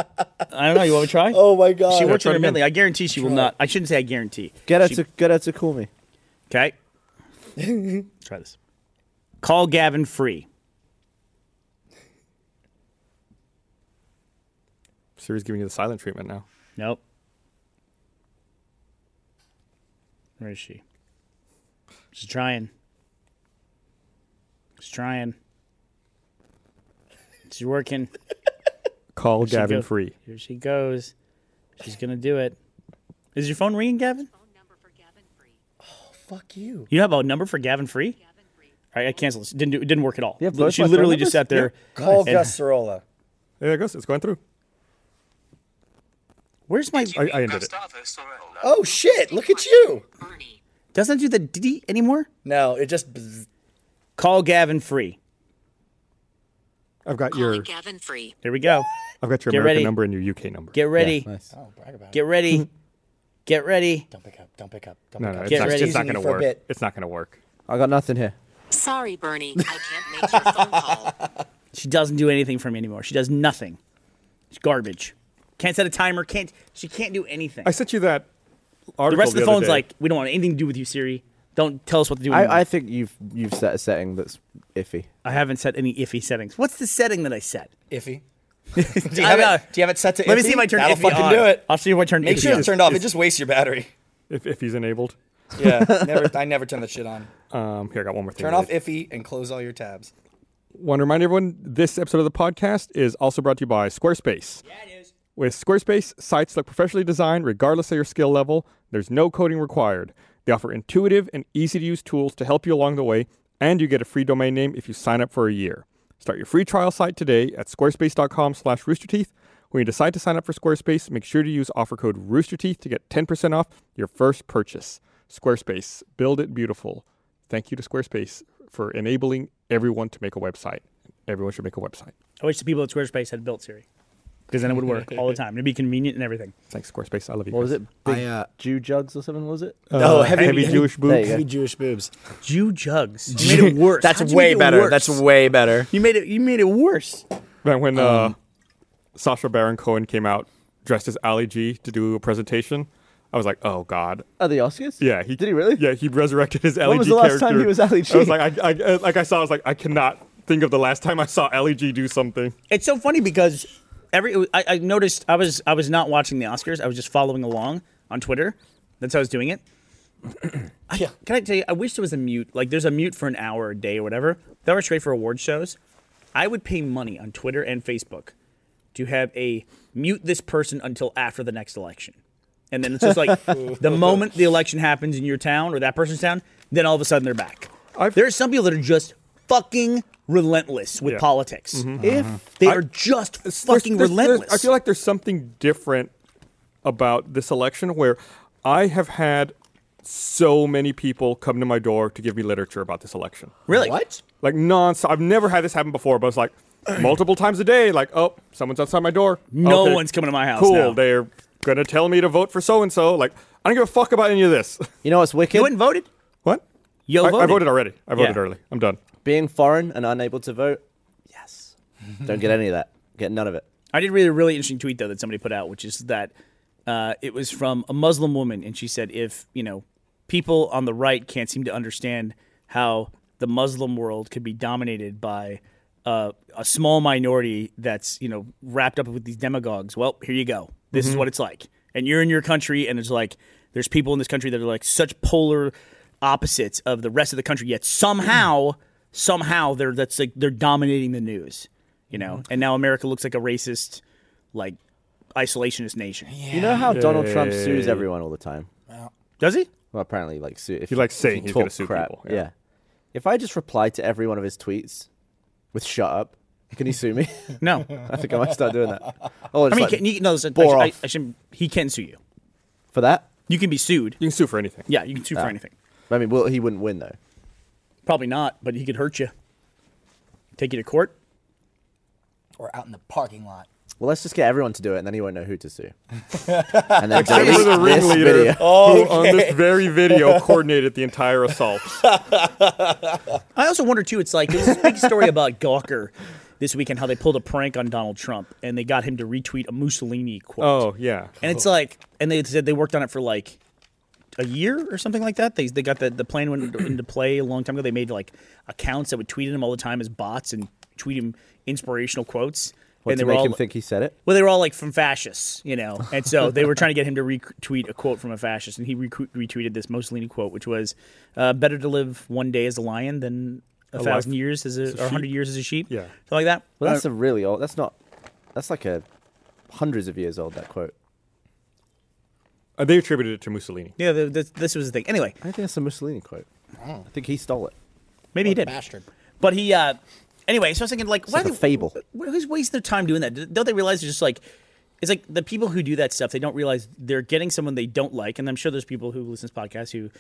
Speaker 4: I don't know. You want to try?
Speaker 5: Oh my god!
Speaker 4: she works
Speaker 2: try it again.
Speaker 4: intermittently. I guarantee she will not. I shouldn't say I guarantee.
Speaker 3: Get her
Speaker 4: She-
Speaker 3: to get her to call me.
Speaker 4: Okay. Try this. Call Gavin free.
Speaker 2: Siri's giving you the silent treatment now.
Speaker 4: Nope. Where is she? She's trying. She's trying. She's working.
Speaker 2: Call
Speaker 4: She
Speaker 2: Gavin
Speaker 4: go-
Speaker 2: free.
Speaker 4: Here she goes. She's gonna do it. Is your phone ringing, Gavin?
Speaker 6: phone number for Gavin Free.
Speaker 5: Fuck you.
Speaker 4: You have a number for Gavin free?
Speaker 6: Gavin Free.
Speaker 4: All right, I canceled this. Didn't do, it didn't work at all.
Speaker 3: You have both
Speaker 4: she
Speaker 3: my phone
Speaker 4: literally
Speaker 3: numbers?
Speaker 4: just sat there.
Speaker 5: Call
Speaker 4: And-
Speaker 5: Gus Sorolla.
Speaker 2: There it goes. It's going through.
Speaker 4: Where's my?
Speaker 2: I, I ended it.
Speaker 5: Oh shit! Look at you.
Speaker 6: Bernie.
Speaker 4: Doesn't do the D anymore?
Speaker 5: No, it just. bzz.
Speaker 4: Call Gavin free.
Speaker 2: I've got
Speaker 6: Calling
Speaker 2: your
Speaker 6: Gavin Free.
Speaker 4: There we go.
Speaker 2: I've got your
Speaker 4: Get
Speaker 2: American
Speaker 4: ready.
Speaker 2: number and your UK number.
Speaker 4: Get ready.
Speaker 3: Nice.
Speaker 5: Oh, brag about it.
Speaker 4: Get ready. Get ready.
Speaker 5: Don't pick up. Don't pick up. Don't
Speaker 2: no,
Speaker 5: pick
Speaker 2: no,
Speaker 5: up.
Speaker 2: it's
Speaker 4: Get
Speaker 2: not,
Speaker 4: ready.
Speaker 2: it's not
Speaker 5: Using
Speaker 2: gonna
Speaker 5: you for a
Speaker 2: work.
Speaker 5: bit.
Speaker 2: It's not gonna work.
Speaker 3: I got nothing here.
Speaker 6: Sorry, Bernie. I can't make your phone call.
Speaker 4: She doesn't do anything for me anymore. She does nothing. It's garbage. Can't set a timer. Can't. She can't do anything.
Speaker 2: I sent you that.
Speaker 4: the
Speaker 2: Article
Speaker 4: rest of the,
Speaker 2: other
Speaker 4: phone's
Speaker 2: day.
Speaker 4: like, we don't want anything to do with you, Siri. Don't tell us what to do. anymore."
Speaker 3: I, I think you've you've set a setting that's iffy.
Speaker 4: I haven't set any iffy settings. What's the setting that I set?
Speaker 5: Iffy. do, you
Speaker 4: I
Speaker 5: have
Speaker 4: don't know.
Speaker 5: it, do you have it set to
Speaker 4: Let me
Speaker 5: iffy?
Speaker 4: see if I turn
Speaker 5: That'll
Speaker 4: iffy
Speaker 5: fucking
Speaker 4: on.
Speaker 5: do it.
Speaker 4: I'll see if I turn
Speaker 5: Make
Speaker 4: iffy
Speaker 5: sure
Speaker 4: on.
Speaker 5: it's turned off. It just wastes your battery.
Speaker 2: if, if he's enabled.
Speaker 5: Yeah. never, I never turn that shit on.
Speaker 2: Um, here I got one more thing.
Speaker 5: Turn
Speaker 2: to
Speaker 5: off
Speaker 2: read.
Speaker 5: iffy and close all your tabs.
Speaker 2: Want to remind everyone this episode of the podcast is also brought to you by Squarespace. Yeah, it is. With Squarespace, sites look professionally designed regardless of your skill level. There's no coding required. They offer intuitive and easy to use tools to help you along the way, and you get a free domain name if you sign up for a year. Start your free trial site today at squarespace.com slash roosterteeth. When you decide to sign up for Squarespace, make sure to use offer code roosterteeth to get 10% off your first purchase. Squarespace, build it beautiful. Thank you to Squarespace for enabling everyone to make a website. Everyone should make a website.
Speaker 4: I wish the people at Squarespace had built Siri, because then it would work all the time. It'd be convenient and everything.
Speaker 2: Thanks, Squarespace. I love you.
Speaker 3: What was
Speaker 2: guys.
Speaker 3: it? Big
Speaker 5: I, uh,
Speaker 3: Jew jugs or something? What was it?
Speaker 5: Oh,
Speaker 2: heavy, Jewish
Speaker 3: there
Speaker 2: boobs.
Speaker 3: you go.
Speaker 5: Heavy Jewish boobs.
Speaker 4: Jew jugs. You made it worse.
Speaker 5: That's
Speaker 4: How'd you
Speaker 5: way
Speaker 4: make it
Speaker 5: better.
Speaker 4: worse?
Speaker 5: That's way better.
Speaker 4: You made it. You made it worse.
Speaker 2: Man, when
Speaker 3: Um,
Speaker 2: uh, Sasha Baron Cohen came out dressed as Ali G to do a presentation, I was like, oh god.
Speaker 3: Are the Oscars?
Speaker 2: Yeah, he
Speaker 3: did he really?
Speaker 2: Yeah, he resurrected his Ali
Speaker 3: was
Speaker 2: G
Speaker 3: the last
Speaker 2: character.
Speaker 3: time he was Ali G?
Speaker 2: I was like, I, I, like I saw, I was like, I cannot think of the last time I saw Ali G do something.
Speaker 4: It's so funny because every I, I noticed I was I was not watching the Oscars. I was just following along on Twitter. That's how I was doing it.
Speaker 1: Yeah.
Speaker 4: Can I tell you? I wish there was a mute. Like, there's a mute for an hour a day or whatever. That works great for award shows. I would pay money on Twitter and Facebook to have a mute this person until after the next election. And then it's just like the moment the election happens in your town or that person's town, then all of a sudden they're back.
Speaker 2: I've-
Speaker 4: There's some people that are just fucking relentless with
Speaker 2: Yeah. Mm-hmm. Uh-huh.
Speaker 4: politics.
Speaker 3: If
Speaker 4: They
Speaker 2: I-
Speaker 4: are just
Speaker 2: It's- there's-
Speaker 4: fucking
Speaker 2: there's- there's-
Speaker 4: relentless.
Speaker 2: I feel like there's something different about this election where I have had so many people come to my door to give me literature about this election.
Speaker 4: really
Speaker 5: What?
Speaker 2: Like non I've never had this happen before, but it's like multiple times a day, like, oh, someone's outside my door.
Speaker 4: No one's coming to my house
Speaker 2: Cool.
Speaker 4: now.
Speaker 2: They're gonna tell me to vote for so and so. Like, I don't give a fuck about any of this.
Speaker 3: you know what's wicked?
Speaker 4: You went and voted.
Speaker 2: what?
Speaker 4: Yo,
Speaker 2: I, I
Speaker 4: voted.
Speaker 2: voted already. I voted
Speaker 4: Yeah.
Speaker 2: early. I'm done.
Speaker 3: Being foreign and unable to vote. Yes. Don't get any of that. Get none of it.
Speaker 4: I did read a really interesting tweet though that somebody put out, which is that uh, it was from a Muslim woman, and she said, "If you know, people on the right can't seem to understand how the Muslim world could be dominated by uh, a small minority that's you know wrapped up with these demagogues. Well, here you go. This is what it's like. And you're in your country, and it's like there's people in this country that are like such polar opposites of the rest of the country, yet somehow." Somehow they're that's like they're dominating the news you know and now america looks like a racist like isolationist nation
Speaker 3: You know how Donald Trump sues everyone all the time.
Speaker 4: does he
Speaker 3: Well, apparently, like sue. If
Speaker 2: He
Speaker 3: you
Speaker 2: likes saying
Speaker 3: if you
Speaker 2: he's gonna
Speaker 3: talk
Speaker 2: sue
Speaker 3: crap,
Speaker 2: people, yeah.
Speaker 3: Yeah. If I just reply to every one of his tweets with "shut up," can he sue me?
Speaker 4: no
Speaker 3: I think I might start doing that. Oh,
Speaker 4: i mean
Speaker 3: like,
Speaker 4: can you no listen, I,
Speaker 3: bore
Speaker 4: I,
Speaker 3: off.
Speaker 4: I shouldn't he can sue you
Speaker 3: for that.
Speaker 4: you can be sued
Speaker 2: You can sue for anything.
Speaker 4: yeah you can sue for
Speaker 3: Ah.
Speaker 4: anything
Speaker 3: I mean, well, he wouldn't win though.
Speaker 4: probably not but he could hurt you take you to court
Speaker 1: Or out in the parking lot.
Speaker 3: Well, let's just get everyone to do it, and then he won't know who to sue. and then delete
Speaker 2: You're the
Speaker 3: this
Speaker 2: ringleader Oh,
Speaker 3: video.
Speaker 2: who, on this very video, coordinated the entire assault.
Speaker 4: i also wonder too it's like there's this big story about gawker this weekend how they pulled a prank on donald trump and they got him to retweet a mussolini quote
Speaker 2: Oh yeah.
Speaker 4: And it's like, and they said they worked on it for like a year or something like that. They they got the the plan went into- into play a long time ago. They made like accounts that would tweet at him all the time as bots and tweet him inspirational quotes.
Speaker 3: What,
Speaker 4: and
Speaker 3: to
Speaker 4: they were
Speaker 3: make
Speaker 4: all
Speaker 3: him think he said it.
Speaker 4: well, they were all like from fascists, you know, and so they were trying to get him to retweet a quote from a fascist, and he recu- retweeted this Mussolini quote, which was, uh, "Better to live one day as a lion than a,
Speaker 2: life
Speaker 4: thousand years as a, or a
Speaker 2: sheep?
Speaker 4: hundred years as a sheep."
Speaker 2: Yeah.
Speaker 4: something like that.
Speaker 3: Well,
Speaker 2: Uh,
Speaker 3: that's a really old. That's not. That's like a hundreds of years old. That quote.
Speaker 2: Uh, they attributed it to Mussolini.
Speaker 4: yeah, th th this was the thing. Anyway,
Speaker 3: I think that's a Mussolini quote.
Speaker 2: Mm.
Speaker 3: I think he stole it.
Speaker 4: maybe he did.
Speaker 5: Bastard.
Speaker 4: But he, uh, anyway, so I was thinking, like, why
Speaker 3: like
Speaker 4: do
Speaker 3: a fable.
Speaker 4: wh- Who's wasting their time doing that? Don't they realize it's just like, it's like the people who do that stuff, they don't realize they're getting someone they don't like. And I'm sure there's people who listen to this podcast who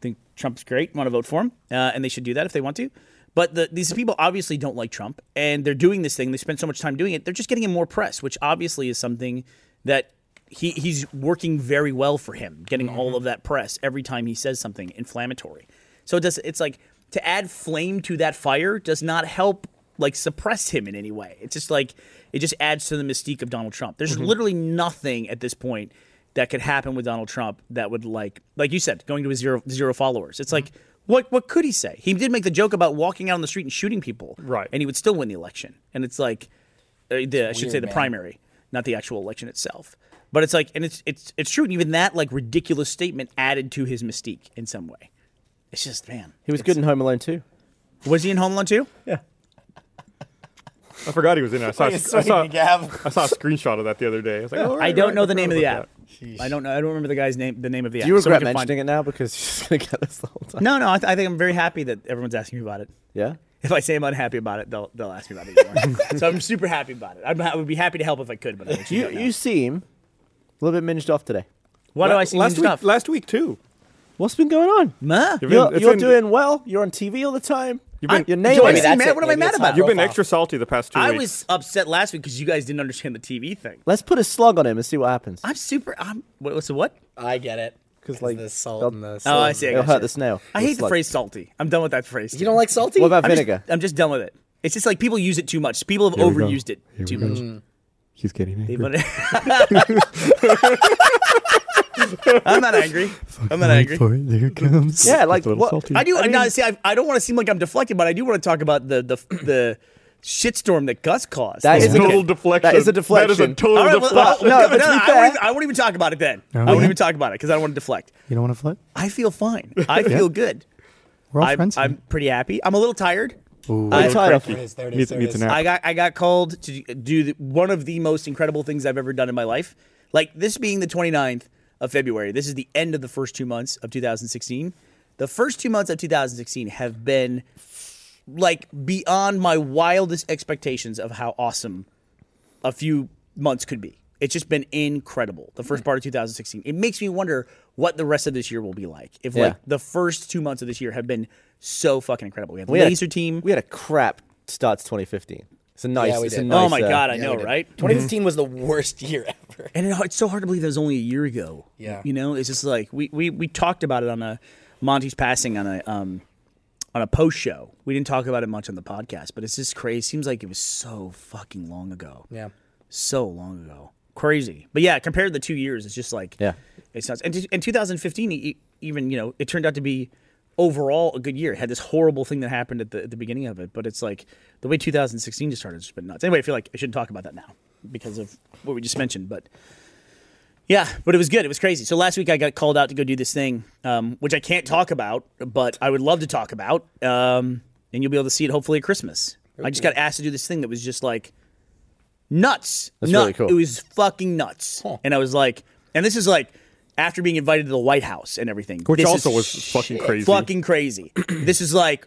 Speaker 4: think Trump's great, want to vote for him, uh, and they should do that if they want to. But the, these people obviously don't like Trump, and they're doing this thing. They spend so much time doing it. They're just getting him more press, which obviously is something that he, he's working very well for him, getting
Speaker 3: Mm-hmm.
Speaker 4: all of that press every time he says something inflammatory. So it does, it's like to add flame to that fire does not help like suppress him in any way. It's just like it just adds to the mystique of Donald Trump. There's literally nothing at this point that could happen with Donald Trump that would like like you said, going to his zero zero followers. It's like what what could he say? He did make the joke about walking out on the street and shooting people.
Speaker 2: Right.
Speaker 4: And he would still win the election. And it's like uh, the I should
Speaker 5: weird,
Speaker 4: say the
Speaker 5: man.
Speaker 4: primary, not the actual election itself. But it's like and it's it's it's true and even that like ridiculous statement added to his mystique in some way. It's just man.
Speaker 3: He was good in Home Alone too.
Speaker 4: Was he in Home Alone too?
Speaker 2: I forgot he was in it. I saw, I saw,
Speaker 1: Gav.
Speaker 2: I saw a screenshot of that the other day. I was like, oh,
Speaker 4: I
Speaker 2: right,
Speaker 4: don't
Speaker 2: right,
Speaker 4: know the
Speaker 2: forgot
Speaker 4: name of the
Speaker 2: about
Speaker 4: app.
Speaker 2: that.
Speaker 4: I don't know. I don't remember the guy's name. The name of the app.
Speaker 3: Do you regret
Speaker 4: Someone can find
Speaker 3: mentioning it now because you're just gonna get this the whole time?
Speaker 4: No, no. I, th- I think I'm very happy that everyone's asking me about it.
Speaker 3: Yeah.
Speaker 4: If I say I'm unhappy about it, they'll they'll ask me about it. Anymore. so I'm super happy about it. I'm, ha- I would be happy to help if I could, but I actually
Speaker 3: You
Speaker 4: don't know.
Speaker 3: you seem a little bit minged off today.
Speaker 4: why do I see
Speaker 2: last
Speaker 4: new
Speaker 2: week,
Speaker 4: stuff?
Speaker 2: Last week too.
Speaker 3: What's been going on?
Speaker 4: Ma?
Speaker 2: You've
Speaker 3: You're,
Speaker 2: it's
Speaker 3: you're doing well. You're on TV all the time.
Speaker 2: You've been-
Speaker 3: your
Speaker 2: Joey,
Speaker 3: name.
Speaker 4: Joey,
Speaker 3: is-
Speaker 4: that's mad- what am I mad about?
Speaker 2: You've been extra salty the past two
Speaker 4: I
Speaker 2: weeks.
Speaker 4: was upset last week because you guys didn't understand the TV thing.
Speaker 3: Let's put a slug on him and see what happens.
Speaker 4: I'm super. I'm what? What's the what?
Speaker 5: I get it. Because
Speaker 3: like,
Speaker 5: the salt
Speaker 3: they'll-
Speaker 5: and the.
Speaker 4: Oh, I
Speaker 5: silver.
Speaker 4: see. I
Speaker 3: It'll
Speaker 4: gotcha.
Speaker 3: hurt the snail.
Speaker 4: I
Speaker 3: The
Speaker 4: hate the
Speaker 3: slug.
Speaker 4: phrase salty. I'm done with that phrase.
Speaker 5: You don't like salty?
Speaker 3: What about
Speaker 4: I'm
Speaker 3: vinegar?
Speaker 4: Just, I'm just done with it. It's just like people use it too much. People have overused it too much.
Speaker 2: He's getting
Speaker 4: They put it- I'm not angry. I'm not angry.
Speaker 1: it. There it comes.
Speaker 3: yeah, like what?
Speaker 4: I do. I, see, I, I don't want to seem like I'm deflecting, but I do want to talk about the the the shitstorm that Gus caused.
Speaker 3: That is
Speaker 2: It's
Speaker 3: a
Speaker 2: total
Speaker 3: good-
Speaker 2: deflection.
Speaker 3: That is a
Speaker 2: That is a
Speaker 3: deflection.
Speaker 2: total
Speaker 4: All right, well,
Speaker 2: deflection.
Speaker 3: deflect. No, but to be
Speaker 4: I,
Speaker 3: fair-
Speaker 4: won't, even- I won't even talk about it then. I won't
Speaker 7: yeah?
Speaker 4: even talk about it because I don't want to deflect.
Speaker 7: You don't want to flip?
Speaker 4: I feel fine. I feel good.
Speaker 7: We're all
Speaker 4: I'm,
Speaker 7: friends. here.
Speaker 4: I'm pretty happy. I'm a little tired.
Speaker 3: I'm
Speaker 4: I,
Speaker 3: tired of
Speaker 1: There it is. There it is.
Speaker 2: Need-
Speaker 1: there it
Speaker 2: needs
Speaker 1: is.
Speaker 2: a nap.
Speaker 4: I got I got called to do the, one of the most incredible things I've ever done in my life. Like this being the 29th of February. This is the end of the first 2 months of 2016. The first 2 months of 2016 have been like beyond my wildest expectations of how awesome a few months could be. It's just been incredible. The
Speaker 3: Hmm.
Speaker 4: first part of 2016. It makes me wonder what the rest of this year will be like. If
Speaker 3: Yeah.
Speaker 4: like the first two months of this year have been so fucking incredible. We had
Speaker 3: We had a-
Speaker 4: Laser Team.
Speaker 3: We had a crap start to 2015. It's a nice.
Speaker 5: we
Speaker 3: it's
Speaker 5: did.
Speaker 3: A nice
Speaker 4: oh my
Speaker 3: uh,
Speaker 4: god, I
Speaker 5: Yeah,
Speaker 4: know,
Speaker 5: we did.
Speaker 4: right?
Speaker 5: 2015 was the worst year ever.
Speaker 4: And it, it's so hard to believe that was only a year ago.
Speaker 5: Yeah.
Speaker 4: you know, it's just like we we we talked about it on a Monty's passing on a um on a post show. We didn't talk about it much on the podcast, but it's just crazy. It seems like it was so fucking long ago.
Speaker 5: Yeah.
Speaker 4: so long ago. Crazy, but yeah, compared to the two years, it's just like
Speaker 3: Yeah.
Speaker 4: it's nuts. And, t- and 2015, e- even you know, it turned out to be overall a good year. It had this horrible thing that happened at the, at the beginning of it, but it's like the way 2016 just started has just been nuts. Anyway, I feel like I shouldn't talk about that now because of what we just mentioned, but yeah, but it was good. It was crazy. So last week I got called out to go do this thing, um, which I can't talk about, but I would love to talk about. Um, and you'll be able to see it hopefully at Christmas. I just got asked to do this thing that was just like nuts.
Speaker 3: That's
Speaker 4: Nut-
Speaker 3: really cool.
Speaker 4: It was fucking nuts. And I was like, and this is like after being invited to the White House and everything,
Speaker 2: Which
Speaker 4: This is
Speaker 2: also was fucking crazy.
Speaker 4: Eh, Fucking crazy. this is like,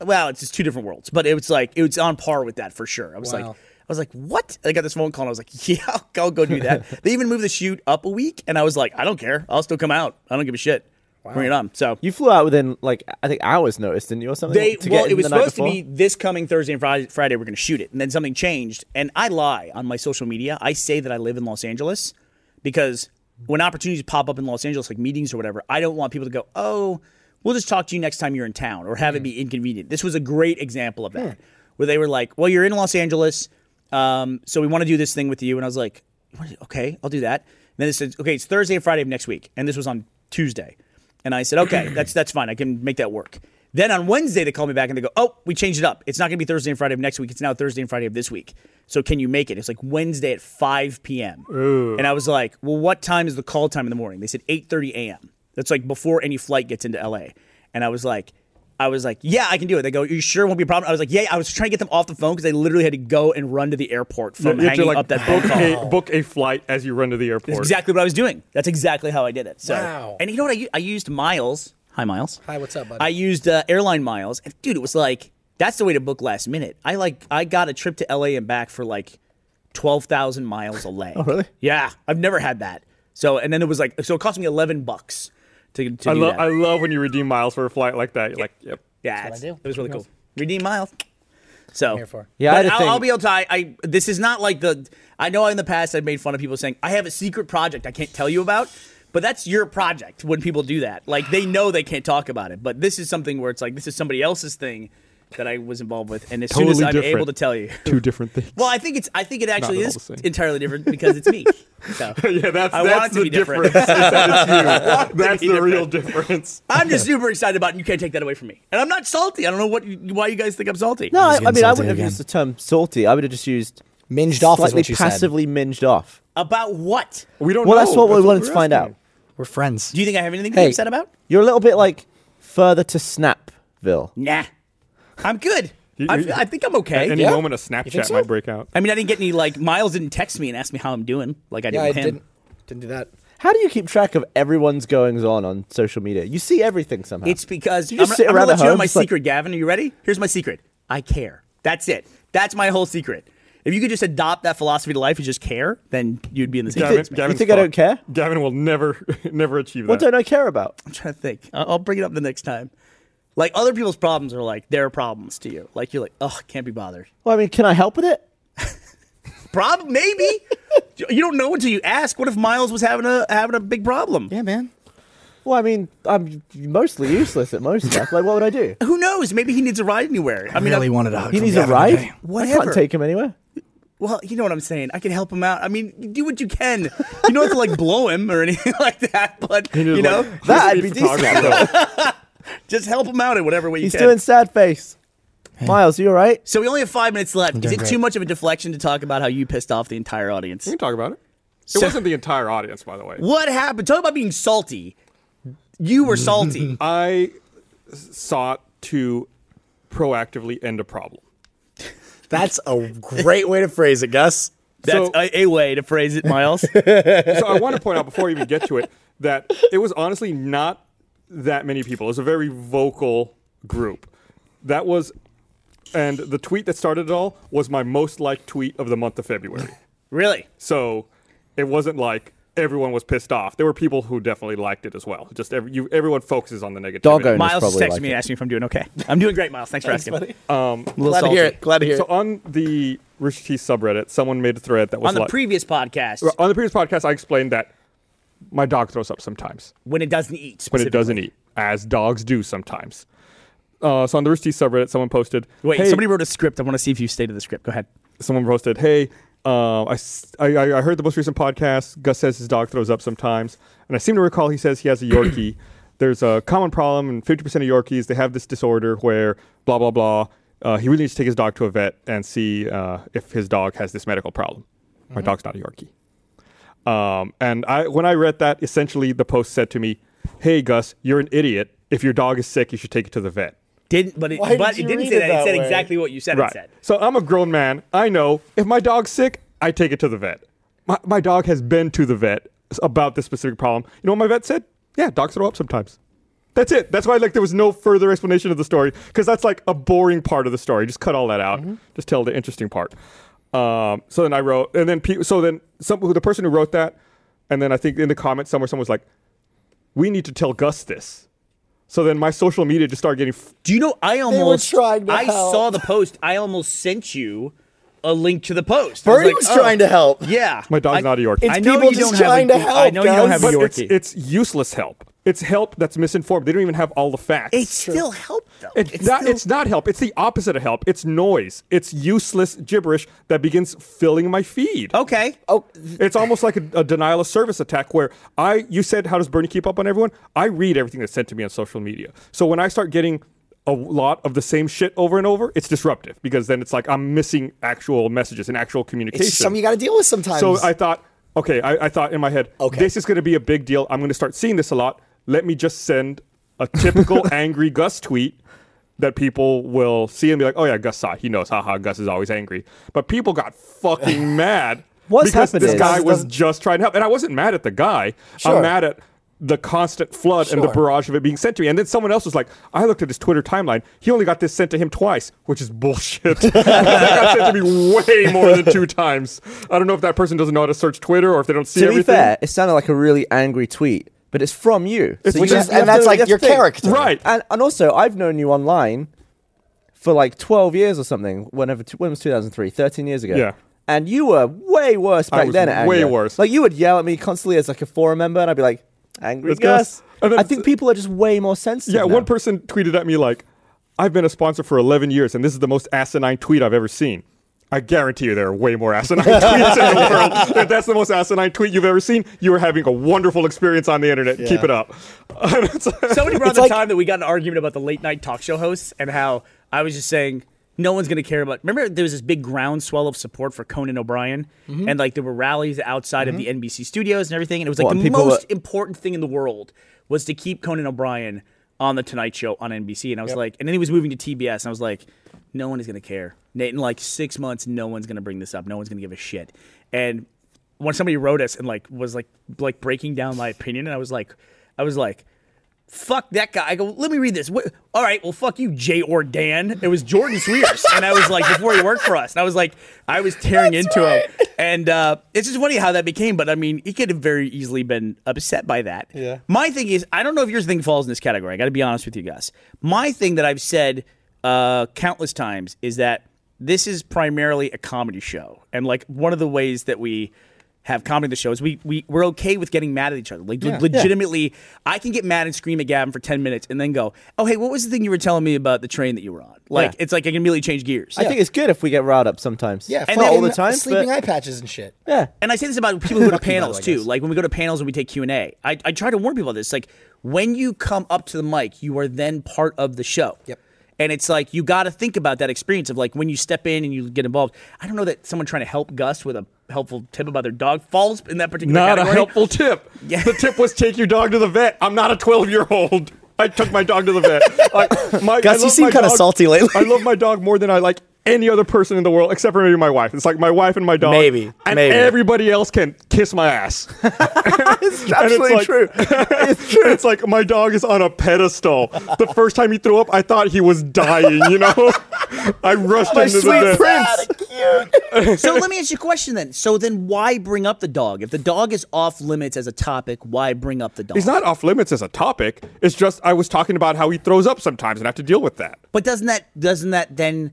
Speaker 4: well, it's just two different worlds, but it was like it was on par with that for sure. I was like,
Speaker 5: Wow.
Speaker 4: I was like, what? I got this phone call and I was like, yeah, I'll, I'll go do that. they even moved the shoot up a week, and I was like, I don't care. I'll still come out. I don't give a shit. Bring it on. So
Speaker 3: You flew out within like I think hours notice, didn't you, or something?
Speaker 4: they
Speaker 3: to get
Speaker 4: well,
Speaker 3: in
Speaker 4: it was
Speaker 3: the night
Speaker 4: supposed to
Speaker 3: before?
Speaker 4: be this coming Thursday and Friday. Friday we're going to shoot it, and then something changed. And I lie on my social media. I say that I live in Los Angeles because when opportunities pop up in Los Angeles, like meetings or whatever, I don't want people to go, "Oh, we'll just talk to you next time you're in town," or
Speaker 3: Hmm.
Speaker 4: have it be inconvenient. This was a great example of that, where they were like, "Well, you're in Los Angeles, um, so we want to do this thing with you," and I was like, "What? "Okay, I'll do that." And then it said, "Okay, it's Thursday and Friday of next week," and this was on Tuesday. And I said, okay, that's that's fine. I can make that work. Then on Wednesday they call me back and they go, oh, we changed it up. It's not going to be Thursday and Friday of next week. It's now Thursday and Friday of this week. So can you make it? It's like Wednesday at 5 p.m. And I was like, well, what time is the call time in the morning? They said 8:30 a.m. That's like before any flight gets into L.A. And I was like, I was like, yeah, I can do it. They go, you sure it won't be a problem? I was like, yeah. I was trying to get them off the phone because they literally had to go and run to the airport
Speaker 2: You
Speaker 4: from
Speaker 2: have to,
Speaker 4: hanging
Speaker 2: like,
Speaker 4: up that phone
Speaker 2: book,
Speaker 4: call.
Speaker 2: a, book a flight as you run to the airport.
Speaker 4: That's exactly what I was doing. That's exactly how I did it. So,
Speaker 5: Wow.
Speaker 4: and you know what? I, u- I used miles. Hi, miles.
Speaker 5: Hi, what's up, buddy?
Speaker 4: I used uh, airline miles, and dude, it was like that's the way to book last minute. I like I got a trip to LA and back for like twelve thousand miles a leg. oh,
Speaker 3: really?
Speaker 4: Yeah, I've never had that. So, and then it was like so it cost me eleven bucks to, to
Speaker 2: I
Speaker 4: do
Speaker 2: love
Speaker 4: that.
Speaker 2: I love when you redeem miles for a fght like that. You're like, yep.
Speaker 4: yeah,
Speaker 1: what I
Speaker 4: it's-
Speaker 1: do.
Speaker 4: it was really cool. Redeem miles. So
Speaker 5: here for.
Speaker 3: Yeah, I
Speaker 4: But
Speaker 3: had a
Speaker 4: I'll,
Speaker 3: thing-
Speaker 4: I'll be able to. I, I this is not like the. I know in the past I've made fun of people saying I have a secret project I can't tell you about, but that's your project. When people do that, like they know they can't talk about it, but this is something where it's like this is somebody else's thing that I was involved with, and as soon
Speaker 2: Totally
Speaker 4: as I'm
Speaker 2: different.
Speaker 4: able to tell you,
Speaker 2: Two different things.
Speaker 4: well, I think it's. I think it actually
Speaker 2: at all
Speaker 4: is
Speaker 2: the same.
Speaker 4: entirely different because it's me. So
Speaker 2: yeah, that's
Speaker 4: I want it
Speaker 2: that's
Speaker 4: to
Speaker 2: the
Speaker 4: be different.
Speaker 2: difference. That is you. that's
Speaker 4: be
Speaker 2: the real difference.
Speaker 4: I'm just super excited about it. and You can't take that away from me, and I'm not salty. I don't know what you- why you guys think I'm salty.
Speaker 3: No, I, I
Speaker 5: getting
Speaker 3: mean I
Speaker 5: salty
Speaker 3: wouldn't have
Speaker 5: again.
Speaker 3: used the term salty. I would have just used
Speaker 5: Minged off is
Speaker 3: slightly
Speaker 5: what you said.
Speaker 3: passively minged off.
Speaker 4: About what?
Speaker 2: We don't
Speaker 3: Well,
Speaker 2: know.
Speaker 3: that's what we wanted
Speaker 2: we're
Speaker 3: to find
Speaker 2: asking.
Speaker 3: out.
Speaker 1: We're friends.
Speaker 4: Do you think I have anything to
Speaker 3: Hey.
Speaker 4: be upset about?
Speaker 3: You're a little bit like further to Snapville.
Speaker 4: Nah, I'm good.
Speaker 2: You-
Speaker 4: I,
Speaker 2: you-
Speaker 4: feel- I think I'm okay.
Speaker 2: At any
Speaker 5: Yeah.
Speaker 2: moment, a
Speaker 5: You think
Speaker 2: Snapchat
Speaker 5: so?
Speaker 2: might break out.
Speaker 4: I mean, I didn't get any like Miles didn't text me and ask me how I'm doing like I did
Speaker 5: Yeah, I
Speaker 4: with him.
Speaker 5: didn't didn't do that.
Speaker 3: How do you keep track of everyone's goings on on social media? You see everything somehow.
Speaker 4: It's because
Speaker 3: You
Speaker 4: I'm,
Speaker 3: just
Speaker 4: gonna-
Speaker 3: sit
Speaker 4: I'm gonna
Speaker 3: around
Speaker 4: let
Speaker 3: at
Speaker 4: you know
Speaker 3: home,
Speaker 4: my
Speaker 3: just like-
Speaker 4: secret, Gavin. Are you ready? Here's my secret. I care. That's it. That's my whole secret. If you could just adopt that philosophy to life and just care, then you'd be in the same.
Speaker 2: Gavin,
Speaker 4: place, man.
Speaker 2: Gavin's
Speaker 3: think I don't
Speaker 2: fucked.
Speaker 3: care?
Speaker 2: Gavin will never, never achieve
Speaker 3: what
Speaker 2: that.
Speaker 3: don't I care about?
Speaker 4: I'm trying to think. I- I'll bring it up the next time. Like other people's problems are like their problems to you. Like you're like, oh, can't be bothered.
Speaker 3: Well, I mean, can I help with it?
Speaker 4: Problem? Maybe. you don't know until you ask. What if Miles was having a having a big problem?
Speaker 1: Yeah, man.
Speaker 3: Well, I mean, I'm mostly useless at most stuff. Like, what would I do?
Speaker 4: Who knows? Maybe he needs a ride anywhere. I mean,
Speaker 5: really
Speaker 4: I-
Speaker 5: wanted a hug.
Speaker 3: He
Speaker 5: from
Speaker 3: needs a
Speaker 5: Gavin
Speaker 3: ride.
Speaker 5: today.
Speaker 3: I
Speaker 4: Whatever.
Speaker 3: can't take him anywhere.
Speaker 4: Well, you know what I'm saying. I can help him out. I mean, you do what you can. You don't have to like blow him or anything like that, but
Speaker 2: He
Speaker 4: you
Speaker 2: was
Speaker 4: know,
Speaker 2: like, "This
Speaker 3: That'd
Speaker 2: is
Speaker 3: be decent."
Speaker 2: photography."
Speaker 4: just help him out in whatever way you
Speaker 3: He's
Speaker 4: can.
Speaker 3: doing sad face. Miles, you all right?
Speaker 4: So we only have five minutes left. Is
Speaker 1: doing
Speaker 4: it too
Speaker 1: great.
Speaker 4: much of a deflection to talk about how you pissed off the entire audience?
Speaker 2: We can talk about it. It
Speaker 4: So-
Speaker 2: wasn't the entire audience, by the way.
Speaker 4: What happened? Talk about being salty. You were salty.
Speaker 2: I sought to proactively end a problem.
Speaker 5: That's a great way to phrase it, Gus.
Speaker 4: That's
Speaker 2: So-
Speaker 4: a, a way to phrase it, Miles.
Speaker 2: so I want to point out before we even get to it that it was honestly not that many people. It was a very vocal group. That was, and the tweet that started it all was my most liked tweet of the month of February.
Speaker 4: really?
Speaker 2: So it wasn't like everyone was pissed off. There were people who definitely liked it as well. Just every, you, everyone focuses on the negativity.
Speaker 3: Doggo. Ernest
Speaker 4: Miles
Speaker 3: probably
Speaker 4: texted
Speaker 3: liked
Speaker 4: me
Speaker 3: it.
Speaker 4: and asked me if I'm doing okay. I'm doing great, Miles. Thanks for asking.
Speaker 5: Glad to hear it. Glad to hear
Speaker 2: So
Speaker 5: it.
Speaker 2: on the Rooster Teeth subreddit, someone made a thread that was
Speaker 4: On the
Speaker 2: like,
Speaker 4: previous podcast,
Speaker 2: on the previous podcast. I explained that my dog throws up sometimes.
Speaker 4: when it doesn't eat,
Speaker 2: when it
Speaker 4: specifically.
Speaker 2: doesn't eat, as dogs do sometimes. Uh, so on the Roosty subreddit, someone posted.
Speaker 4: Wait,
Speaker 2: hey,
Speaker 4: somebody wrote a script. I want to see if you stay to the script. Go ahead.
Speaker 2: Someone posted, "Hey, uh, I, s- I- I- I heard the most recent podcast. Gus says his dog throws up sometimes, and I seem to recall he says he has a Yorkie. There's a common problem, and 50% of Yorkies they have this disorder where blah blah blah. Uh, he really needs to take his dog to a vet and see uh, if his dog has this medical problem. My dog's not a Yorkie." Um, and I, when I read that, essentially the post said to me, "Hey Gus, you're an idiot. If your dog is sick, you should take it to the vet."
Speaker 4: Didn't, but it,
Speaker 1: Why
Speaker 4: but
Speaker 1: did
Speaker 4: it
Speaker 1: you
Speaker 4: didn't
Speaker 1: read
Speaker 4: say
Speaker 1: it
Speaker 4: that. It
Speaker 1: that
Speaker 4: said
Speaker 1: way?
Speaker 4: exactly what you said. It said.
Speaker 2: So I'm a grown man. I know if my dog's sick, I take it to the vet. My, my dog has been to the vet s- about this specific problem. You know what my vet said? Yeah, dogs throw up sometimes. That's it. That's why like there was no further explanation of the story because that's like a boring part of the story. Just cut all that out.
Speaker 4: Mm-hmm.
Speaker 2: Just tell the interesting part. Um, so then I wrote, and then pe- so then some who the person who wrote that, and then I think in the comments somewhere someone was like, "We need to tell Gus this." So then my social media just started getting f-
Speaker 4: Do you know? I almost
Speaker 1: trying to
Speaker 4: I
Speaker 1: help.
Speaker 4: saw the post. I almost sent you a link to the post. I
Speaker 1: Bernie
Speaker 4: like,
Speaker 1: was
Speaker 4: oh,
Speaker 1: trying to help.
Speaker 4: Yeah,
Speaker 2: my dog's
Speaker 4: I-
Speaker 2: not a Yorkie.
Speaker 1: It's
Speaker 4: I know
Speaker 1: people
Speaker 4: you don't
Speaker 1: just
Speaker 4: have a-
Speaker 1: trying to help.
Speaker 4: I know you don't
Speaker 1: guys.
Speaker 4: have a
Speaker 2: But
Speaker 4: Yorkie.
Speaker 2: It's, it's useless help. It's help that's misinformed. They don't even have all the facts.
Speaker 4: It still helped though.
Speaker 2: It's,
Speaker 4: It
Speaker 2: not,
Speaker 4: still-
Speaker 2: it's not help. It's the opposite of help. It's noise. It's useless gibberish that begins filling my feed.
Speaker 4: okay.
Speaker 1: Oh,
Speaker 2: It's almost like a, a denial of service attack where I you said how does Bernie keep up on everyone? I read everything that's sent to me on social media. So when I start getting a lot of the same shit over and over, it's disruptive because then it's like I'm missing actual messages and actual communication.
Speaker 1: it's just something you got to deal with sometimes.
Speaker 2: So I thought, okay, I, I thought in my head,
Speaker 1: Okay.
Speaker 2: this is going to be a big deal. I'm going to start seeing this a lot. Let me just send a typical angry Gus tweet that people will see and be like, oh yeah, Gus saw. it. He knows. Haha, Gus is always angry. But people got fucking mad
Speaker 3: What's
Speaker 2: because
Speaker 3: happened
Speaker 2: this
Speaker 3: is-
Speaker 2: guy
Speaker 1: Gus
Speaker 2: was
Speaker 1: doesn't-
Speaker 2: just trying to help, and I wasn't mad at the guy.
Speaker 1: Sure.
Speaker 2: I'm mad at the constant flood and the
Speaker 1: Sure.
Speaker 2: barrage of it being sent to me. And then someone else was like, I looked at his Twitter timeline. He only got this sent to him twice, which is bullshit. that got sent to me way more than two times. I don't know if that person doesn't know how to search Twitter or if they don't see
Speaker 3: To be
Speaker 2: everything.
Speaker 3: fair, it sounded like a really angry tweet, but it's from you.
Speaker 2: It's-
Speaker 3: you
Speaker 2: Which
Speaker 1: which
Speaker 2: is-
Speaker 3: have-
Speaker 1: is,
Speaker 3: you have
Speaker 1: and that's
Speaker 3: to- you
Speaker 1: like
Speaker 3: have
Speaker 1: your
Speaker 3: to think.
Speaker 1: character,
Speaker 2: Right.
Speaker 3: And, and also, I've known you online for like 12 years or something, whenever, t- when was 2003, 13 years ago.
Speaker 2: Yeah.
Speaker 3: And you were way worse back
Speaker 2: was
Speaker 3: then at
Speaker 2: way
Speaker 3: anger.
Speaker 2: worse.
Speaker 3: Like, you would yell at me constantly as like a forum member, and I'd be like, angry
Speaker 2: Let's go.
Speaker 3: Gus.
Speaker 2: And then-
Speaker 3: I think people are just way more sensitive.
Speaker 2: Yeah,
Speaker 3: now.
Speaker 2: one person tweeted at me like, I've been a sponsor for 11 years, and this is the most asinine tweet I've ever seen. I guarantee you there are way more asinine tweets in the world. If that's the most asinine tweet you've ever seen, you are having a wonderful experience on the internet. Keep
Speaker 1: Yeah.
Speaker 2: it up. And it's like-
Speaker 4: Somebody brought
Speaker 1: It's
Speaker 4: the
Speaker 1: like-
Speaker 4: time that we got in an argument about the late night talk show hosts and how I was just saying no one's going to care about. Remember, there was this big groundswell of support for Conan O'Brien,
Speaker 3: Mm-hmm.
Speaker 4: and like there were rallies outside of the NBC studios and everything. And it was like
Speaker 3: What, Mm-hmm. and
Speaker 4: the
Speaker 3: people
Speaker 4: most
Speaker 3: were-
Speaker 4: important thing in the world was to keep Conan O'Brien on the Tonight Show on NBC. And I was like, and then he was moving to TBS, and I was like, no one is going to care. Nate, in like six months, no one's going to bring this up. No one's going to give a shit. And when somebody wrote us and like was like like breaking down my opinion, and I was like, I was like fuck that guy. I go, let me read this. What? All right, well, fuck you, Jay or Dan. It was Jordan Swears. and I was like, before he worked for us. And I was like, I was tearing into him. And uh, it's just funny how that became, but I mean, he could have very easily been upset by that.
Speaker 1: Yeah.
Speaker 4: My thing is, I don't know if your thing falls in this category. I got to be honest with you guys. My thing that I've said uh, countless times is that this is primarily a comedy show. And like one of the ways that we have comedy in the show is we, we, we're okay with getting mad at each other. Like, legitimately legitimately, I can get mad and scream at Gavin for 10 minutes and then go, oh, hey, what was the thing you were telling me about the train that you were on? Like,
Speaker 3: Yeah.
Speaker 4: it's like I can immediately change gears.
Speaker 3: I think it's good if we get riled up sometimes.
Speaker 1: Yeah,
Speaker 3: Not
Speaker 1: fucking
Speaker 3: all the time.
Speaker 1: Sleeping
Speaker 3: but-
Speaker 1: eye patches and shit.
Speaker 3: yeah.
Speaker 4: And I say this about people who go to
Speaker 1: Fucking
Speaker 4: panels
Speaker 1: Bible, I
Speaker 4: too.
Speaker 1: guess.
Speaker 4: Like when we go to panels and we take Q and A, I, I try to warn people of this. Like when you come up to the mic, you are then part of the show.
Speaker 1: Yep.
Speaker 4: And it's like you got to think about that experience of like when you step in and you get involved. I don't know that someone trying to help Gus with a helpful tip about their dog falls in that particular
Speaker 2: Not a
Speaker 4: category.
Speaker 2: helpful tip.
Speaker 4: Yeah.
Speaker 2: The tip was take your dog to the vet. I'm not a 12 year old. I took my dog to the vet. Like, my,
Speaker 1: Gus,
Speaker 2: I
Speaker 1: you
Speaker 2: love
Speaker 1: seem
Speaker 2: my
Speaker 1: kinda
Speaker 2: dog-
Speaker 1: salty lately.
Speaker 2: I love my dog more than I like any other person in the world, except for maybe my wife. It's like my wife and my dog.
Speaker 5: Maybe,
Speaker 2: And
Speaker 5: maybe.
Speaker 2: everybody else can kiss my ass. it's
Speaker 3: absolutely
Speaker 2: like-
Speaker 3: true.
Speaker 2: it's true. It's like my dog is on a pedestal. The first time he threw up, I thought he was dying, you know? I rushed
Speaker 3: My
Speaker 2: into
Speaker 3: sweet
Speaker 2: the vet.
Speaker 3: prince.
Speaker 4: so let me ask you a question then. So then why bring up the dog? If the dog is off limits as a topic, why bring up the dog?
Speaker 2: He's not off limits as a topic. It's just I was talking about how he throws up sometimes and I have to deal with that.
Speaker 4: But doesn't that doesn't that then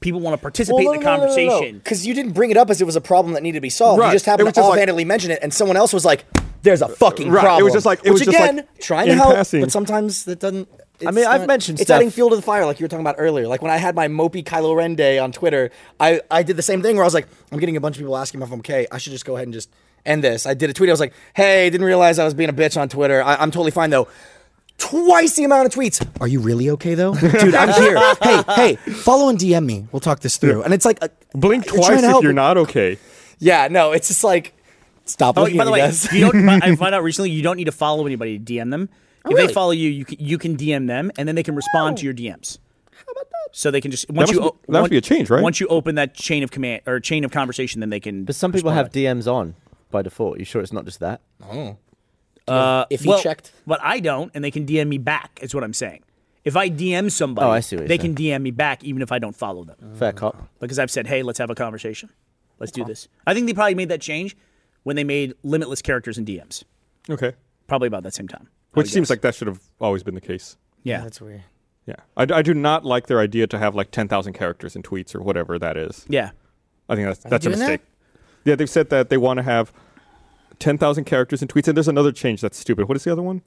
Speaker 4: people want to participate in the conversation?
Speaker 5: Because you didn't bring it up as it was a problem that needed to be solved.
Speaker 2: Right.
Speaker 5: You just
Speaker 2: It
Speaker 5: happened
Speaker 2: was
Speaker 5: to
Speaker 2: just like-
Speaker 5: offhandedly mention it, and someone else was like, "There's a fucking
Speaker 2: Right. It
Speaker 5: problem."
Speaker 2: was just like- it
Speaker 5: which
Speaker 2: was just like
Speaker 5: again, trying to
Speaker 2: in
Speaker 5: help,
Speaker 2: passing.
Speaker 5: but sometimes that doesn't. it's
Speaker 3: mean, I've
Speaker 5: not-
Speaker 3: mentioned
Speaker 5: it's
Speaker 3: stuff-
Speaker 5: adding fuel to the fire, like you were talking about earlier. Like when I had my mopey Kylo Ren day on Twitter, I I did the same thing where I was like, I'm getting a bunch of people asking me if I'm okay. I should just go ahead and just end this. I did a tweet. I was like, Hey, didn't realize I was being a bitch on Twitter. I, I'm totally fine though. Twice the amount of tweets. Are you really okay though, dude? I'm here. hey, hey, follow and DM me. We'll talk this through. And it's like a,
Speaker 2: Blink
Speaker 5: you're trying
Speaker 2: twice
Speaker 5: to
Speaker 2: if
Speaker 5: help.
Speaker 2: you're not okay.
Speaker 5: Yeah, no, it's just like stop
Speaker 4: Oh,
Speaker 5: looking
Speaker 4: by
Speaker 5: at
Speaker 4: the
Speaker 5: me,
Speaker 4: way,
Speaker 5: guys.
Speaker 4: you don't, I found out recently you don't need to follow anybody to DM them.
Speaker 2: Oh,
Speaker 4: if they
Speaker 5: really?
Speaker 4: follow you, you can, you can DM them, and then they can respond to your DMs. How about that? So they can just once
Speaker 2: must
Speaker 4: you
Speaker 2: be-
Speaker 4: o-
Speaker 2: Oh. that must
Speaker 4: once-
Speaker 2: be a change, right?
Speaker 4: Once you open that chain of command or chain of conversation, then they can.
Speaker 3: But some people have DMs on by default. You sure it's not just that?
Speaker 5: if he
Speaker 4: Uh, well,
Speaker 5: checked,
Speaker 4: but I don't, and they can DM me back. Is what I'm saying. If I DM somebody,
Speaker 3: Oh, I see what you're
Speaker 4: they
Speaker 3: saying. Mm.
Speaker 4: can DM me back even if I don't follow them.
Speaker 3: Fair cop.
Speaker 4: because I've said, "Hey, let's have a conversation. Let's do this." I think they probably made that change when they made limitless characters in DMs,
Speaker 2: Okay.
Speaker 4: probably about that same time. I
Speaker 2: Which
Speaker 4: would
Speaker 2: seems
Speaker 4: guess.
Speaker 2: like that should have always been the case.
Speaker 4: yeah.
Speaker 5: that's weird.
Speaker 2: Yeah. I, I do not like their idea to have like 10,000 characters in tweets or whatever that is.
Speaker 4: yeah.
Speaker 2: I think that's, that's a
Speaker 5: doing that?
Speaker 2: mistake. Yeah, they've said that they want to have 10,000 characters in tweets. And there's another change that's stupid. What is the other one?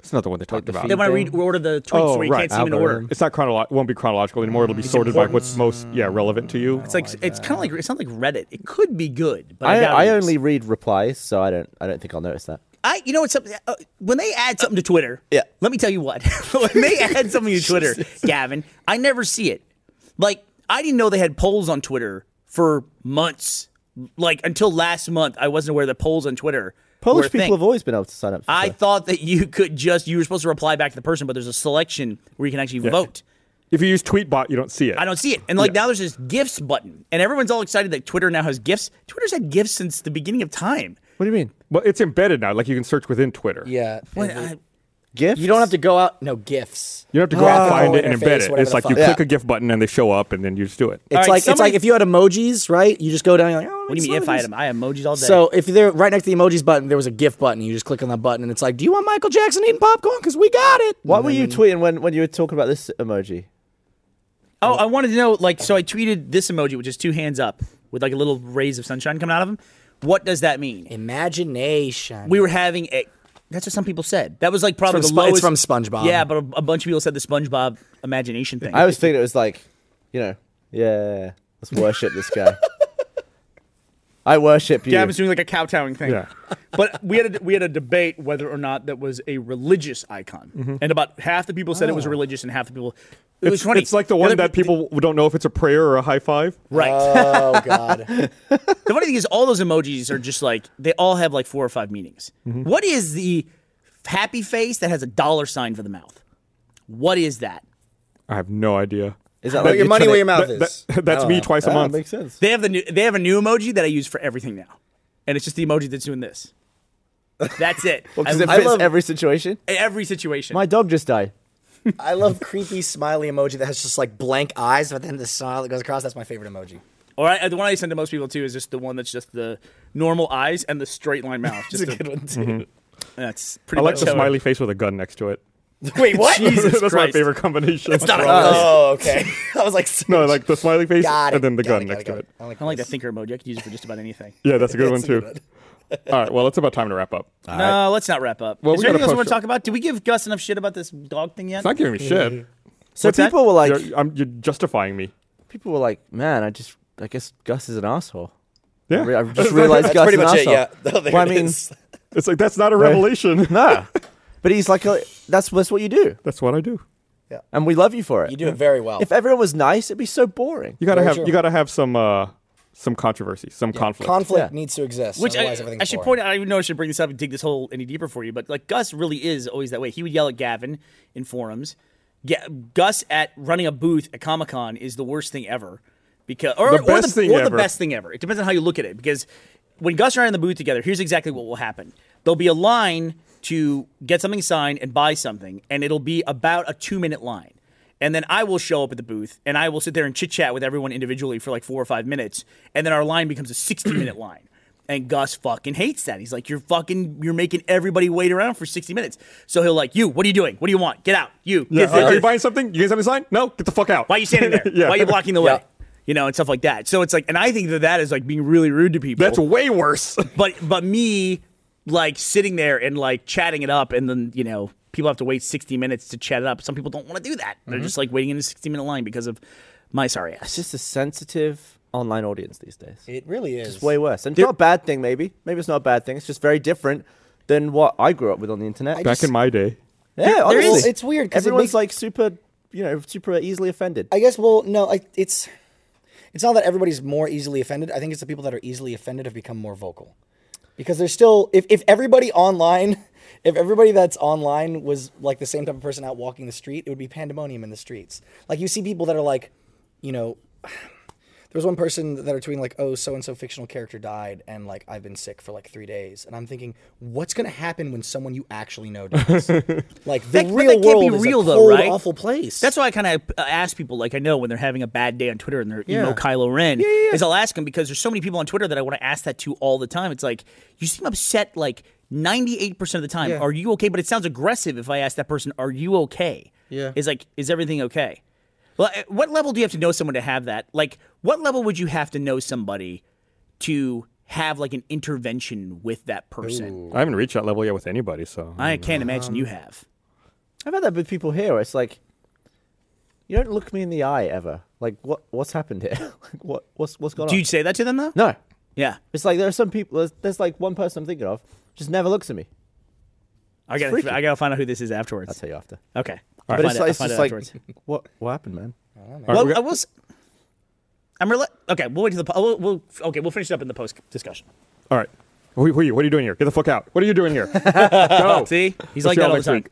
Speaker 2: There's another one they talked
Speaker 3: the
Speaker 2: about.
Speaker 3: feed?
Speaker 4: They want to
Speaker 3: thing.
Speaker 4: read order the tweets
Speaker 2: Oh,
Speaker 4: where you
Speaker 2: right.
Speaker 4: can't see them in order.
Speaker 2: It's not chronolo- won't be chronological anymore. It'll be sorted by what's most yeah relevant to you.
Speaker 4: It's like it's kind of like it's not like Reddit. It could be good, but I,
Speaker 3: I,
Speaker 4: doubt
Speaker 3: I
Speaker 4: it is.
Speaker 3: only read replies, so I don't I don't think I'll notice that.
Speaker 4: I you know it's something uh, when they add something to Twitter.
Speaker 3: Yeah.
Speaker 4: Let me tell you what. when they add something to Twitter, Gavin, I never see it. Like I didn't know they had polls on Twitter for months. Like until last month, I wasn't aware that polls on Twitter. were
Speaker 3: Polish
Speaker 4: a
Speaker 3: people
Speaker 4: thing.
Speaker 3: have always been able to sign up. For
Speaker 4: I
Speaker 3: stuff.
Speaker 4: thought that you could just you were supposed to reply back to the person, but there's a selection where you can actually vote.
Speaker 2: If you use Tweetbot, you don't see it.
Speaker 4: I don't see it. And like
Speaker 2: Yeah.
Speaker 4: now there's this gifts button, and everyone's all excited that Twitter now has gifts. Twitter's had gifts since the beginning of time.
Speaker 3: What do you mean?
Speaker 2: But it's embedded now. Like you can search within Twitter.
Speaker 5: Yeah,
Speaker 4: When
Speaker 5: and
Speaker 4: I-
Speaker 3: Gifts?
Speaker 5: you don't have to go out. No gifts.
Speaker 2: You don't have to go out and find it
Speaker 5: Graphical
Speaker 2: and embed
Speaker 5: interface,
Speaker 2: it.
Speaker 5: whatever
Speaker 2: It's
Speaker 5: the
Speaker 2: like you
Speaker 5: fuck.
Speaker 2: click a GIF button and they show up, and then you just do it.
Speaker 5: It's
Speaker 4: All right,
Speaker 5: like
Speaker 4: somebody-
Speaker 5: it's like if you had emojis, right? You just go down. You're like, oh,
Speaker 4: what do you mean if I had them? I have emojis all day.
Speaker 5: So if they're right next to the emojis button, there was a GIF button. You just click on that button, and it's like, do you want Michael Jackson eating popcorn? Because we got it.
Speaker 3: Why were you tweeting when, when you were talking about this emoji?
Speaker 4: Oh, I wanted to know, like, so I tweeted this emoji, which is two hands up with like a little rays of sunshine coming out of them. What does that mean?
Speaker 5: Imagination.
Speaker 4: We were having a. That's what some people said. That was like probably
Speaker 5: It's from
Speaker 4: the
Speaker 5: Spo-
Speaker 4: lowest.
Speaker 5: it's from SpongeBob.
Speaker 4: Yeah, but a, a bunch of people said the SpongeBob imagination thing.
Speaker 3: I was thinking it was like, you know, yeah, let's worship this guy. I worship you.
Speaker 4: Gavin's doing like a kowtowing thing.
Speaker 2: Yeah.
Speaker 4: But we had a, we had a debate whether or not that was a religious icon, and about half the people said it was
Speaker 5: Oh.
Speaker 4: religious, and half the people. It was
Speaker 2: Mm-hmm. It's,
Speaker 4: funny.
Speaker 2: it's like the one
Speaker 4: other
Speaker 2: that
Speaker 4: pe-
Speaker 2: people don't know if it's a prayer or a high five.
Speaker 4: right.
Speaker 5: Oh God.
Speaker 4: The funny thing is, all those emojis are just like they all have like four or five meanings. What is the happy face that has a dollar sign for the mouth? What is that?
Speaker 2: I have no idea.
Speaker 3: Is that
Speaker 5: Put
Speaker 3: like
Speaker 5: your money where your mouth
Speaker 2: That-
Speaker 5: is.
Speaker 2: that- that's
Speaker 5: I don't
Speaker 2: me
Speaker 5: know.
Speaker 2: twice a
Speaker 3: Ah,
Speaker 2: month.
Speaker 3: makes sense.
Speaker 4: They have the new they have a new emoji that I use for everything now, and it's just the emoji that's doing this. That's it.
Speaker 3: Because
Speaker 4: I-
Speaker 3: it
Speaker 4: I
Speaker 3: fits
Speaker 4: love
Speaker 3: every situation.
Speaker 4: e-, every situation.
Speaker 3: My dog just died.
Speaker 5: I love creepy smiley emoji that has just like blank eyes, but then the smile that goes across. That's my favorite emoji.
Speaker 4: Or I, the one I send to most people too is just the one that's just the normal eyes and the straight line mouth. Just
Speaker 5: It's a
Speaker 4: a-
Speaker 5: good one too.
Speaker 4: That's
Speaker 2: I
Speaker 4: pretty
Speaker 2: like
Speaker 4: much
Speaker 2: the
Speaker 4: how it-
Speaker 2: smiley face with a gun next to it.
Speaker 5: Wait, what?
Speaker 4: Jesus
Speaker 2: that's my
Speaker 4: Christ.
Speaker 2: favorite combination. It's not
Speaker 5: Oh, okay. I was like,
Speaker 2: no, I like the smiley face
Speaker 5: got it.
Speaker 2: and then the
Speaker 5: got
Speaker 2: gun
Speaker 5: it, got
Speaker 2: next
Speaker 5: it, got
Speaker 2: to it.
Speaker 5: I like,
Speaker 4: I like that thinker emoji. I could use it for just about anything.
Speaker 2: Yeah, that's a good one too. All right, well, it's about time to wrap up.
Speaker 4: no, let's not wrap up.
Speaker 2: Well,
Speaker 4: is
Speaker 2: we
Speaker 4: there
Speaker 2: gotta
Speaker 4: anything else we
Speaker 2: push
Speaker 4: want
Speaker 2: it.
Speaker 4: to talk about? Did we give Gus enough shit about this dog thing yet?
Speaker 2: It's not giving me shit.
Speaker 3: So
Speaker 4: that?
Speaker 3: people were like,
Speaker 2: You're, I'm, you're justifying me.
Speaker 3: people were like, man, I just, I guess Gus is an asshole.
Speaker 2: Yeah,
Speaker 3: Re- I just realized Gus
Speaker 5: pretty
Speaker 3: is an
Speaker 5: much it,
Speaker 3: asshole.
Speaker 5: yeah. Oh, there
Speaker 3: well, I
Speaker 5: it
Speaker 3: mean,
Speaker 5: is.
Speaker 2: It's like that's not a revelation.
Speaker 3: no. But he's like, a, that's that's what you do.
Speaker 2: That's what I do.
Speaker 1: Yeah.
Speaker 3: And we love you for it.
Speaker 5: You do it very well.
Speaker 3: If everyone was nice, it'd be so boring.
Speaker 2: You gotta
Speaker 5: Very
Speaker 2: have
Speaker 5: true.
Speaker 2: you gotta have some uh, some controversy, some conflict.
Speaker 5: Conflict
Speaker 3: Yeah.
Speaker 5: needs to exist.
Speaker 4: Which I,
Speaker 5: otherwise everything's
Speaker 4: I should
Speaker 5: boring.
Speaker 4: point out, I don't even know I should bring this up and dig this hole any deeper for you, but like Gus really is always that way. He would yell at Gavin in forums. Ga- Gus at running a booth at Comic Con is the worst thing ever because or
Speaker 2: The
Speaker 4: or
Speaker 2: best thing
Speaker 4: or the
Speaker 2: ever.
Speaker 4: best thing ever. It depends on how you look at it because when Gus and I are in the booth together, here's exactly what will happen. There'll be a line to get something signed and buy something, and it'll be about a two minute line. And then I will show up at the booth and I will sit there and chit chat with everyone individually for like four or five minutes. And then our line becomes a 60 minute line. And Gus fucking hates that. He's like, you're fucking, you're making everybody wait around for 60 minutes. So he'll like, you, what are you doing? What do you want? Get out. You.
Speaker 2: Yeah,
Speaker 4: Get-
Speaker 2: are, are
Speaker 4: get-
Speaker 2: you buying something? You guys have a sign? No, get the fuck out.
Speaker 4: why are you standing there?
Speaker 2: yeah.
Speaker 4: Why are you blocking the way? You know, and stuff like that. So it's like, and I think that that is like being really rude to people.
Speaker 2: That's way worse.
Speaker 4: but but me like sitting there and like chatting it up, and then you know people have to wait sixty minutes to chat it up. Some people don't want to do that.
Speaker 2: Mm-hmm.
Speaker 4: They're just like waiting in a sixty minute line because of my sorry ass.
Speaker 3: It's just a sensitive online audience these days.
Speaker 1: It really is.
Speaker 3: It's way worse. And it's not a bad thing, maybe. Maybe it's not a bad thing. It's just very different than what I grew up with on the internet.
Speaker 2: Back in my day,
Speaker 3: yeah,
Speaker 1: there is-
Speaker 3: honestly.
Speaker 1: it's weird 'cause it
Speaker 3: Everyone's
Speaker 1: makes-
Speaker 3: like super, you know, super easily offended.
Speaker 1: I
Speaker 3: I,
Speaker 1: guess. Well, no. I,
Speaker 5: it's it's not that everybody's more easily offended. I think it's the people that are easily offended have become more vocal. Because there's still if, if everybody online if everybody that's online was like the same type of person out walking the street, it would be pandemonium in the streets. Like you see people that are like, you know, there was one person that are tweeting like, "Oh, so and so fictional character died, and like I've been sick for like three days." And I'm thinking, what's gonna happen when someone you actually know dies? like the
Speaker 4: That- but
Speaker 5: real
Speaker 4: that can't be
Speaker 5: world is
Speaker 4: real,
Speaker 5: a
Speaker 4: though,
Speaker 5: cold,
Speaker 4: right?
Speaker 5: awful place.
Speaker 4: That's why I kind of ask people, like I know when they're having a bad day on Twitter and they're emo Kylo Ren, is I'll ask them because there's so many people on Twitter that I want to ask that to all the time. It's like you seem upset like 98% of the time. Are you okay? But it sounds aggressive if I ask that person, "Are you okay?"
Speaker 5: Yeah.
Speaker 4: It's like, "Is everything okay?" Well, at what level do you have to know someone to have that? Like, what level would you have to know somebody to have like an intervention with that person?
Speaker 2: I haven't reached that level yet with anybody. So
Speaker 4: I can't imagine you have.
Speaker 3: have had that with people here. Where it's like, you don't look me in the eye ever. Like, what? What's happened here? like, what? What's what's gone
Speaker 4: Do
Speaker 3: on?
Speaker 4: you say that to them though?
Speaker 3: no.
Speaker 4: Yeah.
Speaker 3: It's like there are some people. There's, there's like one person I'm thinking of just never looks at me.
Speaker 4: I got
Speaker 3: freaky.
Speaker 4: to I got to find out who this is afterwards.
Speaker 3: I'll tell you after.
Speaker 4: Okay.
Speaker 3: But
Speaker 4: I'll
Speaker 3: it's,
Speaker 4: find out-
Speaker 3: like, it's
Speaker 4: I'll find
Speaker 3: just
Speaker 4: out
Speaker 3: like,
Speaker 4: afterwards.
Speaker 3: what? What happened, man?
Speaker 2: All right, we
Speaker 4: well, I
Speaker 2: got-
Speaker 4: will. s- I'm rela- okay. We'll wait to the. Po- we'll, we'll, okay, we'll finish it up in the post discussion.
Speaker 2: all right. Who, who are you? What are you doing here? Get the fuck out. What are you doing here? Go.
Speaker 4: See, he's
Speaker 2: We'll see
Speaker 4: like that
Speaker 2: y'all
Speaker 4: all the
Speaker 2: next
Speaker 4: time.
Speaker 2: week.